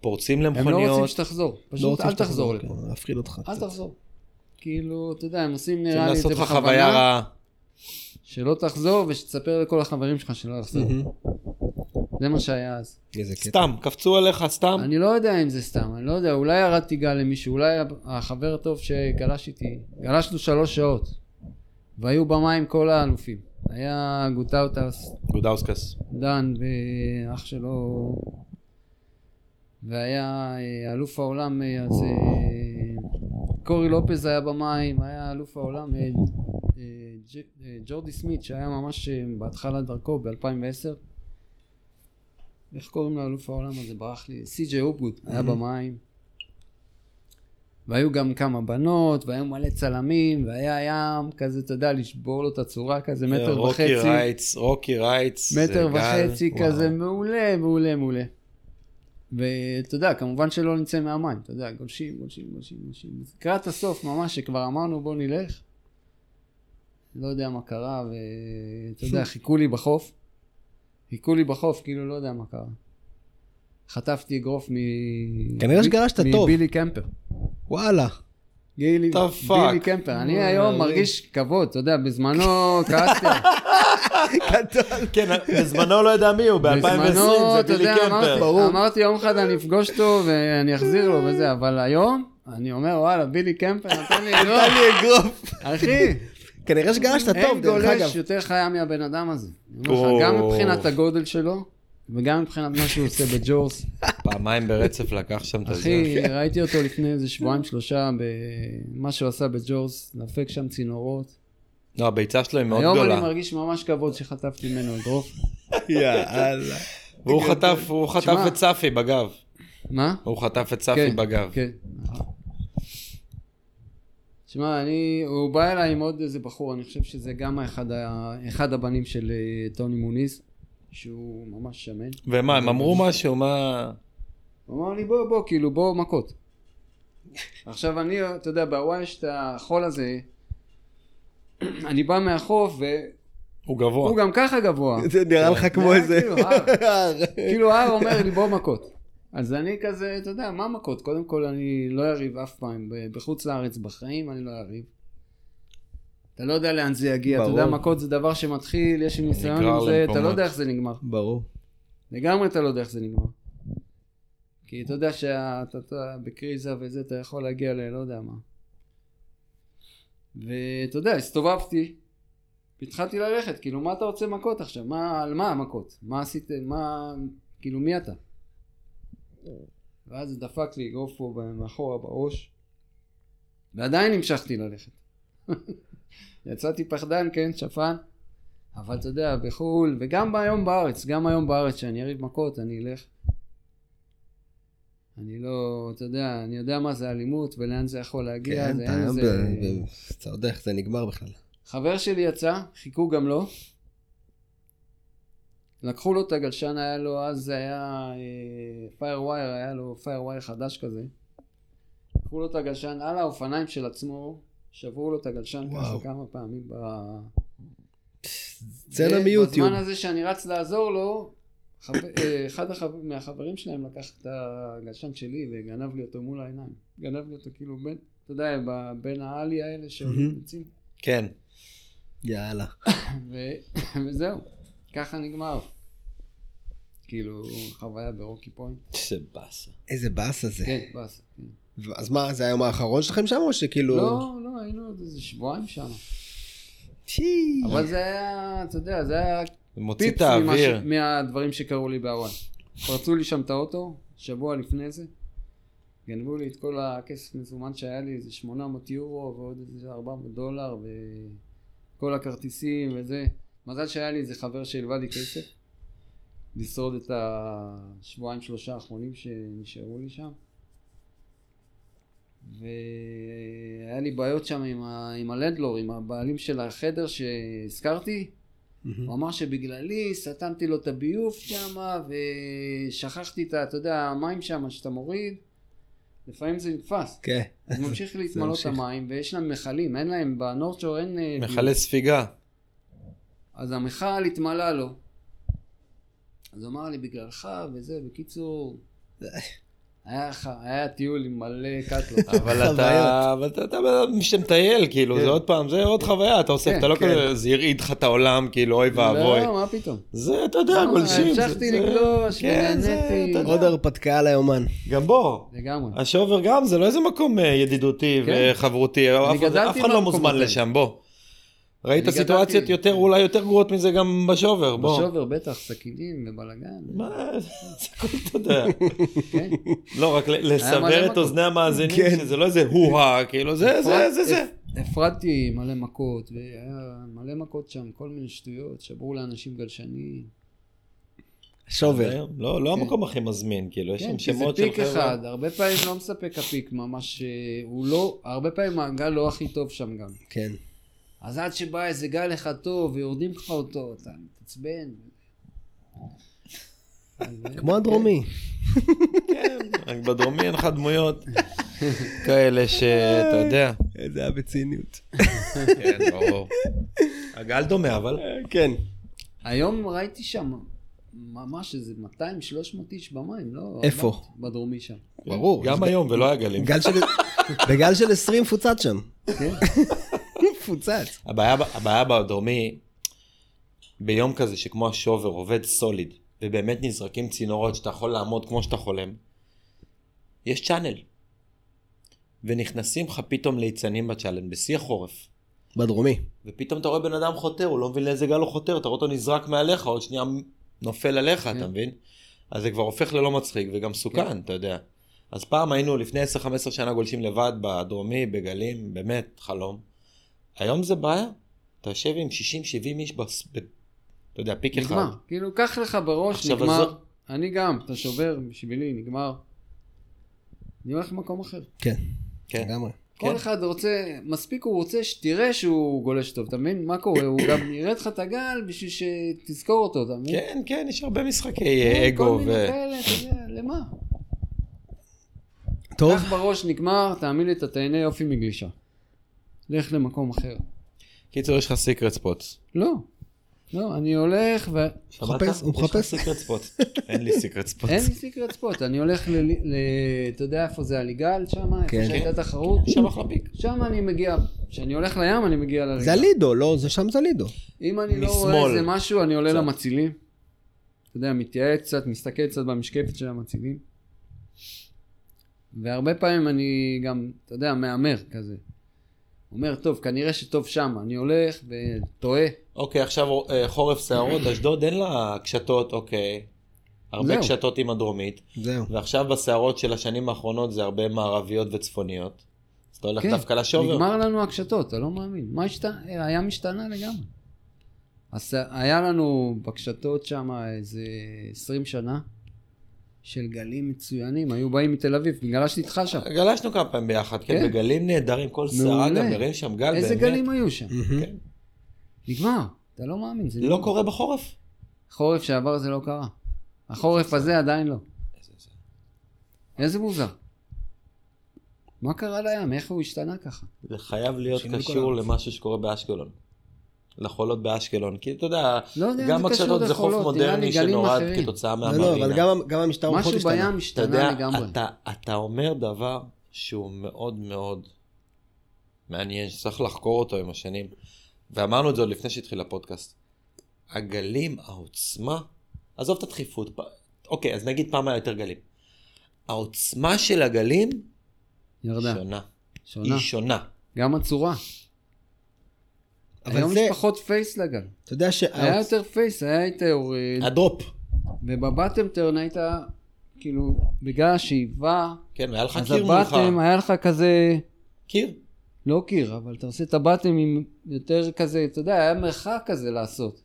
D: פורצים
B: הם לא רוצים
D: למכוניות,
B: שתחזור.
A: לא
B: פשוט
A: רוצים
B: אל תחזור
A: כן,
B: לפה.
A: להפחיד אותך.
B: אל
A: קצת.
B: תחזור. כאילו, אתה יודע, הם עושים
D: רוצים
B: נראה לי את
D: לעשות
B: זה
D: לך חוויה
B: בכוונה,
D: רעה.
B: שלא תחזור ושתספר לכל החברים שלך שלא לחזור. זה מה שהיה אז.
A: איזה קטע.
D: סתם, קפצו עליך סתם,
B: אני לא יודע אם זה סתם, אני לא יודע, אולי ירדתי גל למישהו, אולי החבר הטוב שגלש איתי, גלשנו שלוש שעות, והיו במים כל האלופים. היה גוטאוטס,
D: גודאוסקס.
B: דן ואח שלו, והיה אה, אלוף העולם, אה, אז אה, קורי לופז היה במים, היה אלוף העולם, אה, אה, ג'- אה, ג'ורדי סמית, שהיה ממש אה, בהתחלת דרכו ב-2010. איך קוראים לאלוף העולם הזה? ברח לי. סי.ג'יי אופגוט היה במים. והיו גם כמה בנות, והיו מלא צלמים, והיה ים כזה, אתה יודע, לשבור לו את הצורה כזה, מטר
D: רוקי
B: וחצי.
D: רייטס, רוקי רייטס.
B: מטר
D: זה גל,
B: וחצי
D: וואו.
B: כזה, מעולה, מעולה, מעולה. ואתה יודע, כמובן שלא נצא מהמים, אתה יודע, גולשים, גולשים, גולשים, גולשים. לקראת הסוף ממש, שכבר אמרנו בוא נלך, לא יודע מה קרה, ואתה יודע, חיכו לי בחוף. חיכו לי בחוף, כאילו לא יודע מה קרה. חטפתי אגרוף מ...
A: כנראה שגרשת טוב.
B: מבילי קמפר.
A: וואלה.
B: גילי,
D: The fuck?
B: בילי קמפר. אני היום מרגיש כבוד, אתה יודע, בזמנו כעסתי. עליו.
D: כן, בזמנו לא יודע מי הוא, ב-2020
B: בזמנו,
D: זה
B: אתה
D: בילי
B: יודע, אמרתי-
D: קמפר.
B: אמרתי יום אחד אני אפגוש אותו ואני אחזיר לו וזה, אבל היום, אני אומר, וואלה, בילי קמפר נתן לי אגרוף.
A: לי אגרוף.
B: אחי,
A: כנראה שגרשת טוב,
B: אין
A: דרך
B: גולש
A: אגב.
B: יותר חיה מהבן אדם הזה. אני אומר
D: או.
B: לך, גם מבחינת הגודל שלו, וגם מבחינת מה שהוא עושה בג'ורס.
D: פעמיים ברצף לקח שם את הזה.
B: אחי, ראיתי אותו לפני איזה שבועיים, שלושה, במה שהוא עשה בג'ורס, דפק שם צינורות.
D: לא, הביצה שלו היא מאוד
B: היום אני
D: גדולה.
B: מרגיש ממש כבוד שחטפתי ממנו אגרוף.
A: יאללה.
D: והוא חטף, הוא חטף
B: תשמע.
D: את צפי בגב.
B: מה?
D: הוא חטף את צפי
B: כן,
D: בגב.
B: כן. שמע, אני, הוא בא אליי עם עוד איזה בחור, אני חושב שזה גם אחד, ה, אחד הבנים של אה, טוני מוניז, שהוא ממש שמן.
D: ומה,
B: כן.
D: הם אמרו משהו? מה...
B: הוא אמר לי, בוא, בוא, כאילו, בוא מכות. עכשיו אני, אתה יודע, בהוואי יש את החול הזה, אני בא מהחוף, והוא
D: הוא גבוה.
B: גם ככה גבוה.
A: זה נראה לך כמו
B: זה היה
A: איזה...
B: כאילו הר. כאילו הר אומר לי בוא מכות. אז אני כזה, אתה יודע, מה מכות? קודם כל אני לא אריב אף פעם, ב- בחוץ לארץ, בחיים אני לא אריב. אתה לא יודע לאן זה יגיע, אתה יודע,
A: ברור.
B: מכות זה דבר שמתחיל, יש לי ניסיון
D: נגרר
B: עם זה, אתה לא
D: למקומות.
B: יודע איך זה נגמר.
A: ברור.
B: לגמרי אתה לא יודע איך זה נגמר. כי אתה יודע שאתה אתה בקריזה וזה, אתה יכול להגיע ללא יודע מה. ואתה יודע, הסתובבתי, התחלתי ללכת, כאילו, מה אתה רוצה מכות עכשיו? מה, על מה המכות? מה עשית, מה, כאילו, מי אתה? ואז דפק לי אגרוף פה מאחורה בראש, ועדיין המשכתי ללכת. יצאתי פחדן, כן, שפן. אבל אתה יודע, בחו"ל, וגם היום בארץ, גם היום בארץ, שאני אריב מכות, אני אלך. אני לא, אתה יודע, אני יודע מה זה אלימות ולאן זה יכול להגיע.
A: כן,
B: זה
A: אתה
B: אין איזה...
A: ב- ב- אתה יודע איך זה נגמר בכלל.
B: חבר שלי יצא, חיכו גם לו. לקחו לו את הגלשן, היה לו, אז זה היה פיירווייר, היה לו פיירווייר חדש כזה. לקחו לו את הגלשן על האופניים של עצמו, שברו לו את הגלשן ככה
A: וואו.
B: כמה פעמים ב...
A: סצנה מיוטיוב.
B: בזמן הזה שאני רץ לעזור לו, חב... אה, אחד החב... מהחברים שלהם לקח את הגלשן שלי וגנב לי אותו מול העיניים. גנב לי אותו כאילו בין, אתה יודע, ב- בין העלי האלה שעולים
A: מהמם.
B: יוצאים.
D: כן.
A: יאללה.
B: ו- וזהו, ככה נגמר. כאילו, חוויה ברוקי פוינט.
D: זה באסה.
A: איזה באסה זה.
B: כן, באסה. כן.
A: ו- אז מה, זה היום האחרון שלכם שם או שכאילו...
B: לא, לא, היינו עוד איזה שבועיים שם.
A: שי.
B: אבל זה היה, אתה יודע, זה היה
D: מוציא
B: פיפס
D: את האוויר.
B: ממה- מהדברים שקרו לי בהוואי. פרצו לי שם את האוטו, שבוע לפני זה. גנבו לי את כל הכסף מזומן שהיה לי, איזה 800 יורו ועוד איזה 400 דולר וכל הכרטיסים וזה. מזל שהיה לי איזה חבר שהלווה לי כסף. לשרוד את השבועיים שלושה האחרונים שנשארו לי שם. והיה לי בעיות שם עם, ה... עם הלנדלור, עם הבעלים של החדר שהזכרתי. הוא אמר שבגללי סתמתי לו את הביוב שם, ושכחתי את, ה- אתה יודע, המים שם שאתה מוריד, לפעמים זה נתפס.
A: כן.
B: אז ממשיך להתמלות
A: ממשיך.
B: המים, ויש להם מכלים, אין להם, בנורצ'ור אין... אה, ביוב.
D: מכלי ספיגה.
B: אז המכל התמלא לו. אז הוא אמר לי, בגללך וזה, בקיצור... היה, ח- היה טיול עם מלא קאטלות.
D: אבל אתה, אבל אתה, אתה בן אדם שמטייל, כאילו, זה עוד פעם, זה עוד חוויה, אתה
B: כן,
D: עושה, אתה לא
A: כן.
D: כזה, זה הרעיד לך את העולם, כאילו, אוי ואבוי.
B: לא, מה פתאום.
D: זה, אתה יודע, גולשים. זה-
B: המשכתי
D: זה-
B: לגלוש,
D: כן, זה,
B: ונהניתי.
D: אתה יודע.
A: עוד הרפתקה על היומן.
D: גם בוא.
B: לגמרי.
D: השובר גם זה לא איזה מקום אה, ידידותי
B: כן.
D: וחברותי, אף אחד-
B: גדלתי
D: אף אחד לא
B: במקומות
D: מוזמן
B: האלה.
D: לשם, בוא. ראית
B: אני
D: סיטואציות
B: גדלתי-
D: יותר, אולי יותר גרועות מזה גם בשובר, בוא.
B: בשובר בטח, סכינים ובלאגן.
D: מה, זה הכל אתה יודע.
B: כן.
D: לא, רק ל-
B: מלא
D: לסבר את
B: מקום.
D: אוזני המאזינים,
A: כן.
D: שזה לא איזה הו-הא, כאילו,
B: נכון.
D: זה, זה, זה, זה.
B: הפ- הפרדתי מלא מכות, והיה מלא מכות שם, כל מיני שטויות, שברו לאנשים גלשנים. אה?
A: שובר.
D: לא, לא המקום הכי מזמין, כאילו, יש
B: כן, כי
D: שם
B: זה
D: שמות של
B: פיק
D: חבר'ה.
B: אחד, הרבה פעמים לא מספק הפיק ממש, אה, הוא לא, הרבה פעמים הגל לא הכי טוב שם גם.
A: כן.
B: אז עד שבא איזה גל אחד טוב, ויורדים לך אותו, אתה מתעצבן.
A: כמו הדרומי.
D: כן, רק בדרומי אין לך דמויות כאלה שאתה יודע.
A: זה היה בציניות.
D: כן, ברור. הגל דומה, אבל.
A: כן.
B: היום ראיתי שם ממש איזה 200-300 איש במים, לא?
A: איפה?
B: בדרומי שם.
A: ברור.
D: גם היום, ולא היה גלים.
A: גל של... בגל של 20 פוצץ שם.
B: כן?
A: פוצץ.
D: הבעיה, הבעיה בדרומי, ביום כזה שכמו השובר עובד סוליד, ובאמת נזרקים צינורות שאתה יכול לעמוד כמו שאתה חולם, יש צ'אנל. ונכנסים לך פתאום ליצנים בצ'אנל, בשיא החורף.
A: בדרומי.
D: ופתאום אתה רואה בן אדם חותר, הוא לא מבין לאיזה גל הוא חותר, אתה רואה אותו נזרק מעליך, עוד שנייה נופל עליך,
B: כן.
D: אתה מבין? אז זה כבר הופך ללא מצחיק וגם סוכן, אתה יודע. אז פעם היינו לפני 10-15 שנה גולשים לבד בדרומי, בגלים, באמת, חלום. היום זה בעיה. אתה יושב עם 60-70 איש, בס... ב... אתה יודע, פיק אחד.
B: נגמר. כאילו, קח לך בראש,
D: עכשיו,
B: נגמר.
D: הזו-
B: אני גם, אתה שובר בשבילי, נגמר. אני הולך למקום אחר.
A: כן.
D: כן.
A: לגמרי.
B: כל אחד רוצה, מספיק הוא רוצה שתראה שהוא גולש טוב, אתה מבין? מה קורה? הוא גם יראה לך את הגל בשביל שתזכור אותו, אתה מבין?
D: כן, כן, יש הרבה משחקי
B: כן,
D: אה,
B: כל
D: אגו
B: מיני
D: ו...
B: כאלה, אתה יודע, למה?
A: טוב.
B: קח בראש, נגמר, תאמין לי, אתה תהנה יופי מגלישה. לך למקום אחר.
D: קיצור, יש לך סיקרט ספוטס.
B: לא. לא, אני הולך ו...
A: מחפש, הוא מחפש.
D: יש לך סיקרט ספוטס. אין לי סיקרט ספוטס.
A: אוקיי.
B: אין לי סיקרט ספוט, אני הולך ל... ל- אתה יודע איפה זה הליגל שם?
A: כן.
B: איפה שהייתה תחרות?
D: שם אחלה פיק.
B: שם אני מגיע, כשאני הולך לים אני מגיע לליגל.
A: זה הלידו, לא? זה שם זה הלידו.
B: אם אני לא רואה
D: משמאל.
B: איזה משהו, אני עולה
D: קצת.
B: למצילים. אתה יודע, מתייעץ קצת, מסתכל קצת במשקפת של המצילים. והרבה פעמים אני גם, אתה יודע, מהמר כזה. אומר, טוב, כנראה שטוב שם, אני הולך וטועה.
D: אוקיי, עכשיו אה, חורף שערות, אשדוד אין לה קשתות, אוקיי. הרבה
B: זהו.
D: קשתות עם הדרומית,
A: זהו.
D: ועכשיו בסערות של השנים האחרונות זה הרבה מערביות וצפוניות. אז אתה הולך
B: כן,
D: דווקא לשובר.
B: נגמר לנו הקשתות, אתה לא מאמין. מה השת... היה משתנה לגמרי. אז היה לנו בקשתות שם איזה 20 שנה של גלים מצוינים, היו באים מתל אביב, גלשתי איתך שם.
D: גלשנו כמה פעמים ביחד, כן,
B: כן.
D: בגלים נהדרים, כל שערה
B: מעולה.
D: גם מרים שם גל,
B: איזה
D: באמת.
B: גלים היו שם?
A: מהמם.
B: נגמר, אתה לא מאמין, זה
D: לא
B: נגמר.
D: קורה בחורף.
B: חורף שעבר זה לא קרה. החורף הזה עדיין לא.
D: איזה- איזה-
B: איזה מוזר. מה קרה לים? איך הוא השתנה ככה?
D: זה חייב להיות
A: שינוי כל
D: קשור
A: הארץ.
D: למשהו שקורה באשקלון. לחולות באשקלון, כי אתה יודע,
B: לא יודע,
D: גם
B: זה קשור
D: הקשתות זה חוף
B: לחולות, נראה לי
D: מודרני
B: גלים
D: שנורד
B: אחרים.
D: כתוצאה
A: לא, לא, אבל
D: מהמרינה.
A: גם- גם המשטר רוחות
B: אה. משהו
A: השתנה.
B: בים
D: אתה יודע,
B: השתנה לגמרי.
D: אתה, אתה אומר דבר שהוא מאוד מאוד מעניין, שצריך לחקור אותו עם השנים. ואמרנו את זה עוד לפני שהתחיל הפודקאסט. הגלים, העוצמה, עזוב את הדחיפות, פ- אוקיי, אז נגיד פעם היה יותר גלים. העוצמה של הגלים
B: ירדה,
D: שונה.
B: לא שונה.
D: היא שונה.
B: גם הצורה.
A: אבל
B: היום
A: זה,
B: יש פחות פייס לגל.
A: אתה יודע ש... אה,
B: היה יותר פייס, היה היית יורד,
D: הדרופ.
B: ובבטם טרן היית, כאילו, בגלל השאיבה,
D: כן, והיה לך
B: אז
D: קיר מולך.
B: הבטם היה לך כזה...
D: קיר.
B: לא קיר, אבל אתה עושה את הבטם עם יותר כזה, אתה יודע, היה מרחק כזה לעשות.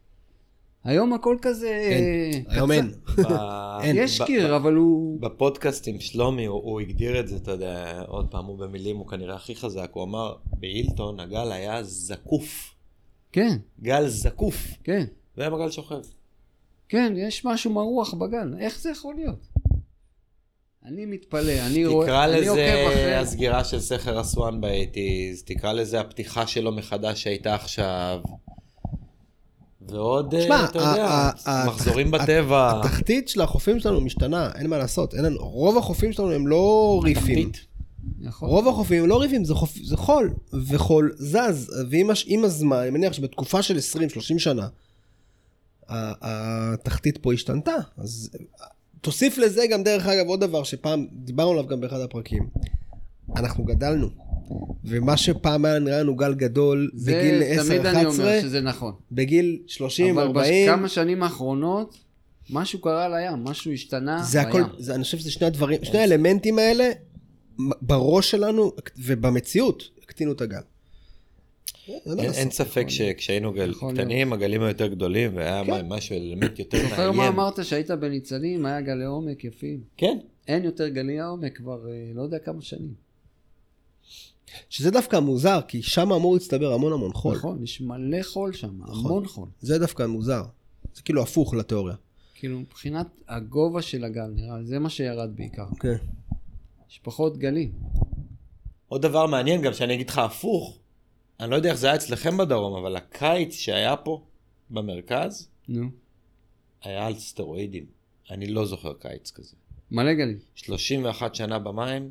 B: היום הכל כזה...
A: כן. היום אין.
D: ב-
A: אין.
B: יש
D: ב-
B: קיר, אבל הוא...
D: בפודקאסט עם שלומי, הוא, הוא הגדיר את זה, אתה יודע, עוד פעם, הוא במילים, הוא כנראה הכי חזק, הוא אמר, בהילטון הגל היה זקוף.
B: כן,
D: גל זקוף.
B: כן.
D: והיה מגל שוכב.
B: כן, יש משהו מרוח בגן, איך זה יכול להיות? אני מתפלא, אני רואה,
D: תקרא
B: אני עוקב
D: לזה
B: אחרי...
D: הסגירה של סכר אסואן באייטיז, תקרא לזה הפתיחה שלו מחדש שהייתה עכשיו, ועוד,
A: שמע,
D: אה, אתה יודע,
A: ה- ה-
D: מחזורים
A: התח-
B: אה.
D: בטבע.
A: התחתית של החופים שלנו משתנה, אין מה לעשות. אין לנו, רוב החופים שלנו הם לא ריפים.
D: התחתית.
B: נכון.
A: רוב החופים הם לא ריבים, זה, חופ, זה חול, וחול זז, ועם הש, עם הזמן, אני מניח שבתקופה של 20-30 שנה, ה- התחתית פה השתנתה. אז תוסיף לזה גם, דרך אגב, עוד דבר שפעם דיברנו עליו גם באחד הפרקים. אנחנו גדלנו, ומה שפעם היה נראה לנו גל גדול בגיל 10-11,
B: זה תמיד אני אומר שזה נכון.
A: בגיל 30-40,
B: אבל בכמה שנים האחרונות, משהו קרה לים, משהו השתנה
A: זה הכל,
B: בים.
A: זה, אני חושב שזה שני הדברים, שני האלמנטים האלה, מ- בראש שלנו ובמציאות, הקטינו את הגל. לא אין מה
D: אין, אין
A: לעשות.
D: ספק שכשהיינו גל...
B: יכול להיות.
D: קטנים, הגלים היו יותר גדולים, והיה
A: כן.
D: מ- משהו אלמנט יותר
B: זוכר מה
D: מעניין.
B: אמרת שהיית בניצנים, היה גלי עומק יפים.
D: כן,
B: אין יותר גלי העומק כבר אה, לא יודע כמה שנים.
A: שזה דווקא מוזר, כי שם אמור להצטבר המון המון חול.
B: נכון, יש מלא חול שם,
D: נכון.
B: המון חול.
A: זה דווקא מוזר. זה כאילו הפוך לתיאוריה.
B: כאילו מבחינת הגובה של הגל, נראה לי, זה מה שירד בעיקר.
D: אוקיי.
A: כן.
B: יש פחות גלים.
D: עוד דבר מעניין גם שאני אגיד לך הפוך, אני לא יודע איך זה היה אצלכם בדרום, אבל הקיץ שהיה פה, במרכז,
B: נו.
D: היה על סטרואידים. אני לא זוכר קיץ כזה.
B: מלא גלים.
D: 31 שנה במים,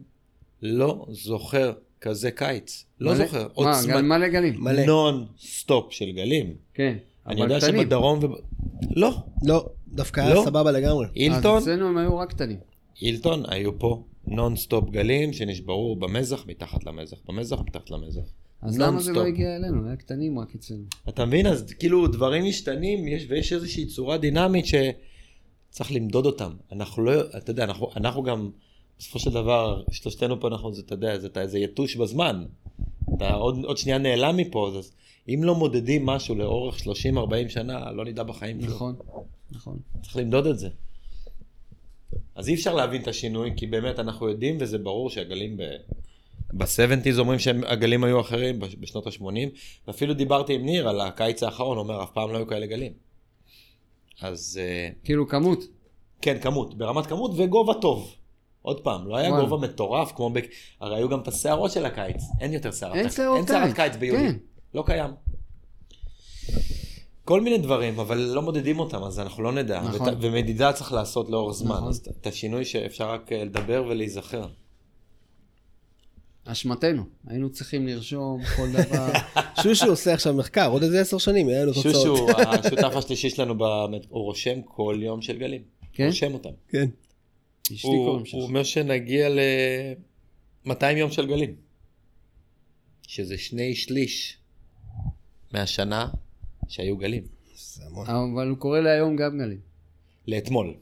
D: לא זוכר כזה קיץ. לא
B: מלא-
D: זוכר.
B: מה, גל-
D: עוצמת
B: מלא גלים.
A: מלא.
D: נון סטופ של גלים.
B: כן.
D: אני יודע
B: אבל קטנים.
D: שבדרום וב... לא.
A: לא, דווקא היה
D: לא.
A: סבבה לגמרי.
D: הילטון,
B: אז אצלנו הם היו רק קטנים.
D: הילטון היו פה נונסטופ גלים שנשברו במזח, מתחת למזח, במזח, מתחת למזח.
B: אז למה זה לא
D: נונסטופ.
B: הגיע אלינו? היה קטנים רק אצלנו.
D: אתה מבין? אז כאילו דברים משתנים, יש, ויש איזושהי צורה דינמית שצריך למדוד אותם. אנחנו לא, אתה יודע, אנחנו, אנחנו גם, בסופו של דבר, שלושתנו פה אנחנו, זה, אתה יודע, זה, אתה, זה יתוש בזמן. אתה עוד, עוד שנייה נעלם מפה, אז- אז אם לא מודדים משהו לאורך 30-40 שנה, לא נדע בחיים כלום.
B: נכון. נכון.
D: צריך למדוד את זה. אז אי אפשר להבין את השינוי, כי באמת אנחנו יודעים, וזה ברור שהגלים ב... ב-70's אומרים שהגלים היו אחרים בש- בשנות ה-80, ואפילו דיברתי עם ניר על הקיץ האחרון, אומר, אף פעם לא היו כאלה גלים. אז אה,
B: כאילו כמות.
D: כן, כמות, ברמת כמות וגובה טוב. עוד פעם, לא היה
B: וואלה.
D: גובה מטורף, כמו ב... הרי היו גם את הסערות של הקיץ, אין יותר סערת
B: אין
D: קיץ.
B: סערות
D: אין סערת
B: קיץ,
D: קיץ ביולי,
B: כן.
D: לא קיים. כל מיני דברים, אבל לא מודדים אותם, אז אנחנו לא נדע.
B: נכון.
D: ות... ומדידה צריך לעשות לאורך זמן,
B: נכון.
D: אז את השינוי שאפשר רק אה, לדבר ולהיזכר.
B: אשמתנו. היינו צריכים לרשום כל דבר.
A: שושו עושה עכשיו מחקר, עוד איזה עשר שנים, יהיה לנו תוצאות.
D: שושו, השותף השלישי שלנו, באמת, הוא רושם כל יום של גלים.
B: כן?
D: רושם אותם.
A: כן.
B: אשתי
D: הוא,
B: קוראים
D: הוא
B: שלך.
D: אומר שנגיע ל-200 יום של גלים. שזה שני שליש מהשנה שהיו גלים.
A: זה המון.
B: אבל הוא קורא להיום גם גלים.
D: לאתמול.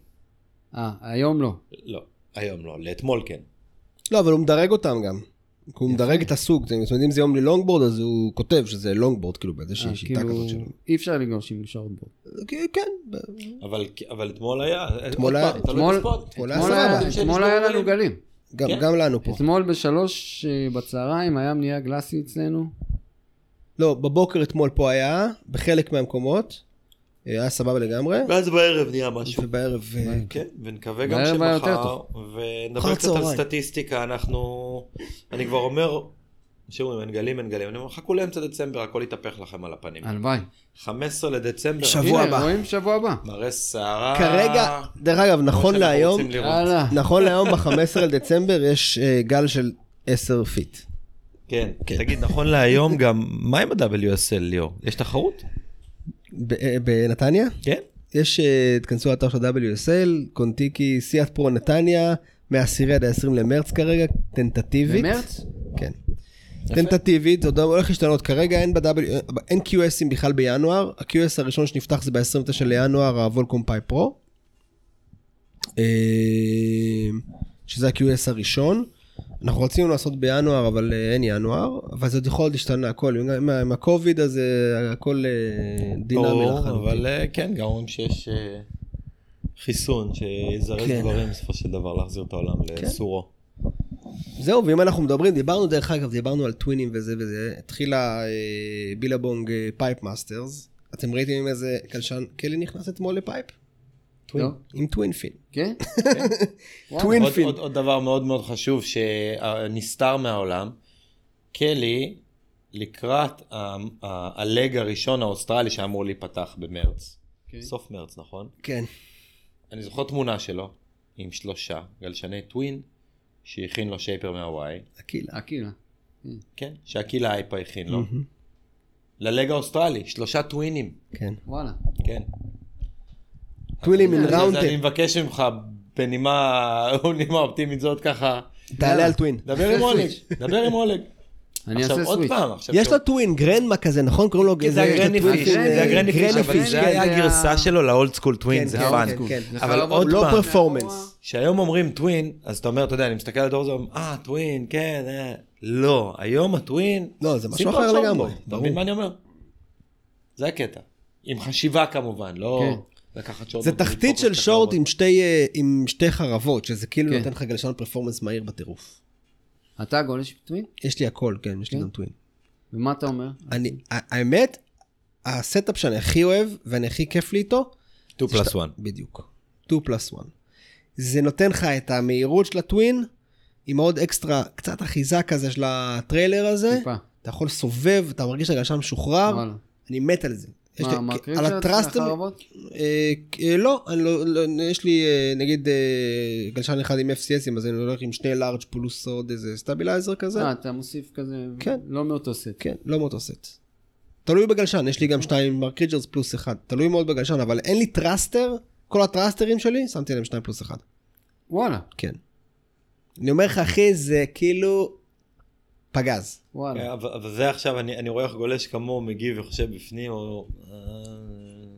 B: אה, היום לא.
D: לא, היום לא, לאתמול כן.
A: לא, אבל הוא מדרג אותם גם. הוא מדרג את הסוג, אתם יודעים אם זה יום ללונגבורד, אז הוא כותב שזה לונגבורד, כאילו באיזושהי
B: אה,
A: שיטה
B: כאילו,
A: כזאת שלו.
B: אי אפשר לגלוש עם שורטבורד.
D: לא
A: כן, כן,
D: אבל, אבל אתמול היה,
A: אתמול
D: עוד
A: היה-
D: פעם, לא תלוי
B: אתמול-
D: בספורט.
A: אתמול
B: אתמול היה-
A: סבבה.
B: אתמול היה לנו גלים.
A: גם,
D: כן.
A: גם לנו פה.
B: אתמול בשלוש אה, בצהריים היה מניעה גלאסי אצלנו.
A: לא, בבוקר אתמול פה היה, בחלק מהמקומות, אה, היה סבבה לגמרי,
D: ואז בערב נהיה משהו.
A: ובערב... אה,
D: כן, ונקווה גם
B: בערב היה יותר
D: שמחר,
B: טוב.
A: אחר
D: ונדבר קצת על
A: הצהריים.
D: סטטיסטיקה, אנחנו, אני כבר אומר, שאומרים אין גלים, אין גלים, אני אומר, חכו לאמצע דצמבר, הכל יתהפך לכם על הפנים.
B: הלוואי.
D: 15 לדצמבר.
A: שבוע. הבא.
B: הנה, רואים שבוע הבא.
D: מראה סערה.
A: כרגע, דרך אגב,
D: אה, כמו
A: נכון
D: שאנחנו
A: להיום,
D: רוצים לראות.
B: יאללה.
A: נכון להיום ב-15 לדצמבר יש אה, גל של 10 פיט.
D: כן, תגיד, נכון להיום גם, מה עם ה-WSL, ליאור? יש תחרות?
A: ב- אה, בנתניה?
D: כן.
A: יש, אה, תכנסו לאתר של WSL, קונטיקי, סיאט פרו נתניה, מהעשירי עד ה-20 למרץ כרגע, טנטטיבית.
B: במרץ?
A: כן. טנטטיבית, זה עוד הולך להשתנות. כרגע אין, ב-W, אין QSים בכלל בינואר, ה-QS הראשון שנפתח זה ב-29 לינואר, הוולקום פאי פרו, אה, שזה ה-QS הראשון. אנחנו רצינו לעשות בינואר, אבל אה, אין ינואר, אבל זה עוד יכול להיות להשתנה הכל. עם- עם, עם הקוביד אז אה, הכל אה, דינמי
D: ברור,
A: לחלוטין.
D: אבל אה, כן, גם אומרים שיש אה, חיסון שיזרז
A: כן.
D: דברים בסופו של דבר להחזיר את העולם לסורו.
A: זהו, ואם אנחנו מדברים, דיברנו דרך אגב, דיברנו על טווינים וזה וזה, התחילה אה, בילבונג אה, פייפ מאסטרס, אתם ראיתם עם איזה קלשן קלי נכנס אתמול לפייפ? טווין.
B: לא.
A: עם טווינפין.
B: כן? וואלה.
A: טווין.
D: עוד,
A: פינפין.
D: עוד, עוד דבר מאוד מאוד חשוב שנסתר מהעולם, קלי, לקראת ה- ה- הלג הראשון האוסטרלי שאמור להיפתח במרץ,
B: אוקיי.
D: סוף מרץ, נכון?
A: כן.
D: אני זוכר תמונה שלו עם שלושה גלשני טווין שהכין לו שייפר מהוואי,
A: אקילה.
B: אקילה.
D: כן? שאקילה אייפה הכין לו. ללג האוסטרלי, שלושה טווינים,
A: כן.
B: וואלה.
D: כן.
A: טווילים עם
D: אז- אז אני
A: ראונטל.
D: מבקש ממך בנימה בנימה אופטימית זאת ככה,
A: תעלה על טווין.
D: דבר עם אולג,
B: סוויץ'.
D: דבר עם אולג.
B: אני אעשה
D: עכשיו עוד
B: סוויץ'.
D: פעם, עכשיו
A: יש
D: שוב.
A: לו טווין גרנדמה כזה, נכון? קוראים לו...
D: כן, זה הגרניפיש,
A: טווינפין,
B: זה
A: אה,
B: הגרניפיש,
A: גרנדיפיש,
B: אבל
C: אבל
B: זה
C: זה היה
B: היה-
C: הגרסה שלו לאולד סקול טווין, זה
A: כן,
C: פאן.
A: כן, כן.
B: זה
C: אבל
B: חרבות
C: עוד
A: לא
C: פעם.
A: פרפורמנס.
D: כשהיום אומרים טווין, אז אתה אומר, אתה יודע, אני מסתכל על דור זה, אה, טווין, כן, אה. לא, היום הטווין...
A: לא, זה משהו
D: סיפור
A: אחר
D: שוב
A: לגמרי,
D: בו. אתה
A: ברור.
D: מבין מה אני אומר? זה הקטע. עם חשיבה כמובן, לא לקחת שורט.
A: כן. זה
D: ולדפוק
A: תחתית של
D: אותך
A: שורט
D: כמובן.
A: עם שתי, אה, עם שתי חרבות, שזה כאילו
B: כן.
A: נותן לך גלשן פרפורמנס מהיר בטירוף.
B: אתה גולש טווין?
A: יש לי הכל, כן, יש לי
B: כן?
A: גם טווין.
B: ומה אתה אומר?
A: אני, ה- האמת, הסטאפ שאני הכי אוהב, ואני הכי כיף לי איתו,
C: 2 פלוס 1.
A: בדיוק. 2 פלוס 1. זה נותן לך את המהירות של הטווין, עם עוד אקסטרה, קצת אחיזה כזה של הטריילר הזה.
B: טיפה.
A: אתה יכול לסובב, אתה מרגיש שהגלשן משוחרר,
B: וואלה.
A: אני מת על זה. אה, יש לי-
B: מה, מקריב
A: על הטראסט,
B: חרבות?
A: אה, אה, לא, אני לא, לא, יש לי אה, נגיד אה, גלשן אחד עם FCSים, אז אני הולך עם שני לארג' פלוס עוד איזה סטבילייזר כזה.
B: אה, אתה מוסיף כזה,
A: כן.
B: לא מאותו סט.
A: כן, לא מאותו סט. תלוי בגלשן, יש לי גם שתיים מרק ריג'רס פלוס אחד. תלוי מאוד בגלשן, אבל אין לי טרסטר, כל הטרסטרים שלי, שמתי עליהם שניים פלוס אחד.
B: וואלה,
A: כן. אני אומר לך, אחי, זה כאילו פגז.
B: וואלה.
D: אה, אבל אבל זה עכשיו, אני אני רואה איך גולש כמוהו מגיב וחושב בפנים, או... אה,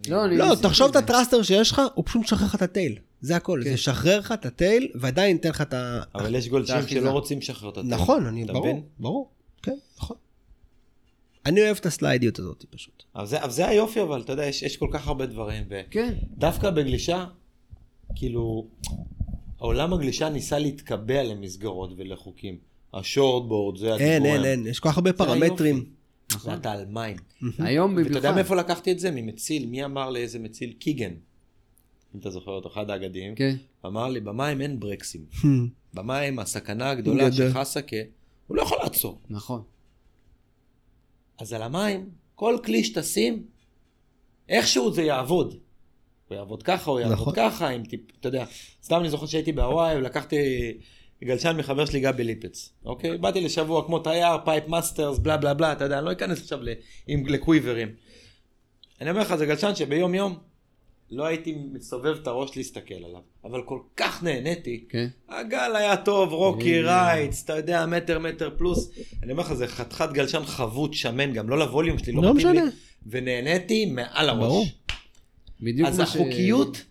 D: כן.
B: אני
A: לא,
B: ניסיתי
A: תחשוב את
B: זה.
A: הטרסטר שיש לך, הוא פשוט משחרר לך את הטייל. זה הכל.
B: כן.
A: זה שחרר לך את הטייל, ועדיין ייתן לך את ה...
D: אבל יש
B: זה
D: גולשים
B: אחיזה.
D: שלא רוצים לשחרר את הטבע.
A: נכון, אני,
D: אתה
A: ברור,
D: מבין?
A: ברור. כן, נכון. אני אוהב את הסליידיות הזאת פשוט.
D: אבל זה אבל זה היופי, אבל אתה יודע, יש- יש כל כך הרבה דברים, ו...
B: כן,
D: דווקא בגלישה, כאילו, העולם הגלישה ניסה להתקבע למסגרות ולחוקים. השורטבורד, זה הדיבור.
A: אין, אין, אין, יש כל כך הרבה פרמטרים.
D: ואתה על מים.
B: היום
D: ואתה יודע
B: במיוחד.
D: מאיפה לקחתי את זה? ממציל. מי אמר לאיזה מציל? קיגן. אם אתה זוכר אותו, אחד האגדים.
B: כן,
D: אמר לי, במים אין ברקסים. במים הסכנה הגדולה
A: גדול.
D: שחסקה, הוא לא יכול לעצור.
B: נכון.
D: אז על המים, כל כלי שתשים, איכשהו זה יעבוד. הוא יעבוד ככה, הוא יעבוד
A: נכון.
D: נכון. ככה, אם טיפ, אתה יודע, סתם אני זוכר שהייתי בהוואי ולקחתי גלשן מחבר שלי גבי ליפץ, אוקיי? באתי לשבוע כמו תייר, פייפ מאסטרס, בלה בלה בלה, אתה יודע, אני לא אכנס עכשיו ל, עם, לקוויברים. אני אומר לך, זה גלשן שביום יום לא הייתי מסובב את הראש להסתכל עליו, אבל כל כך נהניתי,
B: כן.
D: הגל היה טוב, רוקי
B: אה.
D: רייטס, אתה יודע, מטר מטר פלוס. אני אומר לך, זה חתיכת גלשן חבוט, שמן, גם לא לווליום שלי, לא
A: לא
D: מתאים לי.
A: משנה.
D: ונהניתי מעל
A: ברור.
D: הראש.
B: בדיוק
D: אז
B: מה ש-
D: החוקיות,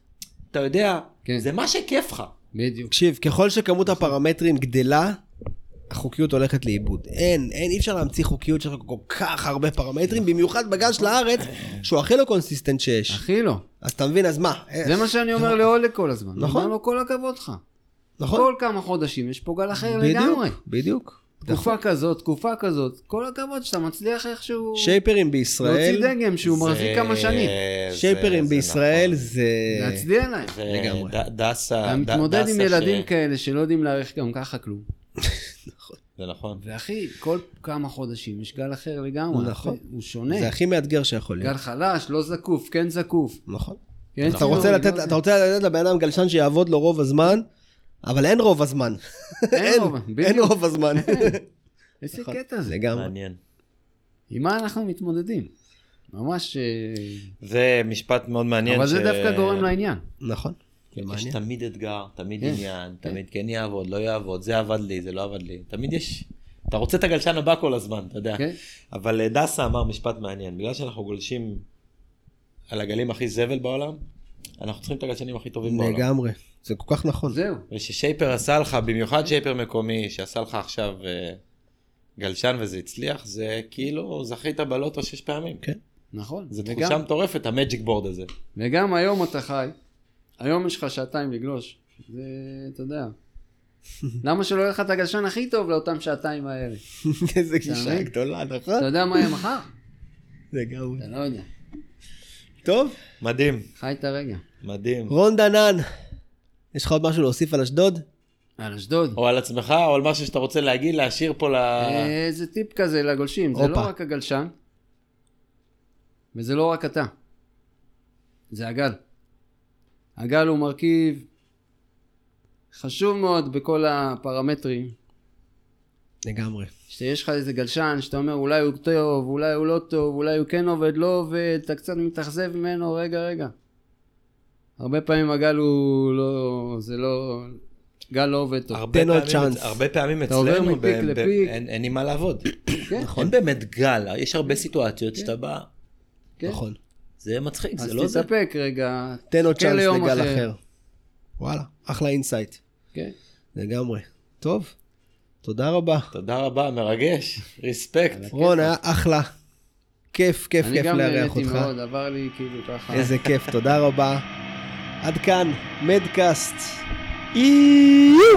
D: אתה יודע,
B: כן.
D: זה מה שכיף לך.
B: בדיוק.
A: תקשיב, ככל שכמות הפרמטרים גדלה, החוקיות הולכת לאיבוד. אין, אין, אי אפשר להמציא חוקיות שיש לך כל כך הרבה פרמטרים, במיוחד בגל של הארץ, שהוא הכי לא קונסיסטנט שיש.
B: אחי לא.
A: אז אתה מבין, אז מה? אה,
B: זה מה שאני אומר לאולק כל הזמן.
A: נכון.
B: נכון. אומר לו כל הכבוד לך.
A: נכון?
B: כל כמה חודשים יש פה גל אחר
A: בדיוק,
B: לגמרי.
A: בדיוק. נכון.
B: תקופה כזאת, תקופה כזאת. כל הכבוד שאתה מצליח איכשהו
A: שייפרים
B: להוציא
A: בישראל,
B: דגם שהוא מחזיק כמה שנים.
D: זה-
A: שייפרים
D: זה
A: בישראל
D: נכון.
A: זה...
B: להצדיע להם.
D: זה
A: לגמרי.
D: ד- דסה,
B: אתה
D: ד-
B: מתמודד
D: דסה
B: עם
D: ש-
B: ילדים כאלה שלא יודעים להעריך גם ככה כלום.
D: זה נכון.
B: ואחי, כל כמה חודשים יש גל אחר לגמרי.
A: נכון.
B: הוא שונה.
A: זה הכי מאתגר שיכול להיות.
B: גל חלש, לא זקוף, כן זקוף.
A: נכון.
B: כן
A: אתה רוצה
B: צינורי,
A: לתת,
B: לא זה.
A: אתה רוצה לתת לבן אדם גלשן שיעבוד לו רוב הזמן, אבל אין רוב הזמן.
B: אין רוב,
A: אין
B: בדיוק.
A: רוב הזמן.
B: איזה
A: נכון.
B: קטע זה.
A: לגמרי.
D: מעניין.
B: עם מה אנחנו מתמודדים? ממש... אה,
D: זה משפט מאוד מעניין.
B: אבל זה
D: ש-
B: דווקא גורם לעניין.
A: נכון. זה
D: יש
A: מעניין.
D: תמיד אתגר, תמיד
B: כן,
D: עניין, תמיד כן יעבוד, לא יעבוד, זה עבד לי, זה לא עבד לי, תמיד יש. אתה רוצה את הגלשן הבא כל הזמן, אתה יודע.
B: כן?
D: אבל אה, דסה אמר משפט מעניין, בגלל שאנחנו גולשים על הגלים הכי זבל בעולם, אנחנו צריכים את הגלשנים הכי טובים בעולם.
A: לגמרי. זה כל כך נכון.
B: זהו.
D: וששייפר עשה לך, במיוחד שייפר מקומי, שעשה לך עכשיו אה, גלשן וזה הצליח, זה כאילו זכית בלוטו שש פעמים.
A: כן.
B: נכון.
D: זו
B: וגם-
D: תחושה מטורפת, המג'יק בורד הזה.
B: וגם היום אתה חי, היום יש לך שעתיים לגלוש. זה, אתה יודע. למה שלא יהיה לך את הגלשן הכי טוב לאותם שעתיים האלה?
D: אה.
A: איזה
B: אתה
A: גישה
B: מבין?
A: גדולה, נכון?
B: אתה יודע מה יהיה מחר?
A: לגמרי.
B: אתה לא יודע.
A: טוב,
D: מדהים,
B: חי את הרגע.
D: מדהים.
A: רון דנן, יש לך עוד משהו להוסיף על אשדוד?
B: על אשדוד.
D: או על עצמך, או על משהו שאתה רוצה להגיד, להשאיר פה ל...
B: אה, זה טיפ כזה לגולשים, זה לא
A: הופה.
B: רק הגלשן, וזה לא רק אתה, זה הגל. הגל הוא מרכיב חשוב מאוד בכל הפרמטרים,
A: לגמרי.
B: שיש לך איזה גלשן שאתה אומר אולי הוא טוב, אולי הוא לא טוב, אולי הוא כן עובד, לא עובד, אתה קצת מתאכזב ממנו, רגע, רגע. הרבה פעמים הגל הוא לא, זה לא, גל לא עובד טוב.
D: הרבה
A: תן לו
D: פעמים-
A: צ'אנס.
D: הרבה פעמים
B: אתה עובר
D: אצלנו,
B: מפיק
D: ב- ב-
B: לפיק.
D: אין אין עם מה לעבוד.
B: כן,
D: אין באמת גל, יש הרבה סיטואציות שאתה בא,
B: כן.
A: נכון.
D: זה מצחיק,
B: אז
D: זה לא זה.
B: תתאפק רגע,
A: תן עוד
B: תחכה
A: צ'אנס
B: ליום
A: לגל אחר. וואלה, אחלה אינסייט.
B: כן.
A: לגמרי. טוב, תודה רבה.
D: תודה רבה, מרגש, ריספקט.
A: רון, היה אחלה. כיף, כיף,
B: אני
A: כיף
B: גם
A: לארח
B: נהניתי
A: אותך.
B: מאוד, עבר לי כאילו ככה.
A: איזה כיף, תודה רבה. עד כאן, מדקאסט. איו!